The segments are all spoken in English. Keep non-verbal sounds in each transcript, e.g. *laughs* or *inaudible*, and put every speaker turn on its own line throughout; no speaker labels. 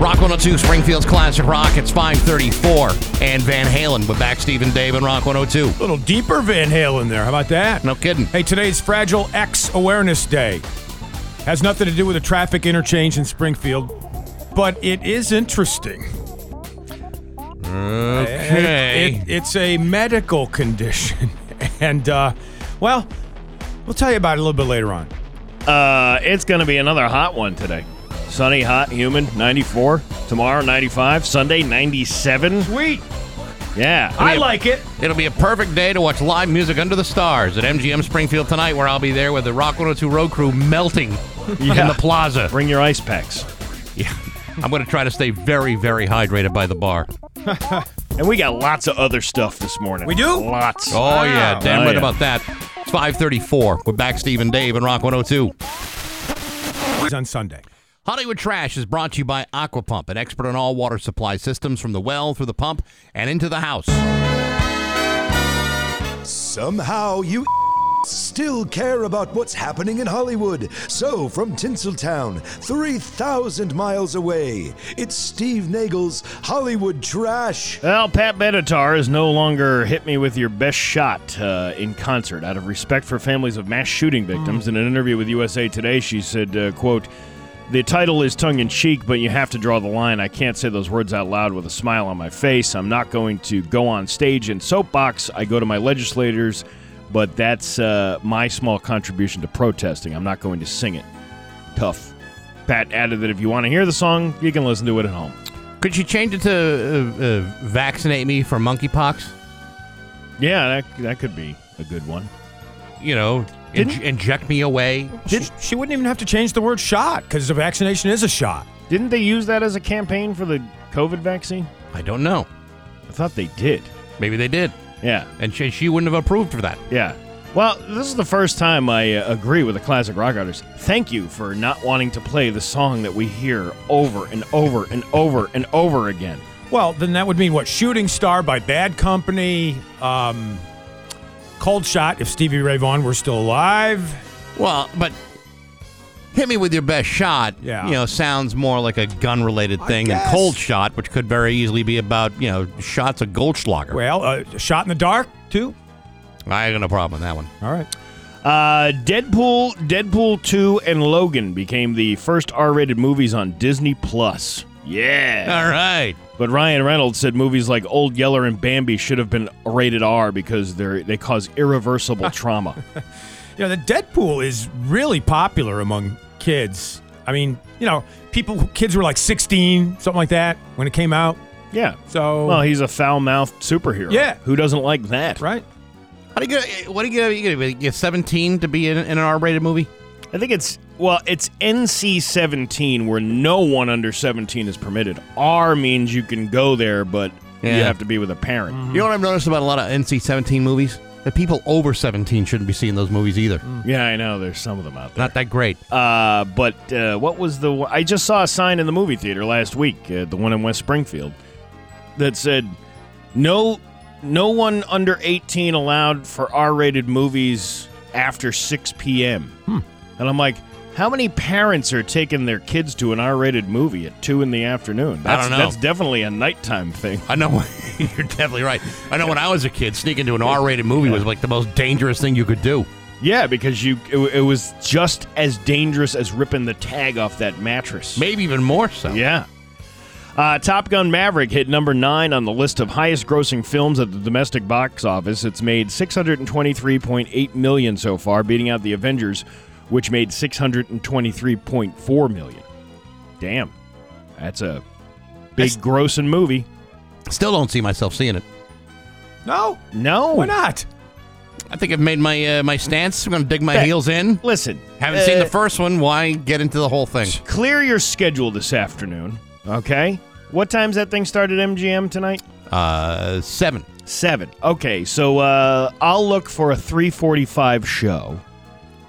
Rock 102, Springfield's Classic Rock. It's 534. And Van Halen with back Steve and Dave and Rock 102.
A little deeper Van Halen there. How about that?
No kidding.
Hey, today's Fragile X Awareness Day. Has nothing to do with a traffic interchange in Springfield, but it is interesting.
Okay.
It- it's a medical condition. *laughs* And, uh, well, we'll tell you about it a little bit later on.
Uh, it's going to be another hot one today. Sunny, hot, humid, 94. Tomorrow, 95. Sunday, 97.
Sweet.
Yeah.
I like it.
It'll be a perfect day to watch live music under the stars at MGM Springfield tonight, where I'll be there with the Rock 102 road crew melting in
Yeah.
the plaza.
Bring your ice packs.
I'm going to try to stay very, very hydrated by the bar. Oh,
And we got lots of other stuff this morning.
We do?
Lots.
Oh, yeah. Damn
Oh,
right
yeah.
about that. It's 534. We're back, Steve and Dave and Rock 102.
It's on Sunday.
Hollywood Trash is brought to you by Aquapump, an expert on all water supply systems from the well through the pump and into the house.
Somehow you still care about what's happening in Hollywood. So, from Tinseltown, 3,000 miles away, it's Steve Nagel's Hollywood Trash.
Well, Pat Benatar is no longer hit me with your best shot uh, in concert. Out of respect for families of mass shooting victims, in an interview with USA Today, she said, uh, "quote The title is tongue in cheek, but you have to draw the line. I can't say those words out loud with a smile on my face. I'm not going to go on stage and soapbox. I go to my legislators, but that's uh, my small contribution to protesting. I'm not going to sing it. Tough." Pat added that if you want to hear the song, you can listen to it at home.
Could you change it to uh, uh, vaccinate me for monkeypox?
Yeah, that, that could be a good one.
You know, in- inject me away?
She, she wouldn't even have to change the word shot because the vaccination is a shot.
Didn't they use that as a campaign for the COVID vaccine?
I don't know.
I thought they did.
Maybe they did.
Yeah,
And she, she wouldn't have approved for that.
yeah. Well, this is the first time I uh, agree with a classic rock artist. Thank you for not wanting to play the song that we hear over and over and over and over again.
Well, then that would mean what? Shooting Star by Bad Company, um, Cold Shot if Stevie Ray Vaughan were still alive.
Well, but hit me with your best shot.
Yeah.
You know, sounds more like a gun related thing than
guess.
cold shot, which could very easily be about, you know, shots of Goldschlager.
Well, uh, Shot in the Dark, too.
I ain't got no problem with that one.
All right.
Uh, Deadpool, Deadpool 2, and Logan became the first R-rated movies on Disney Plus. Yeah.
*laughs* All right.
But Ryan Reynolds said movies like Old Yeller and Bambi should have been rated R because they they cause irreversible trauma.
You know, the Deadpool is really popular among kids. I mean, you know, people, kids were like 16, something like that when it came out.
Yeah.
So,
Well, he's a foul-mouthed superhero.
Yeah.
Who doesn't like that?
right?
How do you get, what do you get, you get, you get 17 to be in, in an R rated movie?
I think it's well, it's NC-17 where no one under 17 is permitted. R means you can go there, but
Yeah.
you have to be with a parent.
Mm-hmm.
You know what I've noticed about a lot of NC 17 movies? That people over 17 shouldn't be seeing those movies either.
Yeah, I know. There's some of them out there.
Not that great.
Uh, but uh, what was the? one- I just saw a sign in the movie theater last week, uh, the one in West Springfield, that said, "No, no one under 18 allowed for R-rated movies after 6 p.m."
Hmm.
And I'm like, how many parents are taking their kids to an R-rated movie at two in the afternoon? That's,
don't know.
That's definitely a nighttime thing.
I know *laughs* you're definitely right. I know when I was a kid, sneaking to an R rated movie was like the most dangerous thing you could do.
Yeah, because you, it, it was just as dangerous as ripping the tag off that mattress.
Maybe even more so.
Yeah. Uh, Top Gun Maverick hit number nine on the list of highest-grossing films at the domestic box office. It's made 623.8 million so far, beating out the Avengers, which made 623.4 million. Damn, that's a big
That's-
grossing movie.
Still don't see myself seeing it.
No,
No,
why not?
I think I've made my uh, my stance. I'm going to dig my
Yeah.
heels in.
Listen,
Haven't seen
uh,
the first one. Why get into the whole thing?
Clear your schedule this afternoon, okay? What time's that thing started MGM tonight?
Uh, seven.
Seven. Okay, so uh, I'll look for a three forty-five show.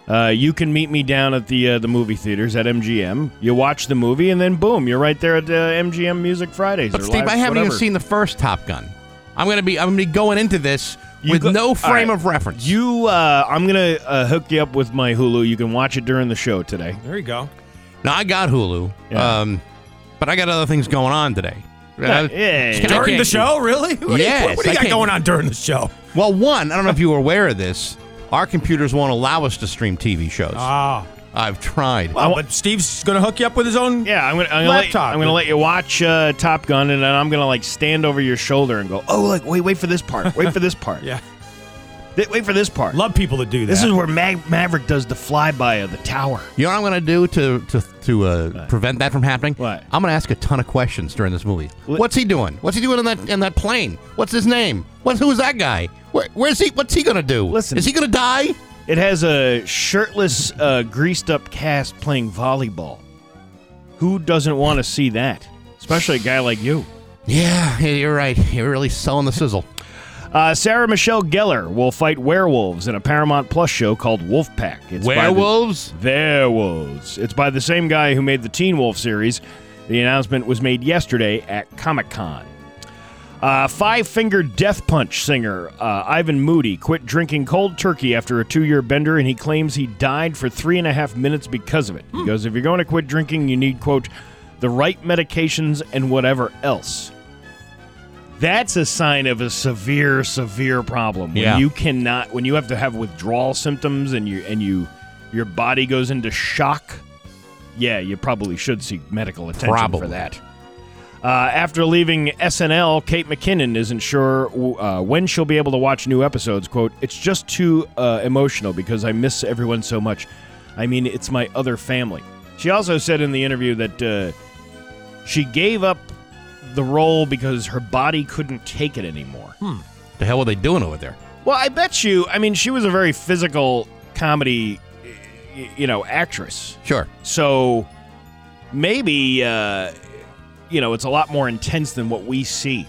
Uh, you can meet me down at the uh, the movie theaters at MGM. You watch the movie, and then boom, you're right there at uh, MGM Music Fridays.
But
or
Steve,
live-
I haven't even
whatever.
seen the first Top Gun. I'm going to be I'm going to be going into this
You
with
go-
no
all
frame
right.
of reference.
You, uh, I'm gonna uh, hook you up with my Hulu. You can watch it during the show today.
There you go.
now I got Hulu.
Yeah.
Um, but I got other things going on today. Uh,
yeah,
just- I
yeah.
During
can't-
the show, really? What do you-
Yes,
what do you
I
got
can't-
going on during the show?
Well, one, I don't know if you were aware of this. Our computers won't allow us to stream TV shows.
Ah,
I've tried.
well, but Steve's going to hook you up with his own.
Yeah, I'm gonna, I'm gonna
Laptop.
Let, I'm gonna let you watch uh, Top Gun, and then I'm gonna like stand over your shoulder and go, "Oh, like wait, wait for this part, wait for this
*laughs*
part,
Yeah.
Th- wait for this part."
Love people that do that.
this is where Ma- Maverick does the flyby of the tower.
You know what I'm going to do to to to uh, prevent that from happening?
What?
I'm going to ask a ton of questions during this movie. What's he doing? What's he doing in that in that plane? What's his name? What's who's that guy? Where, where's he? What's he going to do?
Listen.
is he going to die?
It has a shirtless, uh, greased-up cast playing volleyball. Who doesn't want to see that? Especially a guy like you.
Yeah, yeah, you're right. You're really selling the sizzle.
Uh, Sarah Michelle Gellar will fight werewolves in a Paramount Plus show called Wolfpack. *laughs* It's by the-
Werewolves?
There was. It's by the same guy who made the Teen Wolf series. The announcement was made yesterday at Comic Con. Uh, Five Finger Death Punch singer uh, Ivan Moody quit drinking cold turkey after a two year bender, and he claims he died for three and a half minutes because of it. He goes, If you're going to quit drinking, you need, quote, the right medications and whatever else. That's a sign of a severe, severe problem. When
Yeah.
you cannot, when you have to have withdrawal symptoms and you and you, your body goes into shock. Yeah, you probably should seek medical attention for
Probably.
that. Uh, after leaving SNL, Kate McKinnon isn't sure uh, when she'll be able to watch new episodes. "Quote: It's just too uh, emotional because I miss everyone so much. I mean, it's my other family." She also said in the interview that uh, she gave up the role because her body couldn't take it anymore.
The hell were they doing over there?
Well, I bet you. I mean, she was a very physical comedy, y- y- you know, actress.
Sure.
So maybe uh, you know it's a lot more intense than what we see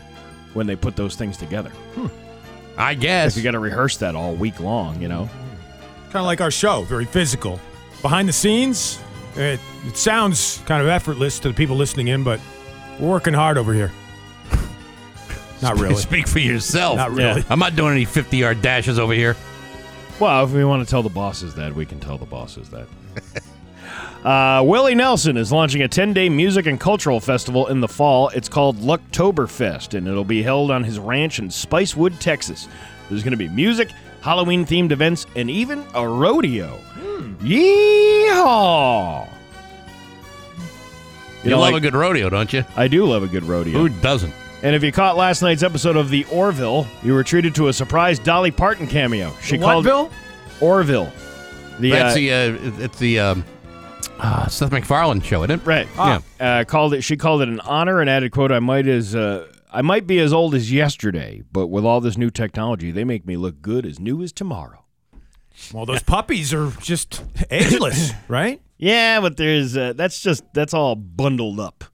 when they put those things together.
I
If
guess.
you got to rehearse that all week long, you know.
kind of like our show, very physical. Behind the scenes, it, it sounds kind of effortless to the people listening in, but we're working hard over here. Not
*laughs*
really.
Speak for yourself.
Not really.
I'm not doing any 50 yard dashes over here.
Well, if we want to tell the bosses that, we can tell the bosses that. *laughs* Uh, Willie Nelson is launching a 10 day music and cultural festival in the fall. It's called Lucktoberfest, and it'll be held on his ranch in Spicewood, Texas. There's going to be music, Halloween themed events, and even a rodeo.
Hmm.
Yeehaw!
You,
know,
love a
like-
good rodeo, don't you?
I do love a good rodeo.
Who doesn't?
And if you caught last night's episode of The Orville, you were treated to a surprise Dolly Parton cameo. She
What,
called
Bill?
Orville. The, uh,
That's the uh, it's the um, uh, Seth MacFarlane show, isn't it?
Right.
Ah.
Yeah. Uh, called it. She called it an honor and added, "quote I might as uh, I might be as old as yesterday, but with all this new technology, they make me look good as new as tomorrow."
Well, those puppies are just ageless, right?
Yeah, but there's uh, that's just that's all bundled up.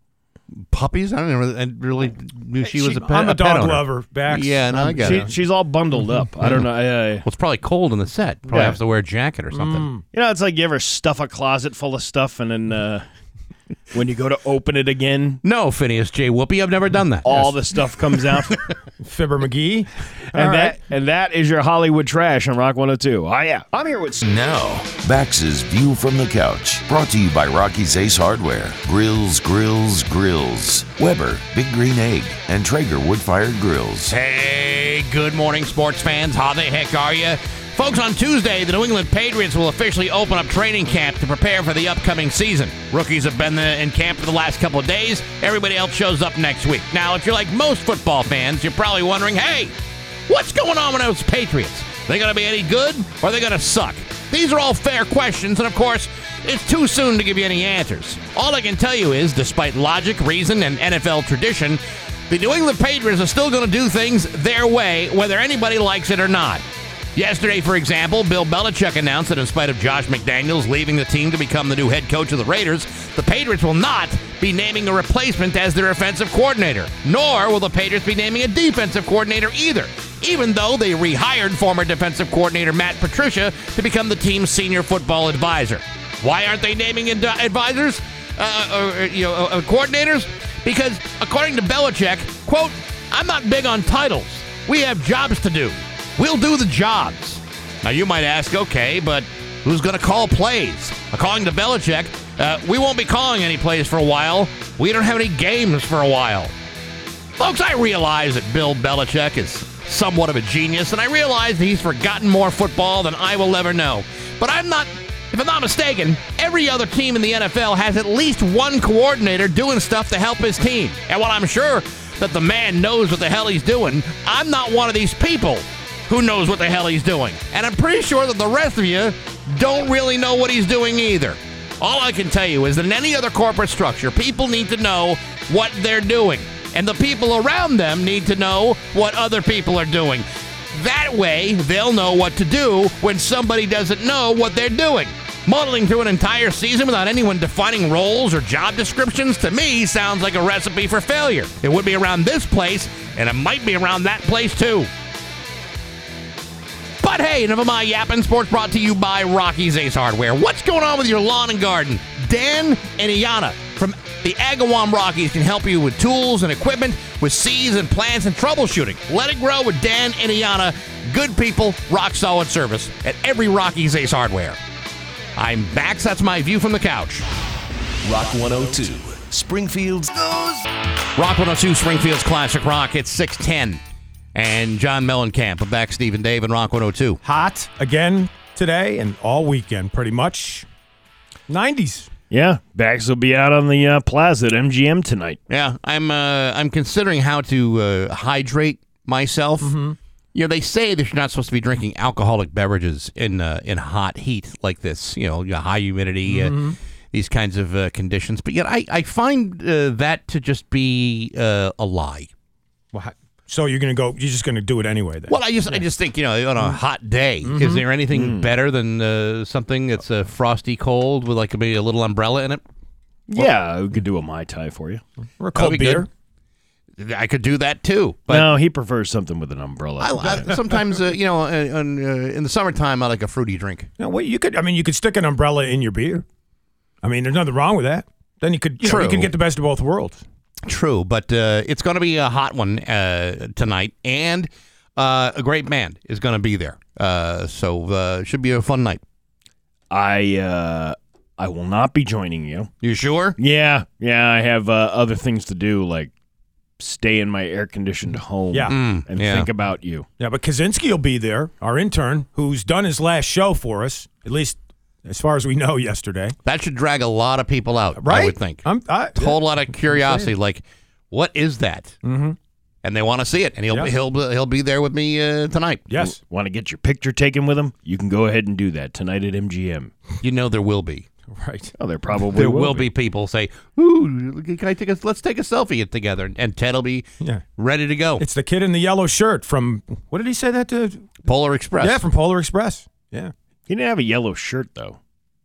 Puppies? I don't know. I really knew she, was a pet.
I'm a
pet
dog
owner.
lover, Bax.
Yeah, no, I got
She,
it.
she's all bundled up. I don't know. I, I-
Well, it's probably cold in the set. Probably
Yeah.
have to wear a jacket or something.
Mm.
you know, it's like you ever stuff a closet full of stuff, and then uh, when you go to open it again,
No, Phineas J. Whoopi, I've never done that.
all the stuff comes *laughs* out.
Fibber McGee.
and that and that is your Hollywood trash on Rock 102. Oh yeah, I'm here with.
Now, Bax's View from the Couch, brought to you by Rocky's Ace Hardware, Grills, Grills, Grills, Weber, Big Green Egg, and Traeger Wood Fired Grills.
Hey, good morning, sports fans. How the heck are you? Folks, on Tuesday, the New England Patriots will officially open up training camp to prepare for the upcoming season. Rookies have been in camp for the last couple of days. Everybody else shows up next week. Now, if you're like most football fans, you're probably wondering, hey, what's going on with those Patriots? They going to be any good or they going to suck? These are all fair questions, and of course, it's too soon to give you any answers. All I can tell you is, despite logic, reason, and NFL tradition, the New England Patriots are still going to do things their way, whether anybody likes it or not. Yesterday, for example, Bill Belichick announced that in spite of Josh McDaniels leaving the team to become the new head coach of the Raiders, the Patriots will not be naming a replacement as their offensive coordinator, nor will the Patriots be naming a defensive coordinator either, even though they rehired former defensive coordinator Matt Patricia to become the team's senior football advisor. Why aren't they naming ad- advisors? Uh, or, you know, uh, coordinators? Because according to Belichick, quote, I'm not big on titles. We have jobs to do. We'll do the jobs. Now you might ask, okay, but who's going to call plays? According to Belichick, Uh, we won't be calling any plays for a while. We don't have any games for a while. Folks, I realize that Bill Belichick is somewhat of a genius, and I realize that he's forgotten more football than I will ever know. But I'm not, if I'm not mistaken, every other team in the NFL has at least one coordinator doing stuff to help his team. And while I'm sure that the man knows what the hell he's doing, I'm not one of these people who knows what the hell he's doing. And I'm pretty sure that the rest of you don't really know what he's doing either. All I can tell you is that in any other corporate structure, people need to know what they're doing, and the people around them need to know what other people are doing. That way, they'll know what to do when somebody doesn't know what they're doing. Muddling through an entire season without anyone defining roles or job descriptions to me sounds like a recipe for failure. It would be around this place, and it might be around that place too. But hey, enough of my yapping. Sports brought to you by Rocky's Ace Hardware. What's going on with your lawn and garden? Dan and Iana from the Agawam Rockies can help you with tools and equipment, with seeds and plants and troubleshooting. Let it grow with Dan and Iana. Good people, rock solid service at every Rocky's Ace Hardware. I'm Max. That's my view from the couch.
Rock 102, Springfield's.
Rock 102 Springfield's Classic Rock. It's 610. And John Mellencamp. I'm back, Steve and Dave, and Rock 102.
Hot again today and all weekend, pretty much. 90s.
Yeah, Bax will be out on the uh, plaza at MGM tonight.
Yeah, I'm uh, I'm considering how to uh, hydrate myself.
Mm-hmm.
You know, they say that you're not supposed to be drinking alcoholic beverages in uh, in hot heat like this. You know, you know, high humidity,
Mm-hmm.
uh, these kinds of uh, conditions. But yet, I I find uh, that to just be uh, a lie.
What? So you're going to go, you're just going to do it anyway then.
Well, I just I just think you know on
Mm-hmm.
a hot day, is there anything better than uh, something that's uh, frosty cold with like maybe a little umbrella in it?
yeah, we could do a Mai Tai for you.
Or a cold
that'd be
beer.
I could do that too, but.
Uh, no, he prefers something with an umbrella.
I, I, sometimes, uh, you know, uh, on, uh, in the summertime, I like a fruity drink.
No, well, you could, I mean, you could stick an umbrella in your beer. I mean, there's nothing wrong with that. Then you could, you, know, you
True.
could get the best of both worlds.
True, but uh, it's going to be a hot one uh, tonight, and uh, a great band is going to be there. Uh, so uh, should be a fun night.
I uh, I will not be joining you.
You sure?
Yeah, yeah, I have uh, other things to do, like stay in my air conditioned home.
Yeah.
and
yeah.
think about you.
Yeah, but Kaczynski will be there, our intern, who's done his last show for us, at least as far as we know yesterday.
That should drag a lot of people out,
Right?
I would think.
I'm, I,
whole lot of curiosity, like what is that? Mm-hmm. And they want to see it, and he'll
Yeah.
he'll he'll be there with me uh, tonight.
yes.
Want to get your picture taken with him? You can go ahead and do that tonight at MGM.
You know there will be.
Right.
Oh, there probably
There will be people say, "Ooh, can I take a, let's take a selfie together," and Ted will be
Yeah.
ready to go.
It's the kid in the yellow shirt from, what did he say that to?
Polar Express.
Yeah, from Polar Express. Yeah.
He didn't have a yellow shirt though.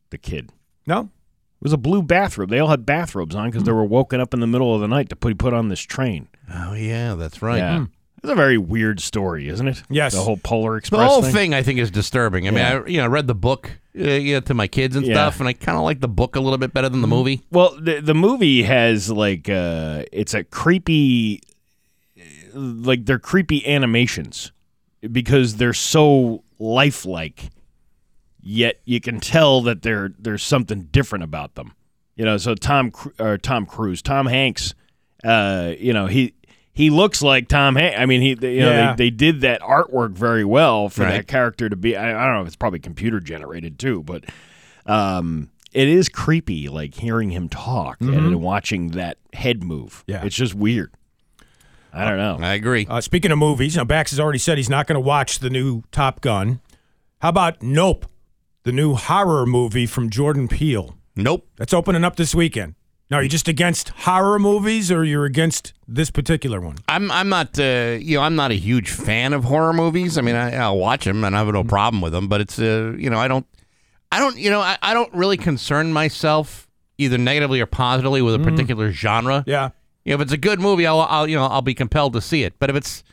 The kid.
No?
It was a blue bathrobe. They all had bathrobes on because they were woken up in the middle of the night to put put on this train.
oh yeah, that's right.
Yeah. It's a very weird story, isn't it?
Yes.
The whole Polar
The
Express
whole
thing.
thing. I think is disturbing. I mean, I you know I read the book uh, you know, to my kids and
Yeah.
stuff, and I kind of like the book a little bit better than the movie.
Well, the the movie has like uh it's a creepy like they're creepy animations because they're so lifelike. Yet you can tell that there there's something different about them. You know, so Tom Cru- or Tom Cruise, Tom Hanks, uh, you know, he he looks like Tom Hanks. I mean, he they, you know
Yeah.
they, they did that artwork very well for
Right.
that character to be I, I don't know if it's probably computer generated too, but um, it is creepy, like hearing him talk and watching that head move.
Yeah.
it's just weird. I don't know.
I agree.
Uh, speaking of movies, you know, Bax has already said he's not going to watch the new Top Gun. How about Nope, the new horror movie from Jordan Peele?
nope.
That's opening up this weekend. Now, are you just against horror movies or you're against this particular one?
I'm I'm not uh, you know I'm not a huge fan of horror movies. I mean I, I'll watch them and I have no problem with them, but it's uh, you know I don't I don't you know I, I don't really concern myself either negatively or positively with a particular genre.
Yeah.
You know, if it's a good movie, I'll, I'll you know I'll be compelled to see it. But if it's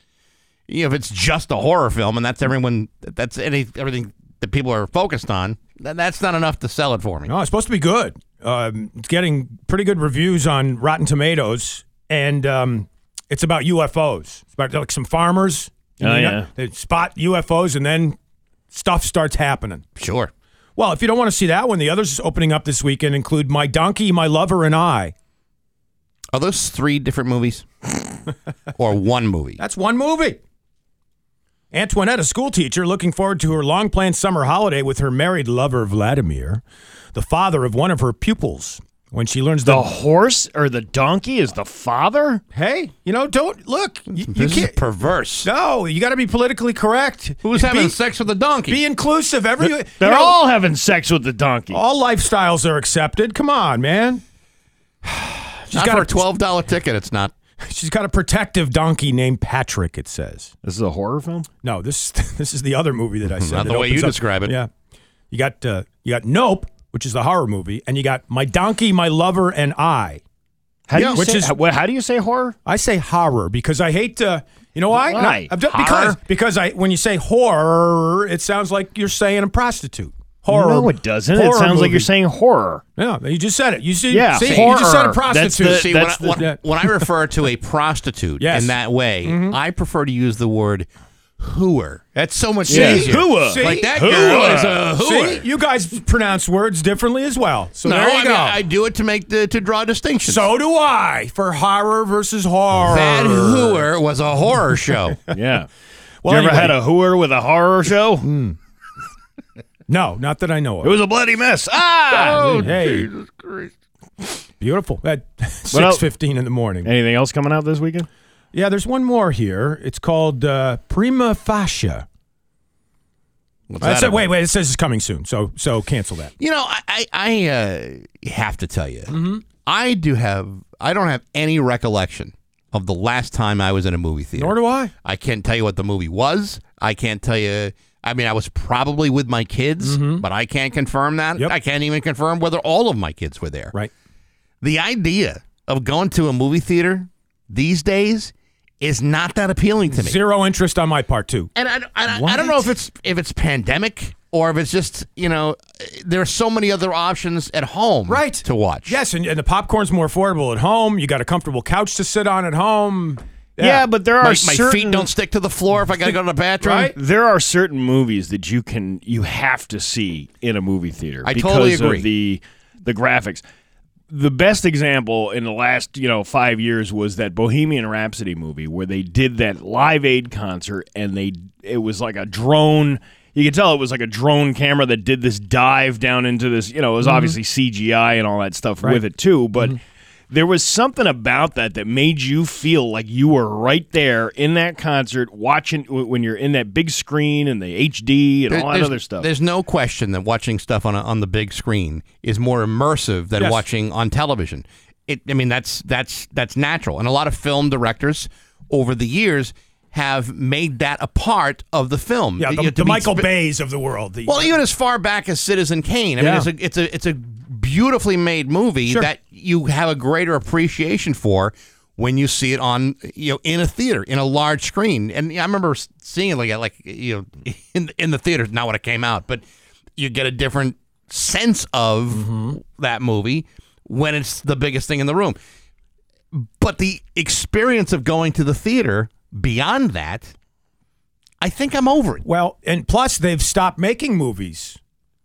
you know if it's just a horror film and that's everyone that's any everything that people are focused on, then that's not enough to sell it for me.
No, it's supposed to be good. Um, it's getting pretty good reviews on Rotten Tomatoes, and um, it's about UFOs. It's about like some farmers.
Oh,
you know,
yeah.
They spot UFOs, and then stuff starts happening.
Sure.
Well, if you don't want to see that one, the others opening up this weekend include My Donkey, My Lover, and I.
Are those three different *laughs* movies? or one movie?
That's one movie. Antoinette, a school teacher, looking forward to her long planned summer holiday with her married lover, Vladimir, the father of one of her pupils. When she learns
*laughs* The
the.
horse or the donkey is the father? *laughs*
hey, you know, don't look. You, you
this is
can't.
perverse.
No, you got to be politically correct.
Who's
Be-
having sex with a donkey?
Be inclusive. Every you
They're
know,
all having sex with the donkey.
all lifestyles are accepted. Come on, man. *sighs* She's
not
got
for
a
a twelve dollar ticket. It's not.
She's got a protective donkey named Patrick. It says
This is a horror film?
no. This *laughs* this is the other movie that I said.
Not the
that
way you
opens up-
describe it.
Yeah, you got uh, you got Nope, which is the horror movie, and you got My Donkey, My Lover, and I.
How do,
Yeah,
you
which
say,
is-
how, what- how do you say horror?
I say horror because I hate uh, you know why?
Why?
No, I've done- because
Horror?
because I when you say horror, it sounds like you're saying a prostitute. Horror.
No, it doesn't.
horror
it sounds like
movie.
you're saying *laughs* horror.
Yeah, you just said it. You see,
Yeah,
see, you just said a
horror. That's
prostitute.
the-
See, when I,
that's the-
when, when I refer to a prostitute
Yes.
in that way, I prefer to use the word hooer. That's so much
Yeah.
easier.
Hooer.
See?
Like that
Hooer.
girl is a hooer.
See, you guys pronounce words differently as well. So
no,
there you
I,
go.
Mean, I do it to make the to draw distinctions.
so do I for horror versus horror.
that hooer was a horror
*laughs*
show.
Yeah.
Well,
you ever
anyway,
had a hooer with a horror show?
no? Not that I know
*laughs* It
of.
was a bloody mess. Ah!
hey, beautiful. At six
else?
fifteen in the morning.
Anything else coming out this weekend?
Yeah, there's one more here. It's called uh, Prima Fascia.
What's
That's
that
it. Wait,
about?
wait. It says it's coming soon. So, so cancel that.
You know, I I, I uh, have to tell you,
Mm-hmm.
I do have I don't have any recollection of the last time I was in a movie theater.
Nor do I.
I can't tell you what the movie was. I can't tell you. I mean, I was probably with my kids, but I can't confirm that.
Mm-hmm. Yep.
I can't even confirm whether all of my kids were there.
Right.
The idea of going to a movie theater these days is not that appealing to me.
Zero interest on my part too.
And I, I, I don't know if it's if it's pandemic or if it's just you know there are so many other options at home
Right.
to watch.
Yes, and, and the popcorn's more affordable at home. You got a comfortable couch to sit on at home.
Yeah, but there are
My, my
certain
feet don't stick to the floor if I got to go to the bathroom. *laughs*
Right?
there are certain movies that you can you have to see in a movie theater
I
because
totally agree.
of the the graphics. The best example in the last, you know, 5 years was that Bohemian Rhapsody movie where they did that Live Aid concert and they it was like a drone you could tell it was like a drone camera that did this dive down into this, you know, it was
Mm-hmm.
obviously CGI and all that stuff with it too, but there was something about that that made you feel like you were right there in that concert watching w- when you're in that big screen and the HD and
There-
all that
there's,
other stuff.
There's no question that watching stuff on a, on the big screen is more immersive than
Yes.
watching on television. It, I mean, that's that's that's natural, and a lot of film directors over the years have made that a part of the film.
Yeah,
You
the,
know, to
the
be
Michael
spe-
Bay's of the world. The,
Well, even as far back as Citizen Kane, I mean,
Yeah.
it's a, it's a it's a beautifully made movie
Sure.
that you have a greater appreciation for when you see it on you know in a theater in a large screen. And yeah, I remember s- seeing it like at- like you know in in the theater, not when it came out, but you get a different sense of
Mm-hmm.
that movie when it's the biggest thing in the room. But the experience of going to the theater beyond that, I think I'm over it.
well, and plus they've stopped making movies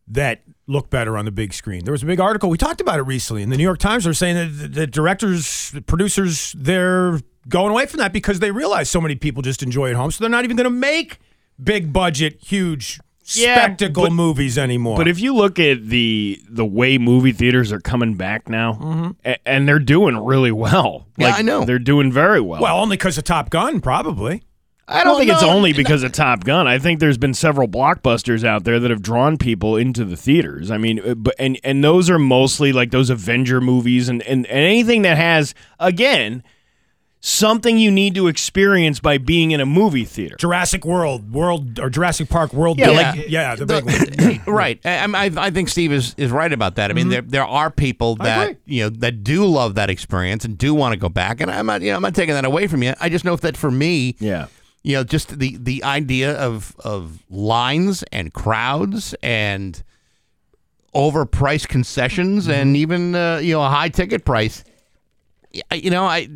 that look better on the big screen. There was a big article we talked about it recently in the New York Times. They're saying that the, the directors, the producers, they're going away from that because they realize so many people just enjoy it at home, so they're not even going to make big budget, huge
Yeah,
spectacle
but-
movies anymore.
but if you look at the the way movie theaters are coming back now, a- and they're doing really well.
Mm-hmm. Yeah, I know.
they're doing very well.
well, only because of Top Gun, probably.
I don't
Well,
think it's
no,
only because of Top Gun. I think there's been several blockbusters out there that have drawn people into the theaters. I mean, uh, but and and those are mostly like those Avenger movies and and, and anything that has again something you need to experience by being in a movie theater.
Jurassic World, World or Jurassic Park World.
Yeah,
Day.
like-
yeah, the big
*clears throat*
one. Mm-hmm.
right. I, I'm- I, I think Steve is, is right about that. I mean, there there are people that you know that do love that experience and do want to go back. And I'm not you know I'm not taking that away from you. I just know that for me,
Yeah.
you know, just the the idea of of lines and crowds and overpriced concessions
Mm-hmm.
and even uh, you know a high ticket price. I- You know, I,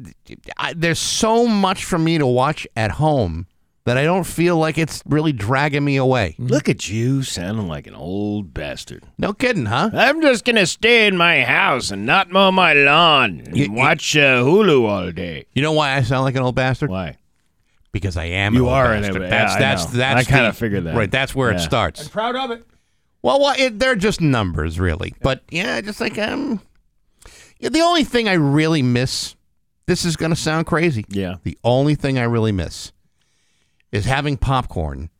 I there's so much for me to watch at home that I don't feel like it's really dragging me away.
Look at you sounding like an old bastard.
No kidding, huh?
I'm just gonna stay in my house and not mow my lawn and
You- you-
watch uh, Hulu all day.
You know why I sound like an old bastard?
Why?
Because I am.
You
an old
are an
bastard.
old-
That's
yeah, I
that's
know.
that's.
I kinda
the-
figured that.
Right. That's where it
Yeah.
starts.
Proud of it.
Well, well it, they're just numbers, really. But yeah, just like um, yeah, the only thing I really miss. This is gonna sound crazy.
Yeah.
The only thing I really miss is having popcorn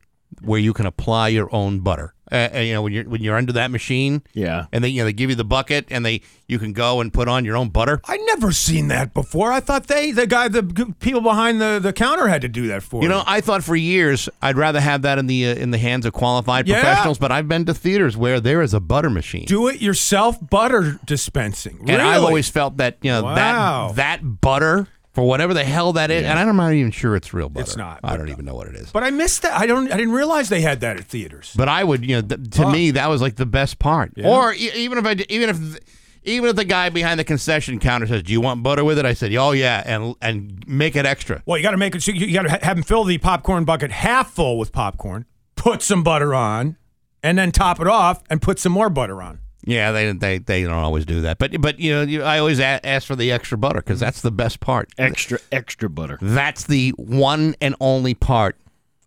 where you can apply your own butter. Uh, uh, you know, when you're when you're under that machine,
Yeah.
and they you know they give you the bucket, and they you can go and put on your own butter.
I never seen that before. I thought they, the guy, the g- people behind the, the counter had to do that for
You
me.
know, I thought for years I'd rather have that in the uh, in the hands of qualified
Yeah.
professionals, but I've been to theaters where there is a butter machine,
do it yourself butter dispensing.
and I've
Really?
always felt that you know
Wow.
that that butter for whatever the hell that is, and I'm not even sure it's real butter.
It's not,
I
but-
don't even know what it is. But,
But I missed that. I don't. I didn't realize they had that at theaters.
I would, you know, th- to me that was like the best part. Or e- even if I d- even if. th- even if the guy behind the concession counter says, "Do you want butter with it?" I said, "Oh yeah," and and make it extra.
Well, you got to make it. So you got to have them fill the popcorn bucket half full with popcorn, put some butter on, and then top it off and put some more butter on.
Yeah, they they they don't always do that, but but you know, you, I always a- ask for the extra butter because that's the best part.
Extra, extra butter.
That's the one and only part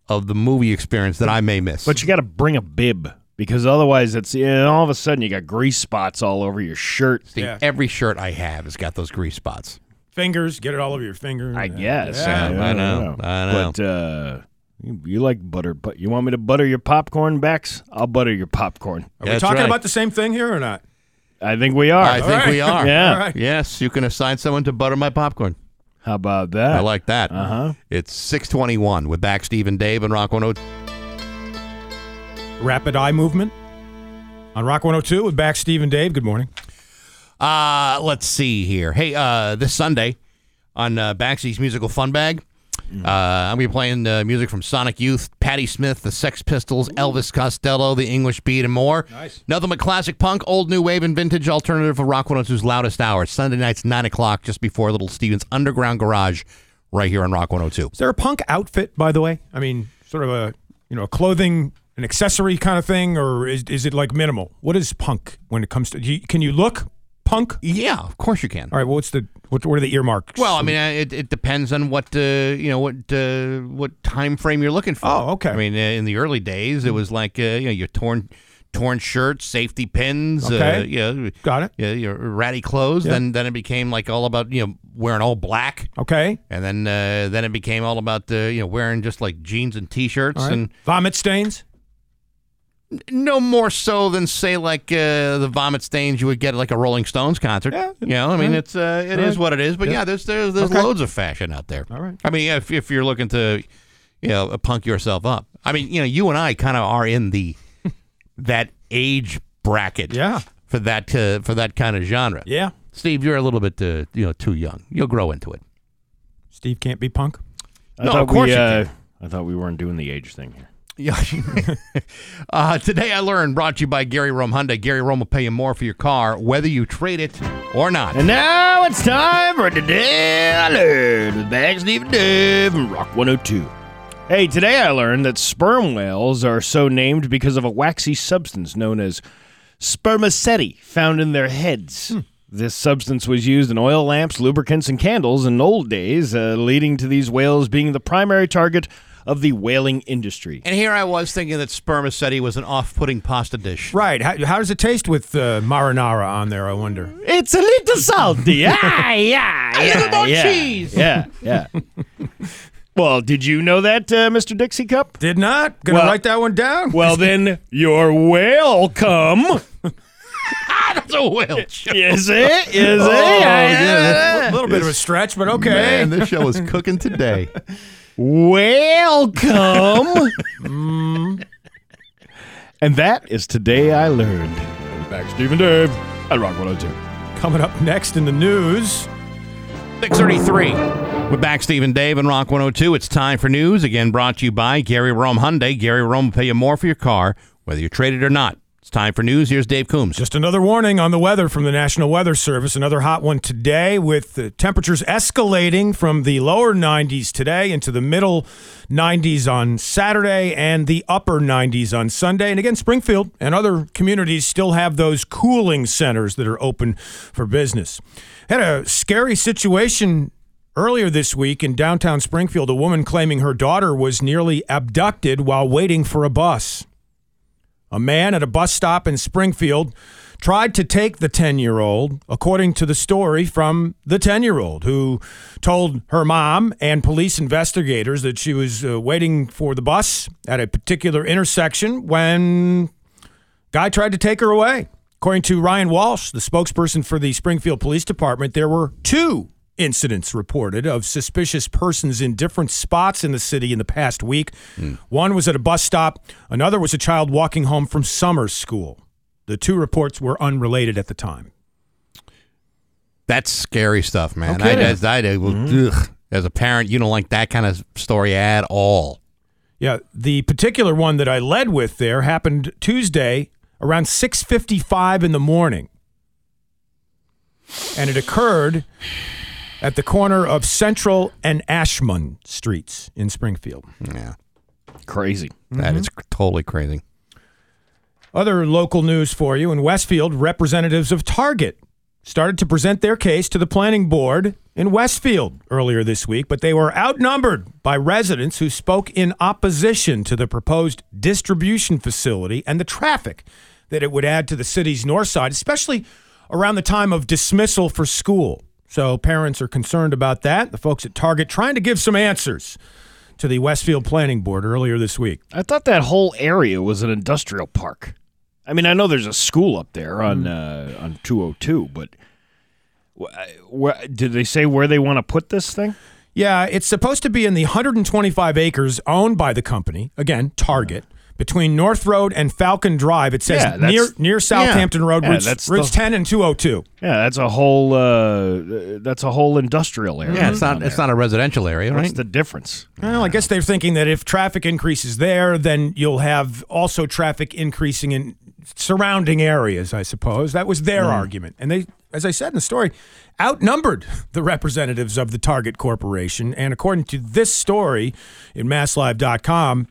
of the movie experience that I may miss.
But you got to bring a bib because otherwise, it's yeah, all of a sudden you got grease spots all over your shirt.
See,
Yeah.
every shirt I have has got those grease spots.
Fingers, get it all over your fingers.
I guess.
Yeah, I know, I know.
But uh, you, you like butter, but you want me to butter your popcorn backs? I'll butter your popcorn.
Are we
That's
talking
right.
about the same thing here or not?
I think we are.
I think we are.
Yeah.
*laughs* All right.
Yes, you can assign someone to butter my popcorn.
How about that?
I like that.
Uh huh.
It's 621 with back Steve and Dave and Rock 102.
Rapid eye movement on Rock 102 with back Steve and Dave. Good morning.
Uh, let's see here. Hey, uh, this Sunday on uh, Baxi's Musical Fun Bag, uh, I'm going to be playing uh, music from Sonic Youth, Patti Smith, the Sex Pistols, Elvis Costello, the English Beat, and more. Nice. Nothing but classic punk, old new wave, and vintage alternative for Rock 102's loudest hour. Sunday nights, 9 o'clock, just before Little Steven's Underground Garage, right here on Rock 102.
Is there a punk outfit, by the way? I mean, sort of a you know a clothing, an accessory kind of thing, or is is it like minimal? What is punk when it comes to? do you- Can you look punk?
Yeah, of course you can.
All right. well, What's the what? What are the earmarks?
Well, I mean, uh, it, it depends on what uh, you know, what uh, what time frame you're looking for.
Oh, okay.
I mean, uh, in the early days, it was like uh, you know, your torn torn shirts, safety pins, uh,
Okay.
you know,
got it.
yeah, your ratty clothes. Then then it became like all about you know wearing all black,
Okay.
and then uh, then it became all about uh, you know wearing just like jeans and t-shirts,
All right.
and
Vomit stains.
no more so than say like uh, the vomit stains you would get at like a Rolling Stones concert.
Yeah.
You know, I mean,
Right.
it's uh, it is
Right.
what it is. But yeah,
Yeah.
there's there's, there's
Okay.
loads of fashion out there.
All right.
I mean, if if you're looking to, you know, punk yourself up. I mean, you know, you and I kind of are in the
*laughs*
that age bracket.
Yeah.
For that uh, for that kind of genre.
Yeah.
Steve, you're a little bit uh, you know too young. You'll grow into it.
Steve can't be punk.
I
No,
thought
of course
we,
you
uh, I thought we weren't doing the age thing here.
*laughs*
Yeah. *laughs* uh, today I learned brought to you by Gary Rome Hyundai. Gary Rome will pay you more for your car, whether you trade it or not.
And now it's time for Today I Learned with Bag Steve and Dave and Rock 102. Hey, today I learned that sperm whales are so named because of a waxy substance known as spermaceti found in their heads. This substance was used in oil lamps, lubricants, and candles in old days, uh, leading to these whales being the primary target of the whaling industry.
And here I was thinking that spermaceti was an off-putting pasta dish.
Right. How, how does it taste with uh, marinara on there? I wonder.
It's a little salty. *laughs* ah, yeah, yeah. A little more cheese. Yeah, yeah. *laughs* well, did you know that, uh, Mr. Dixie Cup?
Did not. Gonna
Well-
write that one down.
Well, then you're welcome.
That's a whale.
Is it? Is it?
*laughs* a little bit of a stretch, but okay.
Man, this show is cooking today.
Welcome. *laughs* and that is today I learned. Back, Stephen Dave. I rock 102.
Coming up next in the news.
633. We're back, Steve and Dave, and Rock 102. It's time for news, again brought to you by Gary Rome Hyundai. Gary Rome will pay you more for your car, whether you trade it or not. It's time for news. Here's Dave Coombs.
Just another warning on the weather from the National Weather Service. Another hot one today with the temperatures escalating from the lower 90s today into the middle 90s on Saturday and the upper 90s on Sunday. And again, Springfield and other communities still have those cooling centers that are open for business. Had a scary situation Earlier this week in downtown Springfield, a woman claiming her daughter was nearly abducted while waiting for a bus. A man at a bus stop in Springfield tried to take the 10 year old, according to the story from the 10 year old, who told her mom and police investigators that she was uh, waiting for the bus at a particular intersection when guy tried to take her away. According to Ryan Walsh, the spokesperson for the Springfield Police Department, there were two incidents reported of suspicious persons in different spots in the city in the past week. One was at a bus stop, another was a child walking home from summer school. The two reports were unrelated at the time.
That's scary stuff, man.
Okay.
I, as, I, well, ugh. as a parent, you don't like that kind of story at all.
Yeah, the particular one that I led with there happened Tuesday around 6:55 in the morning. And it occurred at the corner of Central and Ashman Streets in Springfield.
Yeah,
Crazy.
that is cr- totally crazy.
Other local news for you in Westfield, representatives of Target started to present their case to the planning board in Westfield earlier this week, but they were outnumbered by residents who spoke in opposition to the proposed distribution facility and the traffic that it would add to the city's north side, especially around the time of dismissal for school. So parents are concerned about that. The folks at Target trying to give some answers to the Westfield Planning Board earlier this week.
I thought that whole area was an industrial park. I mean, I know there's a school up there on
Hmm.
uh, on 202, but wh- I- wh- did they say where they want to put this thing?
Yeah, it's supposed to be in the 125 acres owned by the company, again, Target, between North Road and Falcon Drive. It says
Yeah, that's-
near near Southampton Road,
Yeah,
routes,
that's
routes
the-
10 and 202.
Yeah, that's a whole uh, that's a whole industrial area.
Yeah, it's not it's not a residential area,
What's
right?
the difference?
Well, I guess they're thinking that if traffic increases there, then you'll have also traffic increasing in surrounding areas, I suppose. That was
Hmm.
their argument. And they, as I said in the story, outnumbered the representatives of the Target Corporation. And according to this story in masslive.com,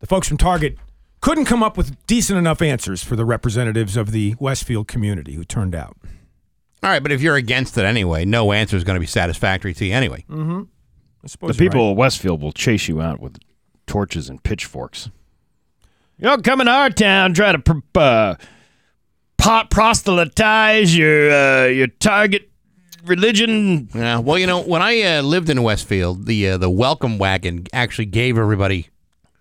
the folks from Target couldn't come up with decent enough answers for the representatives of the Westfield community who turned out.
all right, but if you're against it anyway, no answer is going to be satisfactory to you anyway.
I suppose
The
you're
people
right.
of Westfield will chase you out with torches and pitchforks. You're coming to our town, try to pr- uh, pot proselytize your uh, your target religion.
Yeah. Well, you know, when I uh, lived in Westfield, the uh, the welcome wagon actually gave everybody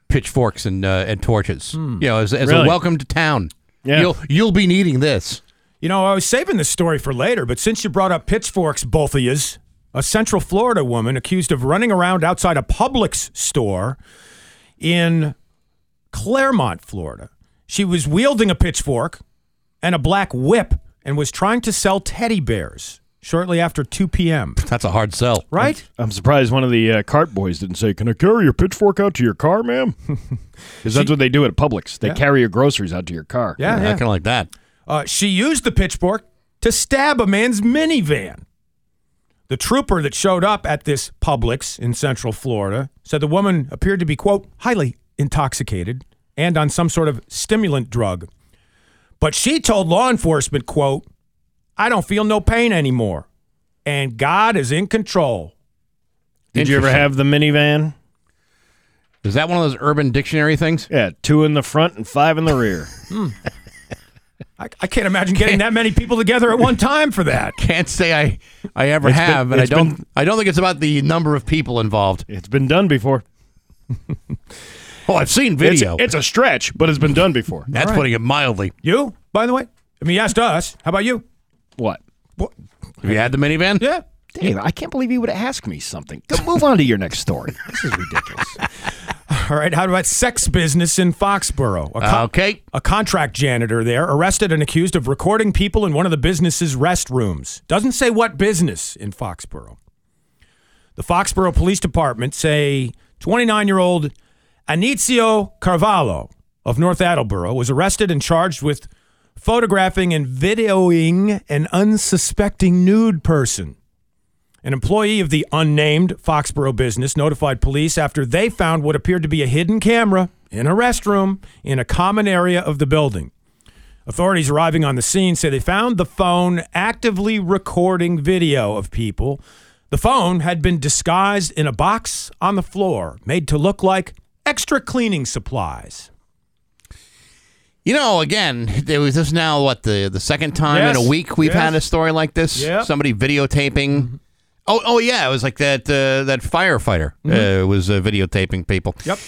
pitchforks and uh, and torches. You know, as, as a
Hmm. Really?
welcome to town.
Yeah.
You'll you'll be needing this.
You know, I was saving this story for later, but since you brought up pitchforks, both of yous, a Central Florida woman accused of running around outside a Publix store in Claremont, Florida. She was wielding a pitchfork and a black whip and was trying to sell teddy bears shortly after 2 p.m.
That's a hard sell.
Right?
I'm surprised one of the uh, cart boys didn't say, "Can I carry your pitchfork out to your car, ma'am?" *laughs* Because that's what they do at Publix. They carry your groceries out to your car.
Yeah, yeah.
Kind of like that.
Uh, she used the pitchfork to stab a man's minivan. The trooper that showed up at this Publix in Central Florida said the woman appeared to be, quote, highly intoxicated and on some sort of stimulant drug. But she told law enforcement, quote, I don't feel no pain anymore. And God is in control.
Did you ever
Interesting.
have the minivan?
Is that one of those Urban Dictionary things?
Yeah, two in the front and five in the *laughs* rear.
I, I can't imagine getting that many people together at one time for that.
Can't say I I ever
It's been-
have, and I
it's
don't
been-
I don't think it's about the number of people involved.
it's been done before.
Oh, I've seen
It's-
video.
it's a stretch, but it's been done before.
That's putting it mildly.
You, by the way? I mean, you asked us. How about you?
*laughs* What?
What?
Have you had the minivan?
Yeah.
Dave, I can't believe you would ask me something. Go- Move on to your next story. This is ridiculous.
All right. How about sex business in Foxborough? A co-
Okay.
A contract janitor there arrested and accused of recording people in one of the business's restrooms. Doesn't say what business in Foxborough. The Foxborough Police Department say 29 year old Anicio Carvalho of North Attleboro was arrested and charged with photographing and videoing an unsuspecting nude person. An employee of the unnamed Foxborough business notified police after they found what appeared to be a hidden camera in a restroom in a common area of the building. Authorities arriving on the scene say they found the phone actively recording video of people. The phone had been disguised in a box on the floor, made to look like extra cleaning supplies.
You know, again, it was this now what the the second time in
Yes,
a week we've
yes. Mm-hmm.
had a story like this.
Yep.
Somebody videotaping. Oh, oh yeah, it was like that uh, that firefighter uh, was uh, videotaping people.
Mm-hmm. Yep.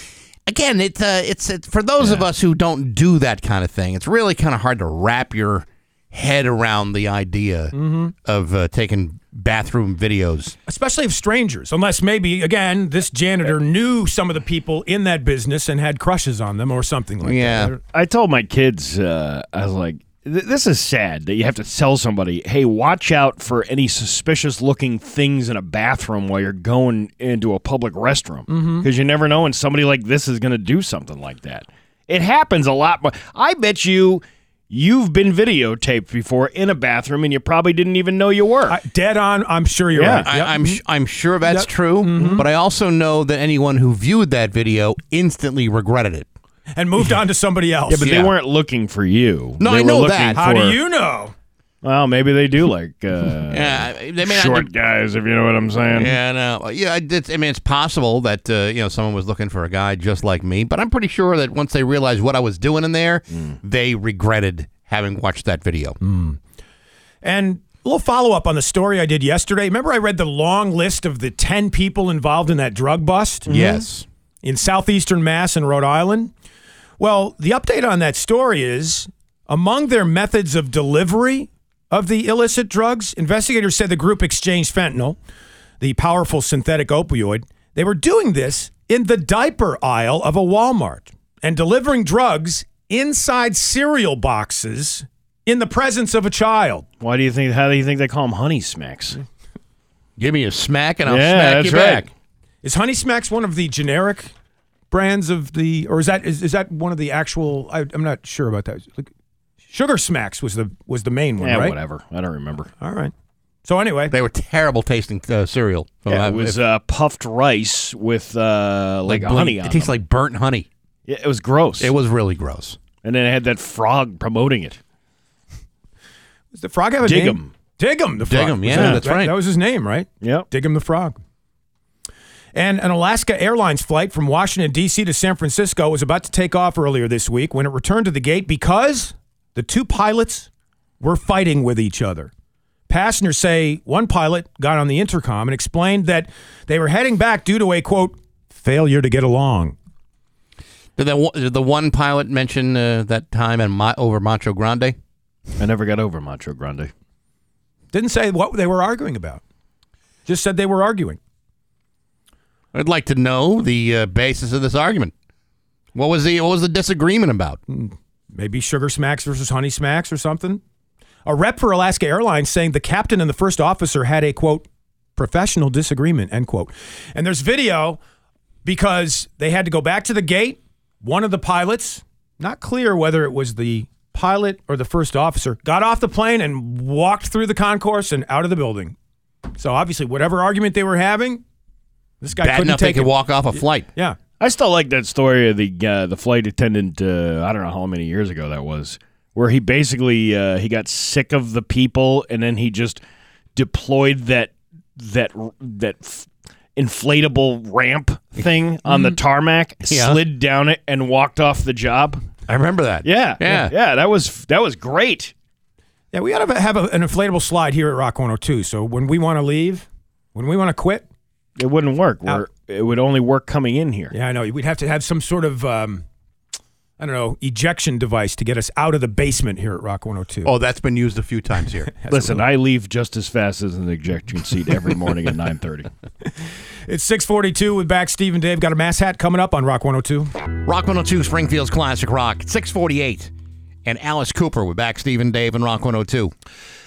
Again, it, uh, it's it's for those of us who don't do that kind of thing. It's really kind of hard to wrap your head around the idea
Mm-hmm.
of uh, taking bathroom videos.
Especially of strangers, unless maybe, again, this janitor knew some of the people in that business and had crushes on them or something like
Yeah.
that.
I told my kids, uh, I was like, "Th- this is sad that you have to tell somebody, hey, watch out for any suspicious looking things in a bathroom while you're going into a public restroom. Because
Mm-hmm.
you never know when somebody like this is going to do something like that. It happens a lot. More. I bet you you've been videotaped before in a bathroom and you probably didn't even know you were.
I, dead on, I'm sure you're
Yeah.
right.
I,
Yep.
I'm sh- I'm sure that's true,
Mm-hmm.
but I also know that anyone who viewed that video instantly regretted it.
and moved on to somebody else.
*laughs* yeah, but
yeah.
they weren't looking for you.
No,
They
I
were
know
looking
that.
How
for-
do you know?
Well, maybe they do
*laughs*
like uh,
Yeah, they may not
short guys, if you know what I'm saying.
Yeah, no, yeah. I, did- I mean, it's possible that uh, you know someone was looking for a guy just like me, but I'm pretty sure that once they realized what I was doing in there, they regretted having watched that video.
And a little follow up on the story I did yesterday. Remember, I read the long list of the 10 people involved in that drug bust?
Yes,
In southeastern Mass and Rhode Island? Well, the update on that story is among their methods of delivery of the illicit drugs, investigators said the group exchanged fentanyl, the powerful synthetic opioid. They were doing this in the diaper aisle of a Walmart and delivering drugs inside cereal boxes in the presence of a child.
Why do you think? How do you think they call them honey smacks?
give me a smack and I'll
Yeah,
smack
that's
you
right.
back.
Is Honey Smacks one of the generic brands of the, or is that is, is that one of the actual? I, I'm not sure about that. Like, Sugar Smacks was the was the main one,
Yeah,
right?
whatever. I don't remember.
All right. So anyway,
They were terrible tasting uh, cereal. So I-
it was
if-
uh, puffed rice with uh, like,
blink-
honey on
It tastes
them.
like burnt honey.
Yeah, it was gross.
It was really gross.
and then it had that frog promoting it.
does the frog have a
Dig
name?
'em.
Dig'em, the frog.
Dig'em,
Was
yeah,
that-
that's
that-
right.
That was his name, right?
Yep.
Dig'em the frog. And an Alaska Airlines flight from Washington D.C. to San Francisco was about to take off earlier this week when it returned to the gate because the two pilots were fighting with each other. Passengers say one pilot got on the intercom and explained that they were heading back due to a quote failure to get along.
Did that one- did the one pilot mention uh, that time and Ma- over Macho Grande?
I never got over Macho Grande.
Didn't say what they were arguing about. Just said they were arguing.
I'd like to know the uh, basis of this argument. What was the what was the disagreement about?
maybe Sugar Smacks versus Honey Smacks or something. A rep for Alaska Airlines saying the captain and the first officer had a quote professional disagreement end quote. And there's video because they had to go back to the gate. One of the pilots, not clear whether it was the pilot or the first officer, got off the plane and walked through the concourse and out of the building. So obviously, whatever argument they were having, this guy
Bad
couldn't
enough
take
they could
it.
walk off a flight.
Yeah.
I still like that story of the uh, the flight attendant. Uh, I don't know how many years ago that was, where he basically uh, he got sick of the people, and then he just deployed that that that f- inflatable ramp thing on the tarmac,
Mm-hmm. Yeah.
slid down it, and walked off the job.
I remember that.
Yeah,
Yeah.
yeah. That was that was great.
Yeah, we ought to have a, an inflatable slide here at Rock 102. So when we want to leave, when we want to quit,
It wouldn't work. We're,
Out.
it would only work coming in here.
yeah, I know we'd have to have some sort of um, I don't know ejection device to get us out of the basement here at Rock 102.
Oh, that's been used a few times here.
Listen, I leave just as fast as an ejection seat every morning at nine thirty.
It's 6:42 with back Steve and Dave. Got a mass hat coming up on Rock 102.
*laughs* rock 102, Springfield's oh Classic Rock, 648. And Alice Cooper with back Stephen Dave and Rock 102.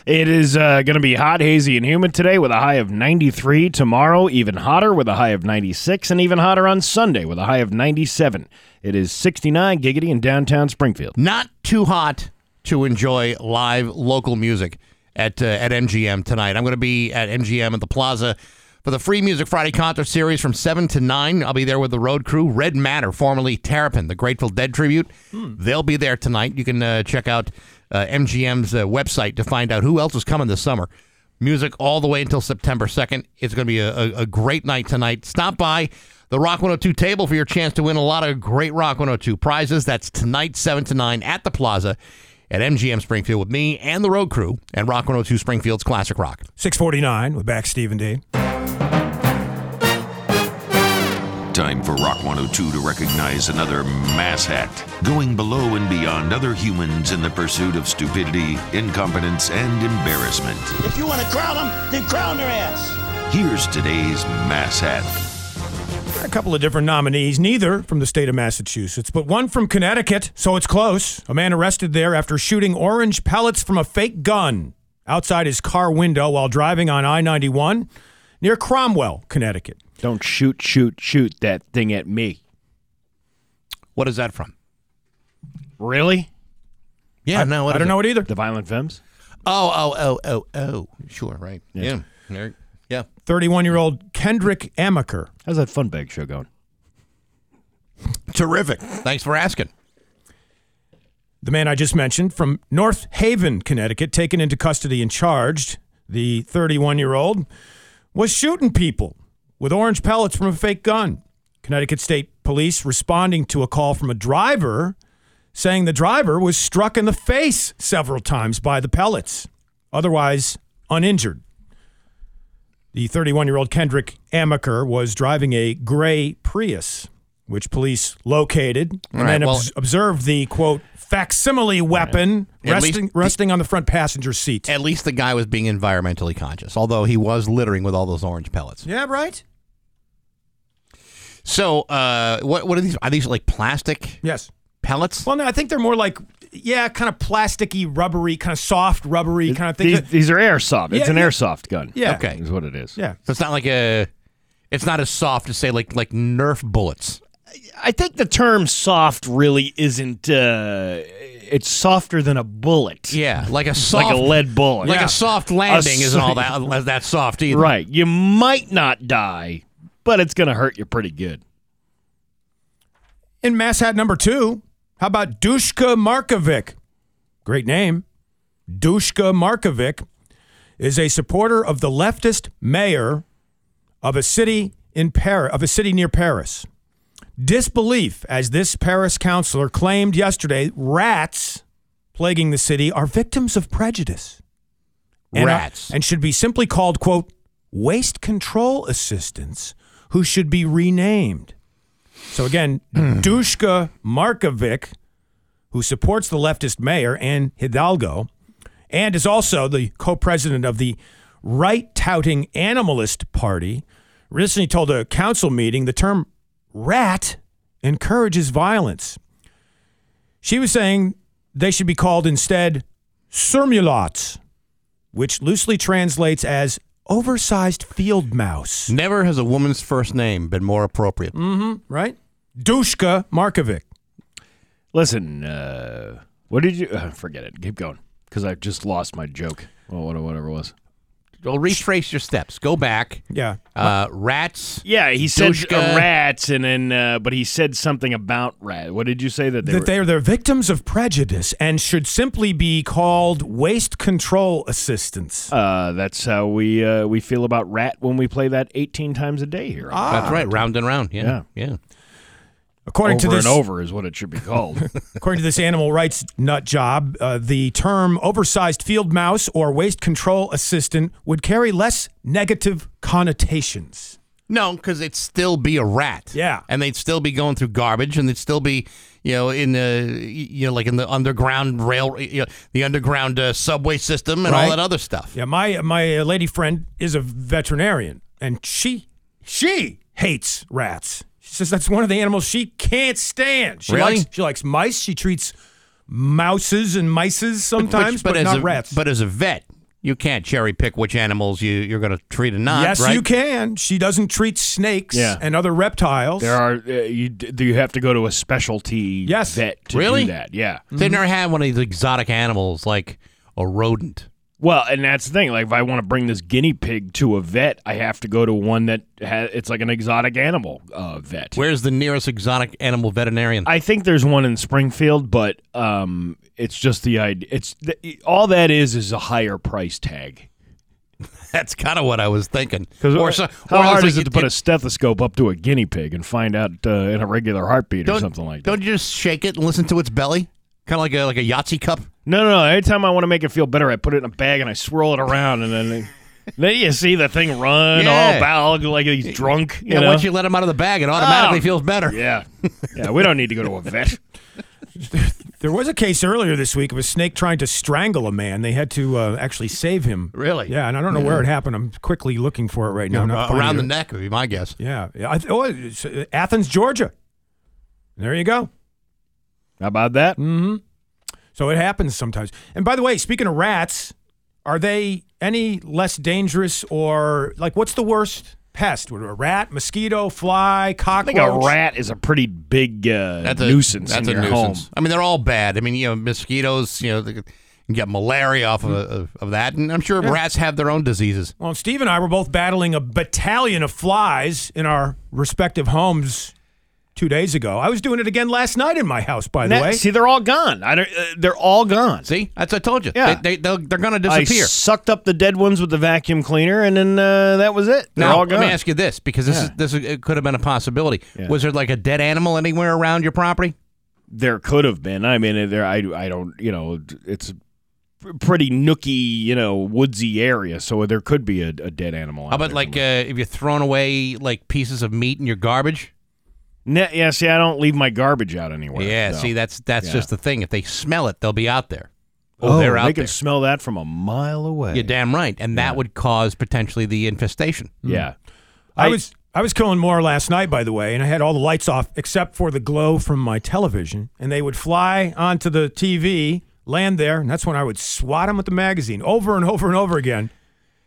It is uh, going to be hot, hazy, and humid today with a high of 93. Tomorrow, even hotter with a high of 96, and even hotter on Sunday with a high of 97. It is 69 giggity in downtown Springfield.
Not too hot to enjoy live local music at uh, at MGM tonight. I'm going to be at MGM at the Plaza for the Free Music Friday concert series from seven to nine. I'll be there with the road crew, Red Matter, formerly Terrapin, the Grateful Dead tribute. They'll be there tonight. You can uh, check out uh, MGM's uh, website to find out who else is coming this summer. Music all the way until September 2nd. It's going to be a, a, a great night tonight. Stop by the Rock 102 table for your chance to win a lot of great Rock 102 prizes. That's tonight, 7 to 9 at the Plaza at MGM Springfield with me and the road crew and Rock 102 Springfield's Classic Rock.
649 with back Stephen Dean.
*laughs* Time for Rock 102 to recognize another mass hat, going below and beyond other humans in the pursuit of stupidity, incompetence, and embarrassment.
If you want to crown them, then crown their ass.
Here's today's mass hat.
A couple of different nominees, neither from the state of Massachusetts, but one from Connecticut, so it's close. A man arrested there after shooting orange pellets from a fake gun outside his car window while driving on I 91 near Cromwell, Connecticut.
Don't shoot, shoot, shoot that thing at me.
What is that from?
Really?
Yeah, no,
I don't know it either.
The Violent Femmes?
Oh, oh, oh, oh, oh. Sure, right. Yeah. Yeah. yeah.
31 year old Kendrick Amaker.
How's that fun bag show going?
Terrific. Thanks for asking.
The man I just mentioned from North Haven, Connecticut, taken into custody and charged, the 31 year old, was shooting people with orange pellets from a fake gun. Connecticut State Police responding to a call from a driver saying the driver was struck in the face several times by the pellets, otherwise uninjured. The 31 year old Kendrick Amaker was driving a gray Prius, which police located
All
and
right,
then
well-
obs- observed the quote facsimile weapon
At least-
resting, resting on the front passenger seat.
At least the guy was being environmentally conscious, although he was littering with all those orange pellets.
yeah, right?
So, uh, what what are these? Are these like plastic
Yes.
pellets?
Well, no, I think they're more like, yeah, kind of plasticky, rubbery, kind of soft, rubbery kind of thing.
These, these are airsoft. It's
Yeah,
an
yeah.
airsoft gun.
yeah.
okay.
Is what it is.
Yeah.
So it's not like a, it's not as soft to say like like Nerf bullets.
I think the term soft really isn't. Uh, it's softer than a bullet.
Yeah, like a soft,
Like a lead bullet.
like
Yeah.
a soft landing
A
isn't all
s-
that that soft either.
*laughs* Right.
You might not die, but it's going to hurt you pretty good.
In mass hat number two, how about Dushka Markovic? Great name. Dushka Markovic is a supporter of the leftist mayor of a city in Paris, of a city near Paris. Disbelief, as this Paris councillor claimed yesterday, rats plaguing the city are victims of prejudice. and are-
Rats.
and should be simply called, quote, waste control assistants who should be renamed. So again, Dushka Markovic, who supports the leftist mayor and Hidalgo, and is also the co-president of the right-touting Animalist Party, recently told a council meeting the term "rat" encourages violence. She was saying they should be called instead "surmulots," which loosely translates as oversized field mouse.
Never has a woman's first name been more appropriate.
Right? Dushka Markovic.
Listen, uh, what did you. Uh, forget it. Keep going. Because I just lost my joke. Well, what- whatever it was.
Well, retrace your steps. Go back.
Yeah.
Uh, rats.
Yeah, he said
Dushka.
uh, rats, and then, uh, but he said something about rat. What did you say that they
that
were?
they are the victims of prejudice and should simply be called waste control assistants.
uh, that's how we uh, we feel about rat when we play that 18 times a day here.
That's right. Round and round. Yeah. Yeah.
According
over
to this,
and over is what it should
*laughs*
be called.
according to this animal rights nut job, uh, the term oversized field mouse or waste control assistant would carry less negative connotations.
No, because it'd still be a rat.
Yeah.
and they'd still be going through garbage, and they'd still be, you know, in the, you know, like in the underground rail, you know, the underground uh, subway system, and all
Right.
that other stuff.
Yeah, my my uh, lady friend is a veterinarian, and she she hates rats. She says that's one of the animals she can't stand. She
Really?
likes she likes mice. She treats mouses and mices sometimes, but,
as
not
a,
rats.
But as a vet, You can't cherry pick which animals you, you're going to treat and not,
yes,
right?
you can. She doesn't treat snakes
Yeah.
and other reptiles.
There are uh, you d- you have to go to a specialty
Yes.
vet to
Really?
do that. Yeah.
They never had one of these exotic animals like a rodent.
Well, and that's the thing. Like, if I want to bring this guinea pig to a vet, I have to go to one that ha it's like an exotic animal uh, vet.
Where's the nearest exotic animal veterinarian?
I think there's one in Springfield, but um, it's just the idea. It's the, e, all that is is a higher price tag.
*laughs* That's kind of what I was thinking.
Or
so-
how
or
hard
like
is it to put
it-
a stethoscope up to a guinea pig and find out uh, in a regular heartbeat or
don't-
something like that?
Don't you just shake it and listen to its belly, kind of like a like a Yahtzee cup.
No, no, no. Every time I want to make it feel better, I put it in a bag and I swirl it around, and then then you see the thing run
Yeah.
all bowed like he's drunk. You
Yeah,
know?
once you let him out of the bag, it automatically
Oh.
feels better.
yeah, yeah. We don't need to go to a vet.
There was a case earlier this week of a snake trying to strangle a man. They had to uh, actually save him.
Really?
Yeah, and I don't know where it happened. I'm quickly looking for it right now. Not
Uh, around the
finding it.
neck would be my guess.
Yeah. yeah. I th- oh, it's, uh, Athens, Georgia. There you go.
How about that?
So it happens sometimes. And by the way, speaking of rats, are they any less dangerous or like what's the worst pest? Would a rat, mosquito, fly,
I
cockroach?
think a rat is a pretty big uh,
That's a
nuisance
That's
in
a
your
nuisance.
home.
I mean, they're all bad. I mean, you know, mosquitoes. You know, they could- you can get malaria off of,
Mm-hmm.
of, of that, and I'm sure rats have their own diseases.
Well, Steve and I were both battling a battalion of flies in our respective homes two days ago. I was doing it again last night in my house, by the
That-
way.
see, they're all gone. I don't, uh, they're all gone.
See, that's I told you.
Yeah.
they, they they'll- they're going to
I
disappear.
sucked up the dead ones with the vacuum cleaner, and then uh, that was it. They're
Now,
all
let
gone.
me ask you this, because this is this is, it could have been a possibility. Was there like a dead animal anywhere around your property?
there could have been. I mean, there. I, I don't. You know, it's a pr- pretty nooky, you know, woodsy area, so there could be a, a dead animal.
How about like uh, if you're throwing away like pieces of meat in your garbage?
Ne- yeah, see, I don't leave my garbage out anywhere.
uh, yeah,
so.
see, that's that's
Yeah.
just the thing. If they smell it, they'll be out there.
Oh,
they're
they
out
can
there.
smell that from a mile away.
You're damn right, and that would cause potentially the infestation.
Yeah.
Mm. I was I was killing more last night, by the way, and I had all the lights off except for the glow from my television, and they would fly onto the TV, land there, and that's when I would swat them with the magazine over and over and over again.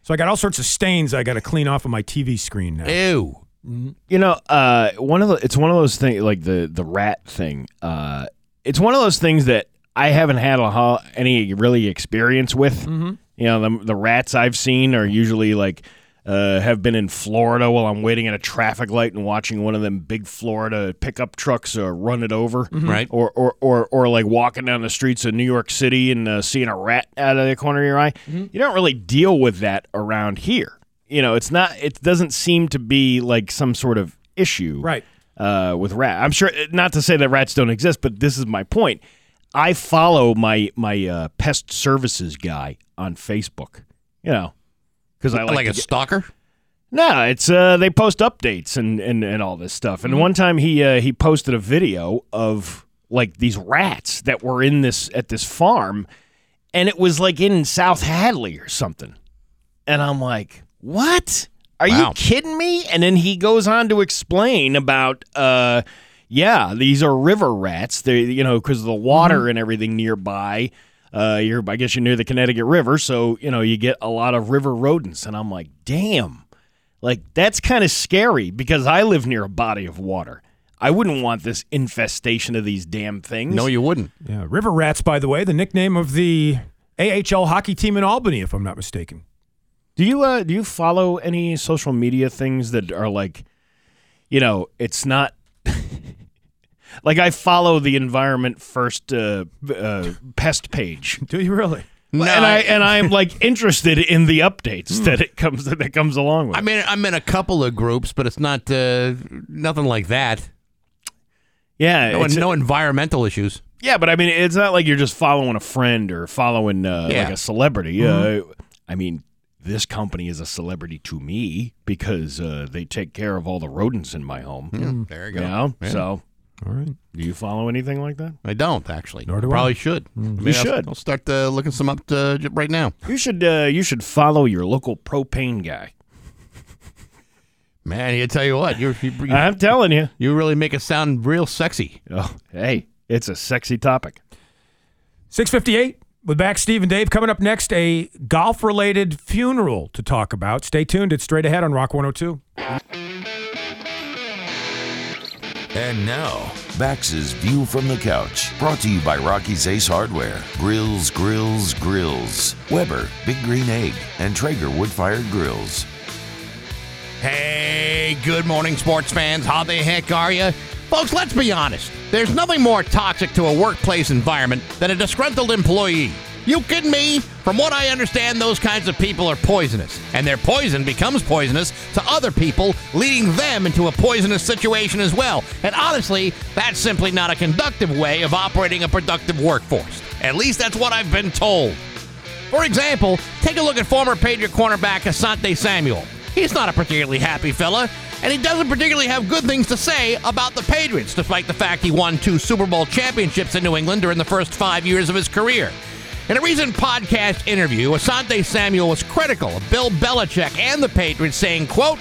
So I got all sorts of stains I got to clean off of my TV screen now.
Ew.
You know, uh, one of the it's one of those things like the the rat thing. Uh, it's one of those things that I haven't had a, ho- any really experience with.
Mm-hmm.
You know, the the rats I've seen are usually like. Uh, have been in Florida while I'm waiting at a traffic light and watching one of them big Florida pickup trucks uh, run it over,
Mm-hmm.
Right.
Or, or or or like walking down the streets of New York City and uh, seeing a rat out of the corner of your eye.
Mm-hmm.
You don't really deal with that around here. You know, it's not. It doesn't seem to be like some sort of issue,
Right.
Uh, with rat, I'm sure. Not to say that rats don't exist, but this is my point. I follow my my uh, pest services guy on Facebook. You know, because I like,
Like
to
a
get-
stalker?
no, it's uh, they post updates and, and, and all this stuff. And one time he uh, he posted a video of like these rats that were in this at this farm, and it was like in South Hadley or something. And I'm like, what? Are
Wow.
you kidding me? And then he goes on to explain about. Uh, yeah, these are river rats. They, you know, because of the water and everything nearby. Uh, you're, I guess, you're near the Connecticut River, so you know you get a lot of river rodents. And I'm like, damn, like that's kind of scary because I live near a body of water. I wouldn't want this infestation of these damn things.
No, you wouldn't.
Yeah, River Rats, by the way, the nickname of the AHL hockey team in Albany, if I'm not mistaken.
Do you uh do you follow any social media things that are like you know, it's not *laughs* like I follow the environment first uh, uh
*laughs*
pest page.
Do you really?
No,
and I
I,
and I'm like interested in the updates that it comes that comes along with.
Hmm. I mean, I'm in a couple of groups, but it's not uh, nothing like that.
yeah,
No,
it's-
no environmental issues.
yeah, but I mean, it's not like you're just following a friend or following uh,
Yeah. Mm-hmm.
like a celebrity. Uh, I mean, this company is a celebrity to me because uh, they take care of all the rodents in my home.
There you
You know, so
Mm. All right.
do you follow anything like that?
I don't actually.
Nor do I. Hmm.
Probably should. Maybe I'll-
should.
I'll, start uh, looking some up uh, j- right now.
You should uh, you should follow your local propane guy.
Man, you tell you what, you you,
*laughs*
you,
I'm telling you.
you really make it sound real sexy.
Oh, hey, it's a sexy topic.
658 with back Steve and Dave coming up next, a golf related funeral to talk about. Stay tuned. It's straight ahead on Rock 102.
And now, Bax's View from the Couch, brought to you by Rocky's Ace Hardware, Grills, Grills, Grills, Weber, Big Green Egg, and Traeger Wood Fired Grills.
Hey, good morning, sports fans. How the heck are you? Folks, let's be honest. There's nothing more toxic to a workplace environment than a disgruntled employee. You kidding me? From what I understand, those kinds of people are poisonous, and their poison becomes poisonous to other people, leading them into a poisonous situation as well. And honestly, that's simply not a conductive way of operating a productive workforce. At least that's what I've been told. For example, take a look at former Patriot cornerback Asante Samuel. He's not a particularly happy fella, and he doesn't particularly have good things to say about the Patriots, despite the fact he won two Super Bowl championships in New England during the first five years of his career. In a recent podcast interview, Asante Samuel was critical of Bill Belichick and the Patriots, saying, quote,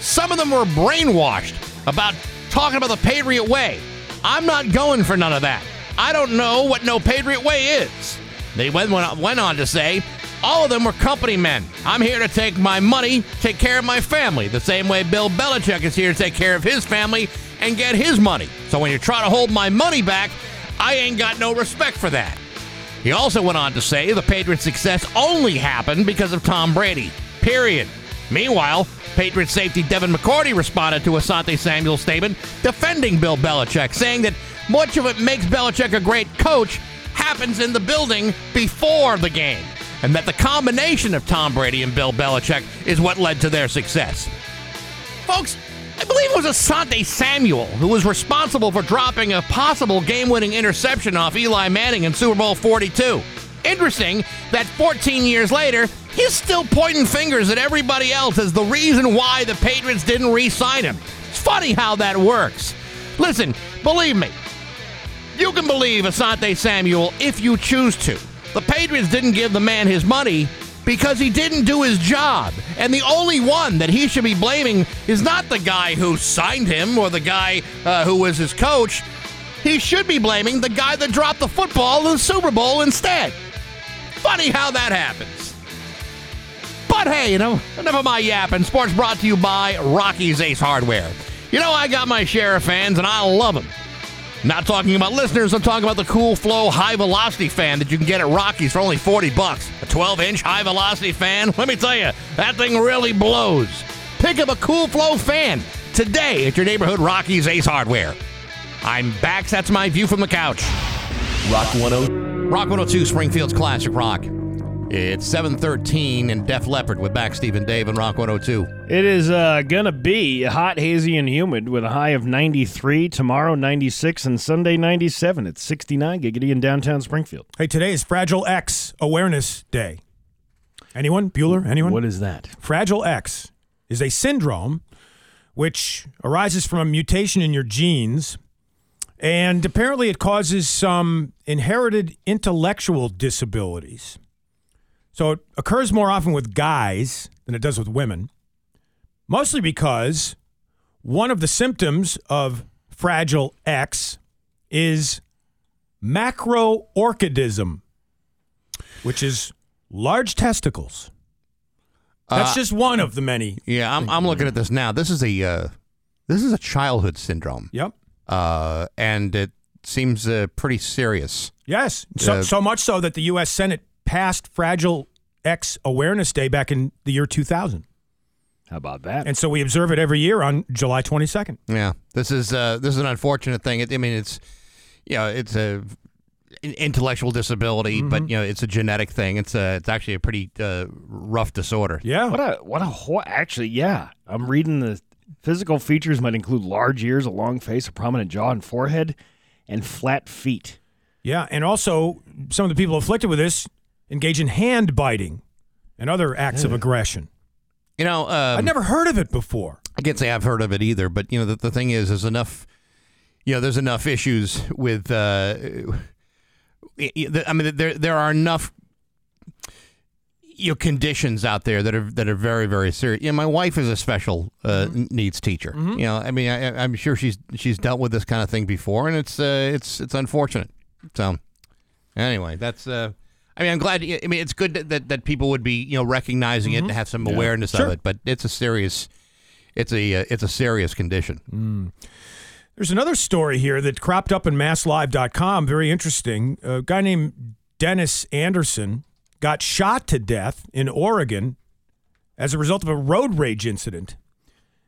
some of them were brainwashed about talking about the Patriot way. I'm not going for none of that. I don't know what no Patriot way is. They went, went on- went on to say, all of them were company men. I'm here to take my money, take care of my family, the same way Bill Belichick is here to take care of his family and get his money. So when you try to hold my money back, I ain't got no respect for that. He also went on to say the Patriots' success only happened because of Tom Brady. Period. Meanwhile, Patriots safety Devin McCourty responded to Asante Samuel's statement, defending Bill Belichick, saying that much of what makes Belichick a great coach happens in the building before the game, and that the combination of Tom Brady and Bill Belichick is what led to their success. Folks, I believe it was Asante Samuel who was responsible for dropping a possible game winning interception off Eli Manning in Super Bowl 42. Interesting that 14 years later, he's still pointing fingers at everybody else as the reason why the Patriots didn't re sign him. It's funny how that works. Listen, believe me, you can believe Asante Samuel if you choose to. The Patriots didn't give the man his money because he didn't do his job. And the only one that he should be blaming is not the guy who signed him or the guy uh, who was his coach. He should be blaming the guy that dropped the football in the Super Bowl instead. Funny how that happens. But hey, you know, enough of my yapping. Sports brought to you by Rocky's Ace Hardware. You know, I got my share of fans, and I love them. Not talking about listeners, I'm talking about the cool flow high velocity fan that you can get at Rockies for only 40 bucks. A 12 inch high velocity fan? Let me tell you, that thing really blows. Pick up a cool flow fan today at your neighborhood Rockies Ace Hardware. I'm Bax, that's my view from the couch.
Rock 102.
Rock 102 Springfield's Classic Rock. It's 713 and Def Leppard with back Stephen Dave and Rock 102.
It is uh, going to be hot, hazy, and humid with a high of 93, tomorrow 96, and Sunday 97. It's 69 giggity in downtown Springfield.
Hey, today is Fragile X Awareness Day. Anyone? Bueller? Anyone?
What is that?
Fragile X is a syndrome which arises from a mutation in your genes, and apparently it causes some inherited intellectual disabilities. So it occurs more often with guys than it does with women, mostly because one of the symptoms of Fragile X is macroorchidism, which is large testicles. That's
Uh,
just one of the many.
Yeah, I'm, I'm looking at this now. This is a uh, this is a childhood syndrome,
Yep.
uh, and it seems uh, pretty serious.
Yes. So,
Uh,
so much so that the U.S. Senate passed Fragile X Awareness Day back in the year 2000.
How about that?
And so we observe it every year on July 22nd.
Yeah, this is uh, this is an unfortunate thing. It, I mean, it's you know, it's a an intellectual disability, but you know, it's a genetic thing. It's a it's actually a pretty uh, rough disorder.
Yeah.
What a what a whole actually yeah. I'm reading the physical features might include large ears, a long face, a prominent jaw and forehead, and flat feet.
Yeah. And also, some of the people afflicted with this engage in hand biting and other acts of aggression.
You know, um,
I'd never heard of it before.
I can't say I've heard of it either, but you know, the, the thing is, there's enough, you know, there's enough issues with. Uh, y- y- the- I mean, there there are enough. You know, conditions out there that are that are very very serious. You know, my wife is a special uh, needs teacher. You know, I mean, I, I- I'm sure she's she's dealt with this kind of thing before, and it's uh, it's it's unfortunate. So, anyway, that's uh, I mean, I'm glad. I mean, it's good that, that, that people would be you know recognizing it and have some awareness of it. But it's a serious, it's a uh, it's a serious condition.
There's another story here that cropped up in masslive.com. Very interesting. A guy named Dennis Anderson got shot to death in Oregon as a result of a road rage incident.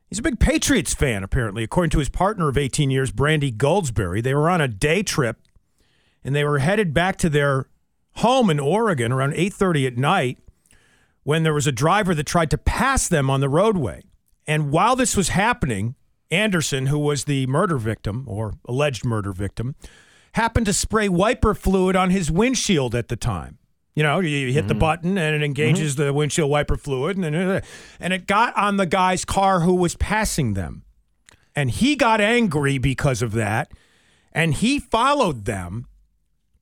He's a big Patriots fan, apparently, according to his partner of 18 years, Brandy Goldsberry. They were on a day trip and they were headed back to their home in Oregon around 8:30 at night when there was a driver that tried to pass them on the roadway. And while this was happening, Anderson, who was the murder victim or alleged murder victim, happened to spray wiper fluid on his windshield at the time. You know, you you hit the button and it engages the windshield wiper fluid, and then- and it got on the guy's car who was passing them, and he got angry because of that, and he followed them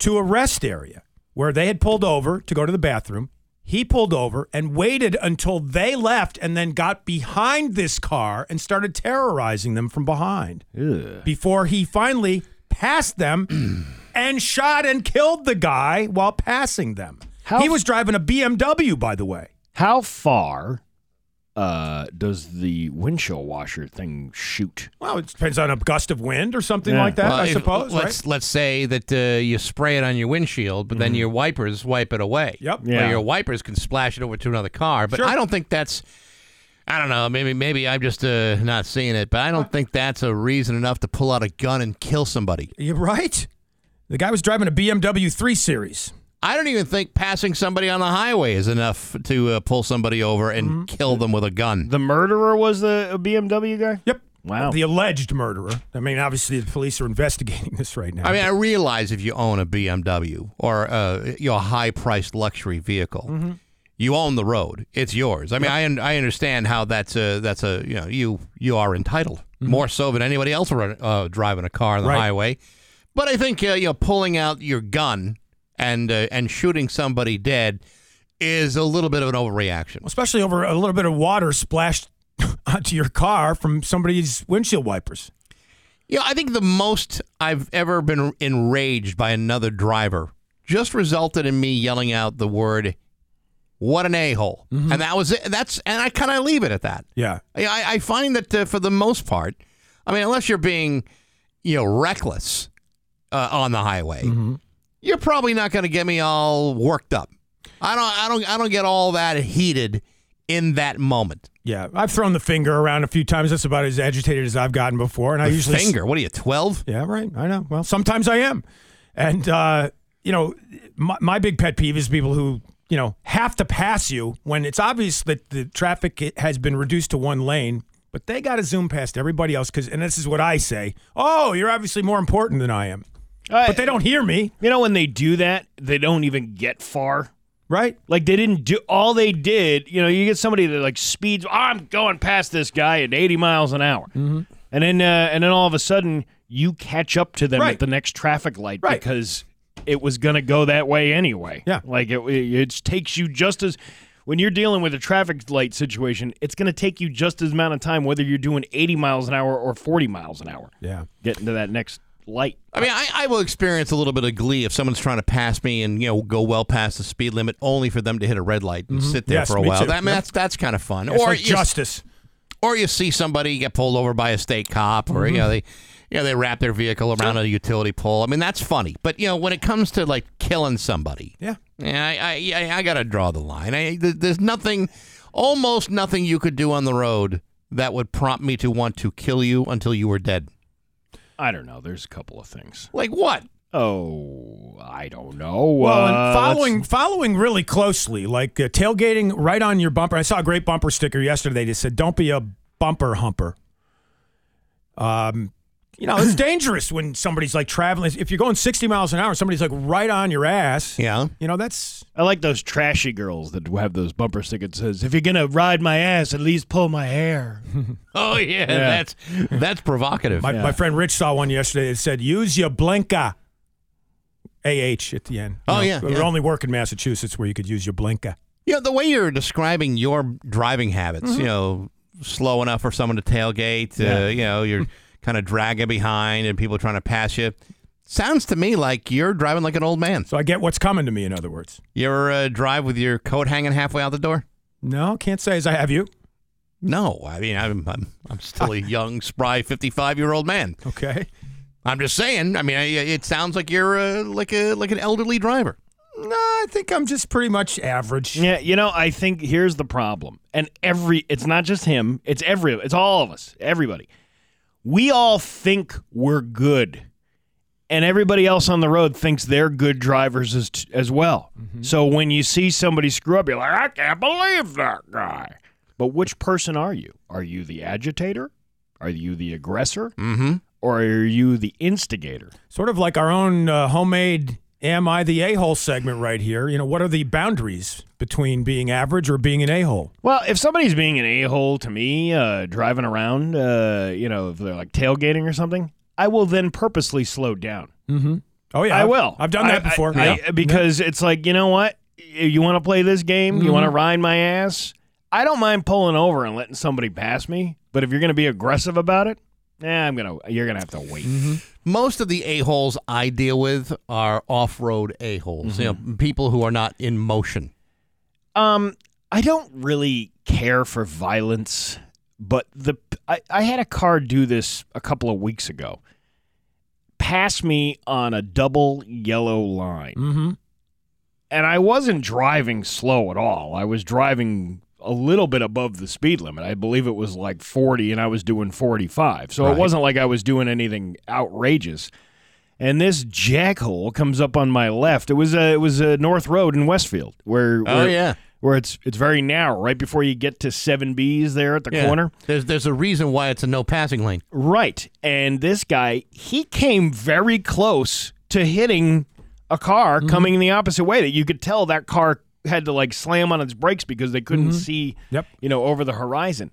to a rest area where they had pulled over to go to the bathroom. He pulled over and waited until they left and then got behind this car and started terrorizing them from behind before he finally passed them and shot and killed the guy while passing them.
How-
he was driving a BMW, by the way.
How far uh, does the windshield washer thing shoot?
Well, it depends on a gust of wind or something
Yeah.
like that,
Well,
I
if- Let's
suppose, right? Mm-hmm.
let's say that uh, you spray it on your windshield, but then your wipers wipe it away.
Yep.
Or
Yeah.
your wipers can splash it over to another car, but
Sure.
I don't think that's. I don't know. Maybe maybe I'm just uh, not seeing it, but I don't think that's a reason enough to pull out a gun and kill somebody.
You're right. The guy was driving a BMW 3 Series.
I don't even think passing somebody on the highway is enough to uh, pull somebody over and
Mm-hmm.
kill them with a gun.
The murderer was the BMW guy?
Yep.
Wow.
Oh.
The alleged murderer. I mean, obviously, the police are *laughs* investigating this right now.
I mean, I realize if you own a BMW or uh, you know, a high-priced luxury vehicle, you own the road; it's yours. I mean, I un- I understand how that's a that's a you know you you are entitled more so than anybody else run, uh, driving a car on the
Right.
highway. But I think uh, you know pulling out your gun and uh, and shooting somebody dead is a little bit of an overreaction.
especially over a little bit of water splashed *laughs* onto your car from somebody's windshield wipers.
Yeah, I think the most I've ever been enraged by another driver just resulted in me yelling out the word "What an a hole,"
Mm-hmm.
and that was it. That's and I kind of leave it at that.
Yeah.
I- I, I find that uh, for the most part, I mean, unless you're being, you know, reckless uh, on the highway,
Mm-hmm.
you're probably not going to get me all worked up. I don't, I don't, I don't get all that heated in that moment.
Yeah. I've thrown the finger around a few times. That's about as agitated as I've gotten before. And I usually
Finger, what are you, twelve?
Yeah, right. I know. Well, sometimes I am. And, uh, you know, my, my big pet peeve is people who, you know, have to pass you when it's obvious that the traffic has been reduced to one lane, but they got to zoom past everybody else. Cause, and this is what I say Oh, you're obviously more important than I am. But they don't hear me,
You know, when they do that, they don't even get far.
right?
Like they didn't do all they did. You know, you get somebody that like speeds. I'm going past this guy at 80 miles an hour,
Mm-hmm.
and then uh, and then all of a sudden you catch up to them
Right.
at the next traffic light
Right.
because it was going to go that way anyway.
Yeah.
like it, it takes you just as. When you're dealing with a traffic light situation, it's going to take you just as amount of time whether you're doing 80 miles an hour or 40 miles an hour
Yeah.
getting to that next light.
I mean, I, I will experience a little bit of glee if someone's trying to pass me and you know go well past the speed limit, only for them to hit a red light and sit there
Mm-hmm. Yes,
for a
me
while.
too.
That, I mean,
Yep.
that's that's kind of fun.
It's
or
like
you,
justice.
or you see somebody get pulled over by a state cop, or
Mm-hmm.
you know they you know they wrap their vehicle around a utility pole. I mean, that's funny. But you know when it comes to like killing somebody,
Yeah.
yeah, I I, I, I got to draw the line. I, there- there's nothing, almost nothing you could do on the road that would prompt me to want to kill you until you were dead.
I don't know. There's a couple of things.
Like what?
Oh, I don't know.
Well,
Uh,
and
let's-
following following really closely, like uh, tailgating right on your bumper. I saw a great bumper sticker yesterday that said, "Don't be a bumper humper." Um, you know,
*coughs*
it's dangerous when somebody's like traveling. If you're going 60 miles an hour, somebody's like right on your ass.
Yeah.
You know, that's
I like those trashy girls that have those bumper stickers that says, "If you're gonna ride my ass, at least pull my hair."
*laughs* Oh yeah, that's that's provocative.
my, my friend Rich saw one yesterday that said, "Use your blinka." AH at the end.
Oh, yeah,
It would
yeah.
only work in Massachusetts where you could use your blinka.
You know, the way you're describing your driving habits, you know, slow enough for someone to tailgate, uh, you know, you're kind of dragging behind and people trying to pass you. Sounds to me like you're driving like an old man.
So I get what's coming to me, in other words.
You ever uh, drive with your coat hanging halfway out the door?
No, can't say as I have you.
No, I mean I'm I'm, I'm still a young, spry, fifty-five-year-old man.
Okay.
I'm just saying. I mean, I, it sounds like you're uh, like a like an elderly driver.
No, I think I'm just pretty much average.
*laughs* Yeah, you know, I think here's the problem. And every it's not just him, it's every it's all of us, everybody. We all think we're good. And everybody else on the road thinks they're good drivers as as well. So when you see somebody screw up, you're like, "I can't believe that guy." But which person are you? Are you the agitator? Are you the aggressor? Mm-hmm. Or are you the instigator?
Sort of like our own uh, homemade Am I the a hole segment right here. You know, what are the boundaries between being average or being an a hole?
Well, if somebody's being an a hole to me, uh, driving around, uh, you know, if they're like tailgating or something, I will then purposely slow down.
Oh, yeah.
I
I've-
will.
I've done that
I- I-
before.
I-
Yeah.
because it's like, you know what? You want to play this game? You
Mm-hmm.
want to ride my ass? I don't mind pulling over and letting somebody pass me, but if you're going to be aggressive about it, nah, I'm gonna. You're gonna have to wait.
Most of the a holes I deal with are off-road a holes.
Mm-hmm.
You know, people who are not in motion.
Um, I don't really care for violence, but the I, I had a car do this a couple of weeks ago. Pass me on a double yellow line. Mm-hmm. And I wasn't driving slow at all. I was driving a little bit above the speed limit. I believe it was like 40 and I was doing 45. So it wasn't like I was doing anything outrageous and this jackhole comes up on my left. It was a it was a North Road in Westfield where
Oh,
where-
yeah.
where it's it's very narrow right before you get to seven Bs there at the corner.
There's there's a reason why it's a no passing lane.
Right, and this guy he came very close to hitting a car
Mm-hmm.
coming the opposite way that you could tell that car had to like slam on its brakes because they couldn't see
Mm-hmm. Yep.
you know over the horizon.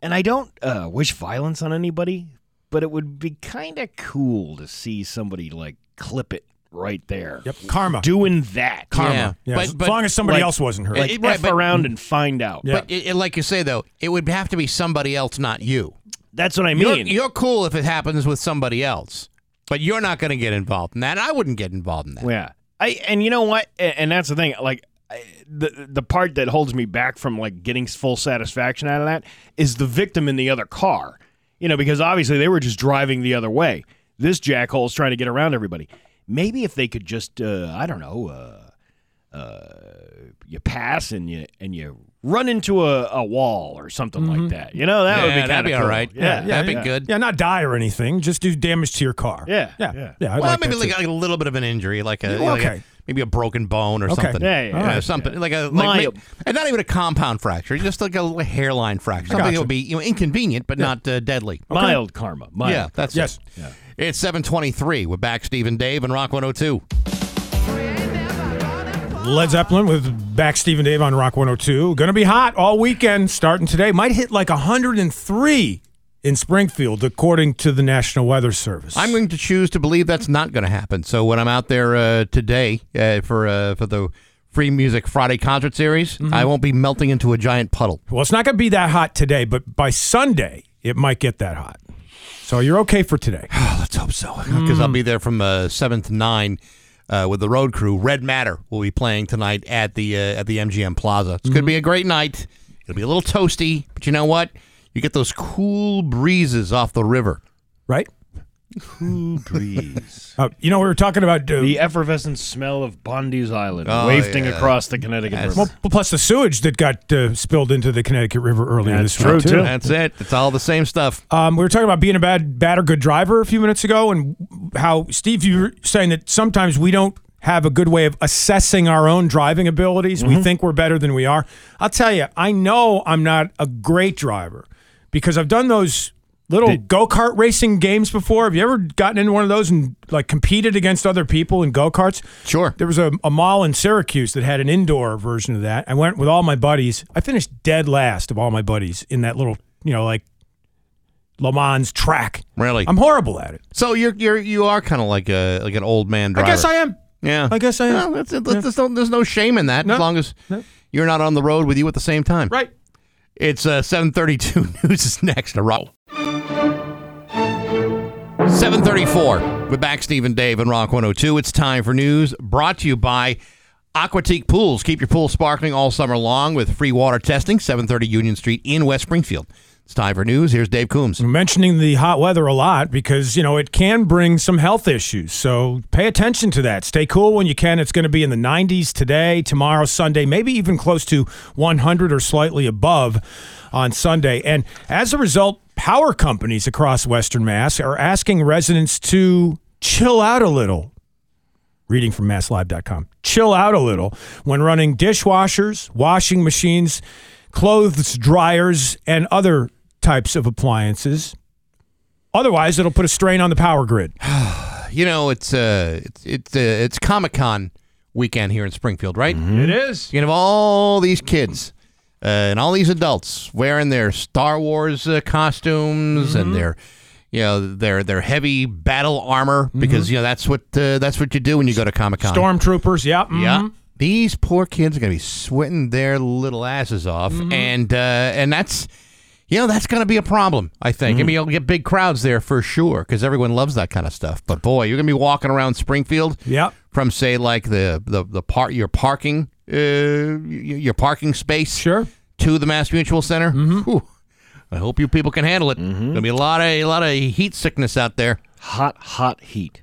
And I don't uh, wish violence on anybody, but it would be kind of cool to see somebody like clip it right there
Yep. Karma.
doing that.
Karma.
Yeah.
But-
as
but,
long as somebody
like-
else wasn't hurt.
like-
Like,
Right,
F
but-
around and find out.
Mm. Yeah.
But it, it- like you say though, it would have to be somebody else, not you.
That's what I
You're,
mean.
you're cool if it happens with somebody else, but you're not going to get involved in that. and I wouldn't get involved in that.
yeah. I and you know what? A- And that's the thing. Like I- the the part that holds me back from like getting full satisfaction out of that is the victim in the other car. You know, because obviously they were just driving the other way. This jackhole's trying to get around everybody. Maybe if they could just, uh, I don't know, uh, uh, you pass and you and you run into a, a wall or something like that. You know, that would be
Mm-hmm. Yeah, that'd
kinda
be all
cool.
right.
Yeah,
Yeah, that'd be good.
yeah, not die or anything. Just do damage to your car.
Yeah,
Yeah.
yeah.
Yeah. I'd
well,
like
maybe
that
like,
too.
a little bit of an injury, like a,
Yeah,
like a-
okay.
maybe a broken bone or
Okay.
something.
Yeah, yeah,
You know,
yeah.
something like a like
Mild.
may- and not even a compound fracture, just like a little hairline fracture, something that
gotcha.
would be you know inconvenient but not uh, deadly.
Mild karma. Mild.
Yeah, that's
Yes.
it. It's seven twenty three. We're back, Steve and Dave, and Rock one hundred two.
Led Zeppelin with back Steve and Dave on Rock 102. Going to be hot all weekend starting today. Might hit like 103 in Springfield, according to the National Weather Service.
I'm going to choose to believe that's not going to happen. So when I'm out there uh, today uh, for uh, for the Free Music Friday concert series, I won't be melting into a giant puddle.
Well, it's not going to be that hot today, but by Sunday, it might get that hot. So you're okay for
*sighs*
today.
Oh, let's hope so, because
Hmm.
I'll be there from uh, seven to nine uh, with the road crew. Red Matter will be playing tonight at the uh, at the MGM Plaza. It's going to
Hmm.
be a great night. It'll be a little toasty, but you know what? You get those cool breezes off the river.
right? *laughs* Uh, you know, we were talking about uh,
The effervescent smell of Bondi's Island
Oh,
wafting
yeah.
across the Connecticut River.
well, plus the sewage that got uh, spilled into the Connecticut River earlier
That's
this winter,
true,
*laughs*
too.
That's it. It's all the same stuff.
Um, we were talking about being a bad, bad or good driver a few minutes ago, and how Steve, you were saying that sometimes we don't have a good way of assessing our own driving abilities. We think we're better than we are. I'll tell you, I know I'm not a great driver because I've done those little go kart racing games before. Have you ever gotten into one of those and like competed against other people in go karts?
Sure.
There was a, a mall in Syracuse that had an indoor version of that. I went with all my buddies. I finished dead last of all my buddies in that little, you know, like Le Mans track.
Really?
I'm horrible at it.
So you're you're you are kind of like a like an old man driver.
I guess I am.
Yeah.
I guess I am.
No, that's, that's, there's, no, there's no shame in that
No.
as long as you're not on the road with you at the same time.
Right.
It's uh, *laughs* 732 News is next. A rock. 734. We're back, Steve and Dave and Rock 102. It's time for news brought to you by Aquatique Pools. Keep your pool sparkling all summer long with free water testing, 730 Union Street in West Springfield. It's time for news. Here's Dave Coombs.
We're mentioning the hot weather a lot because, you know, it can bring some health issues. So pay attention to that. Stay cool when you can. It's going to be in the 90s today, tomorrow, Sunday, maybe even close to 100 or slightly above on Sunday. And as a result, power companies across Western Mass are asking residents to chill out a little reading from masslive.com. Chill out a little when running dishwashers, washing machines, clothes dryers, and other types of appliances. Otherwise, it'll put a strain on the power grid.
You know, it's uh, it's it's, uh, it's Comic Con weekend here in Springfield, right?
It is.
You have all these kids uh, and all these adults wearing their Star Wars uh, costumes and their, you know, their their heavy battle armor because you know that's what uh, that's what you do when you go to Comic Con.
Stormtroopers, yeah. mhm.
Yeah. These poor kids are gonna be sweating their little asses off, and uh, and that's you know that's gonna be a problem. I think. I mean, you'll get big crowds there for sure because everyone loves that kind of stuff. But boy, you're gonna be walking around Springfield.
Yep.
From say like the the the part your parking uh y- y- your parking space
Sure. Mm-hmm.
to the Mass Mutual Center. Whew. I hope you people can handle it. Gonna be a lot of a lot of heat sickness out there.
Hot, hot heat.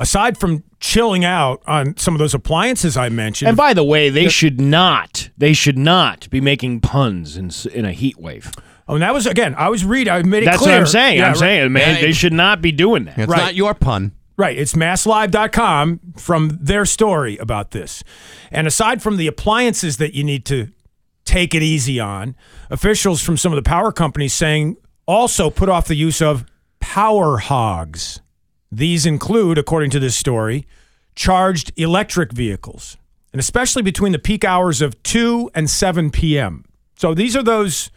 Aside from chilling out on some of those appliances I mentioned,
And by the way, they should not, they should not be making puns in, s- in a heat wave.
oh, and that was again, I was reading, I made it
That's
clear.
what I'm saying.
Yeah,
I'm
right.
saying, man,
Yeah,
they
it-
should not be doing that.
It's
Right.
not your pun.
Right. It's masslive.com from their story about this. And aside from the appliances that you need to take it easy on, officials from some of the power companies saying also put off the use of power hogs. These include, according to this story, charged electric vehicles, and especially between the peak hours of 2 and 7 p.m. So these are those,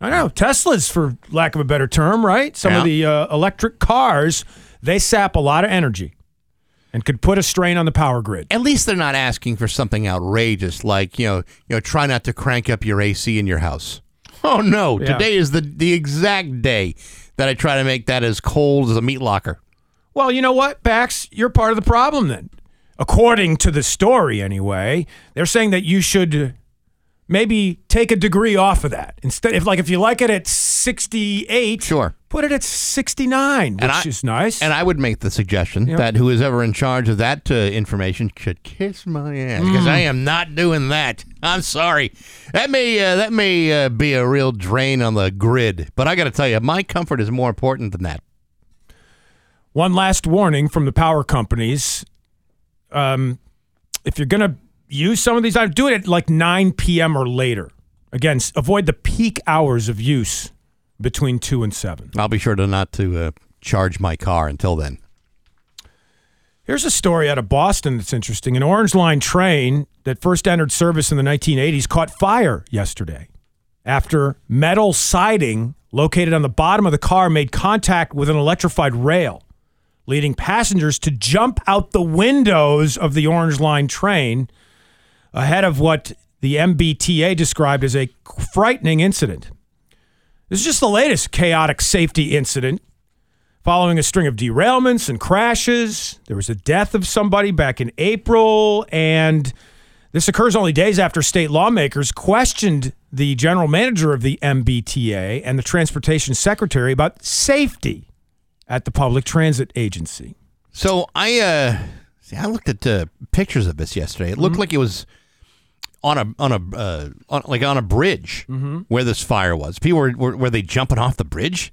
I don't know, Teslas, for lack of a better term, right? Some of the uh, electric cars, they sap a lot of energy and could put a strain on the power grid.
at least they're not asking for something outrageous like you know you know try not to crank up your AC in your house. Oh no,
Yeah.
today is the the exact day that I try to make that as cold as a meat locker.
Well, you know what, Bax? You're part of the problem then. According to the story, anyway, they're saying that you should maybe take a degree off of that. Instead, if like if you like it at 68,
Sure.
put it at 69, which
And I-
is nice.
And I would make the suggestion that who is ever in charge of that uh, information should kiss my ass because I am not doing that. I'm sorry. That may uh, that may uh, be a real drain on the grid, but I got to tell you, my comfort is more important than that.
One last warning from the power companies. Um, if you're going to use some of these items, do it at like 9 p.m. or later. Again, s- avoid the peak hours of use between 2 and 7.
I'll be sure to not to uh, charge my car until then.
Here's a story out of Boston that's interesting. An Orange Line train that first entered service in the 1980s caught fire yesterday after metal siding located on the bottom of the car made contact with an electrified rail, leading passengers to jump out the windows of the Orange Line train ahead of what the MBTA described as a frightening incident. This is just the latest chaotic safety incident following a string of derailments and crashes. There was a death of somebody back in April, and this occurs only days after state lawmakers questioned the general manager of the MBTA and the transportation secretary about safety at the public transit agency.
So I uh, see. I looked at uh, pictures of this yesterday. It looked like it was on a on a uh, on, like on a bridge where this fire was. People were, were were they jumping off the bridge?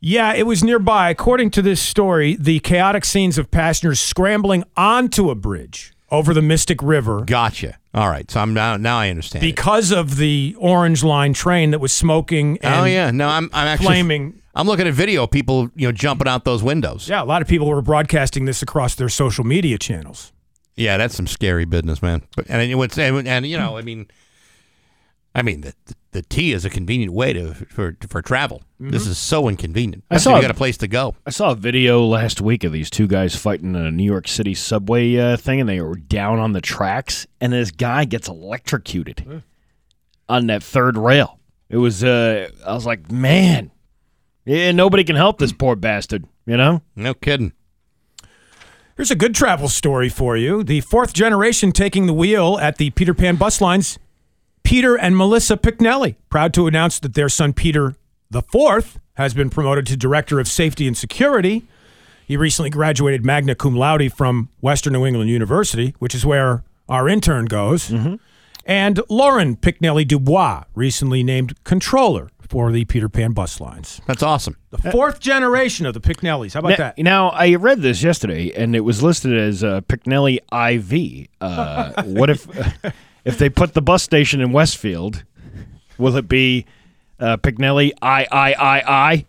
Yeah, it was nearby. According to this story, the chaotic scenes of passengers scrambling onto a bridge over the Mystic River
Gotcha. All right. So I'm now now I understand. it.
because of the Orange Line train that was smoking and
oh yeah. No, I'm I'm actually
flaming.
I'm looking at video. of People you know jumping out those windows.
Yeah, a lot of people were broadcasting this across their social media channels.
Yeah, that's some scary business, man. But, and it was, and, and you know, I mean, I mean the the T is a convenient way to for for travel.
Mm-hmm.
This is so inconvenient.
I
So
saw
you
a-
got a place to go.
I saw a video last week of these two guys fighting in a New York City subway uh, thing, and they were down on the tracks, and this guy gets electrocuted on that third rail. It was, uh, I was like, man, Yeah, nobody can help this poor bastard, you know?
No kidding.
Here's a good travel story for you. The fourth generation taking the wheel at the Peter Pan bus lines, Peter and Melissa Picnelli, proud to announce that their son Peter the fourth has been promoted to Director of Safety and Security. He recently graduated magna cum laude from Western New England University, which is where our intern goes. And Lauren Picnelli Dubois, recently named controller for the Peter Pan bus lines.
That's awesome.
The fourth generation of the Picnellis. How about
Now,
that?
now, I read this yesterday, and it was listed as uh, Picnelli IV.
*laughs*
Uh, what if *laughs* if they put the bus station in Westfield? Will it be uh, Picnelli III?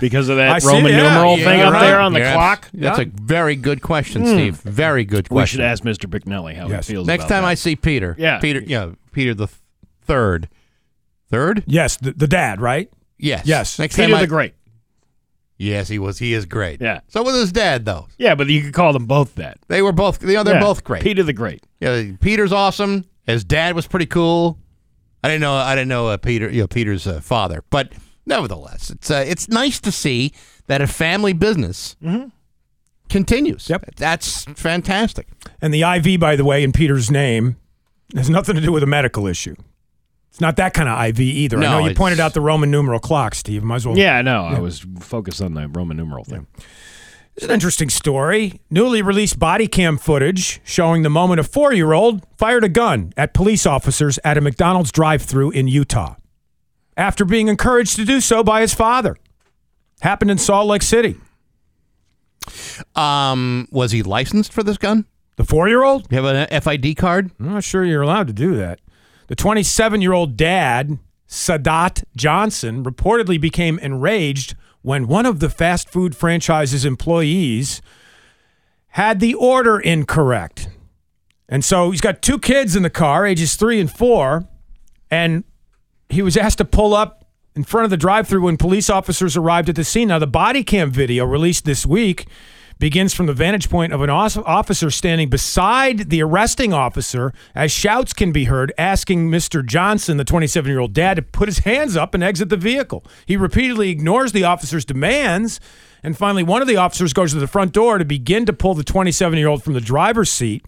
Because of that
*laughs* I see,
Roman
yeah,
numeral
yeah,
thing up
right.
there on the
Yes.
clock?
That's a very good
Hmm.
question, Steve. Very good
We
question.
should ask Mr. Picnelli how
Yes.
he feels
Next
about
time
that.
I see Peter.
Yeah.
Peter. Yeah. Peter the th- third. Third?
Yes, the, the dad, right?
Yes.
Yes.
Next
Peter
time I,
the Great.
Yes, he was. He is great.
Yeah.
So was his dad, though.
Yeah, but you could call them both that.
They were both. You know, they're
Yeah.
both great.
Peter the Great.
Yeah, Peter's awesome. His dad was pretty cool. I didn't know. I didn't know uh, Peter. You know, Peter's uh, father, but nevertheless, it's uh, it's nice to see that a family business
Mm-hmm.
continues.
Yep.
that's fantastic.
And the IV, by the way, in Peter's name has nothing to do with a medical issue. It's not that kind of IV either.
No,
I know you
it's-
pointed out the Roman numeral clock, Steve. Might as well.
Yeah, I know. I was focused on the Roman numeral thing.
It's an interesting story. Newly released body cam footage showing the moment a four year old fired a gun at police officers at a McDonald's drive thru in Utah after being encouraged to do so by his father. Happened in Salt Lake City.
Um, was he licensed for this gun?
The four year old?
Do you have an FID card?
Mm-hmm.
I'm not sure you're allowed to do that. The 27 year old dad, Sadat Johnson, reportedly became enraged when one of the fast food franchise's employees had the order incorrect. And so he's got two kids in the car, ages three and four, and he was asked to pull up in front of the drive thru when police officers arrived at the scene. Now, the body cam video released this week begins from the vantage point of an os- officer standing beside the arresting officer as shouts can be heard asking Mr. Johnson, the 27 year old dad, to put his hands up and exit the vehicle. He repeatedly ignores the officer's demands. And finally, one of the officers goes to the front door to begin to pull the 27 year old from the driver's seat.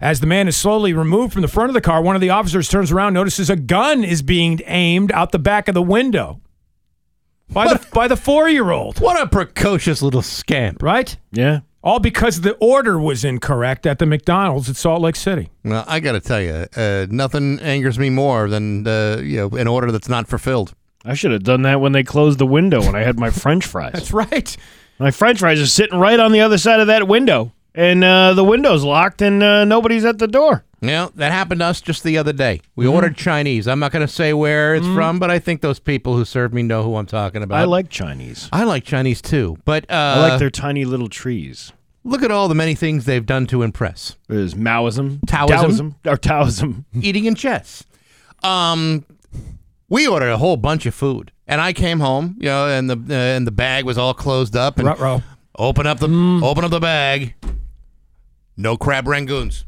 As the man is slowly removed from the front of the car, one of the officers turns around, notices a gun is being aimed out the back of the window by the, by the four year old,
What a precocious little scamp!
right?
Yeah.
All because the order was incorrect at the McDonald's at Salt Lake City.
Well, I got to tell you, uh, nothing angers me more than uh, you know an order that's not fulfilled.
I should have done that when they closed the window when I had my French fries.
That's right.
My French fries are sitting right on the other side of that window, and uh, the window's locked, and uh, nobody's at the door.
Yeah, that happened to us just the other day. We
Mm-hmm.
ordered Chinese. I'm not going to say where it's from, but I think those people who serve me know who I'm talking about.
I like Chinese.
I like Chinese too, but uh,
I like their tiny little trees.
look at all the many things they've done to
*laughs*
impress:
There's Maoism,
Taoism?
Taoism, or Taoism.
eating and chess. Um, we ordered a whole bunch of food, and I came home, you know, and the uh, and the bag was all closed up. And
Ruh-roh.
Open up the
Mm.
open up the bag. No crab rangoons.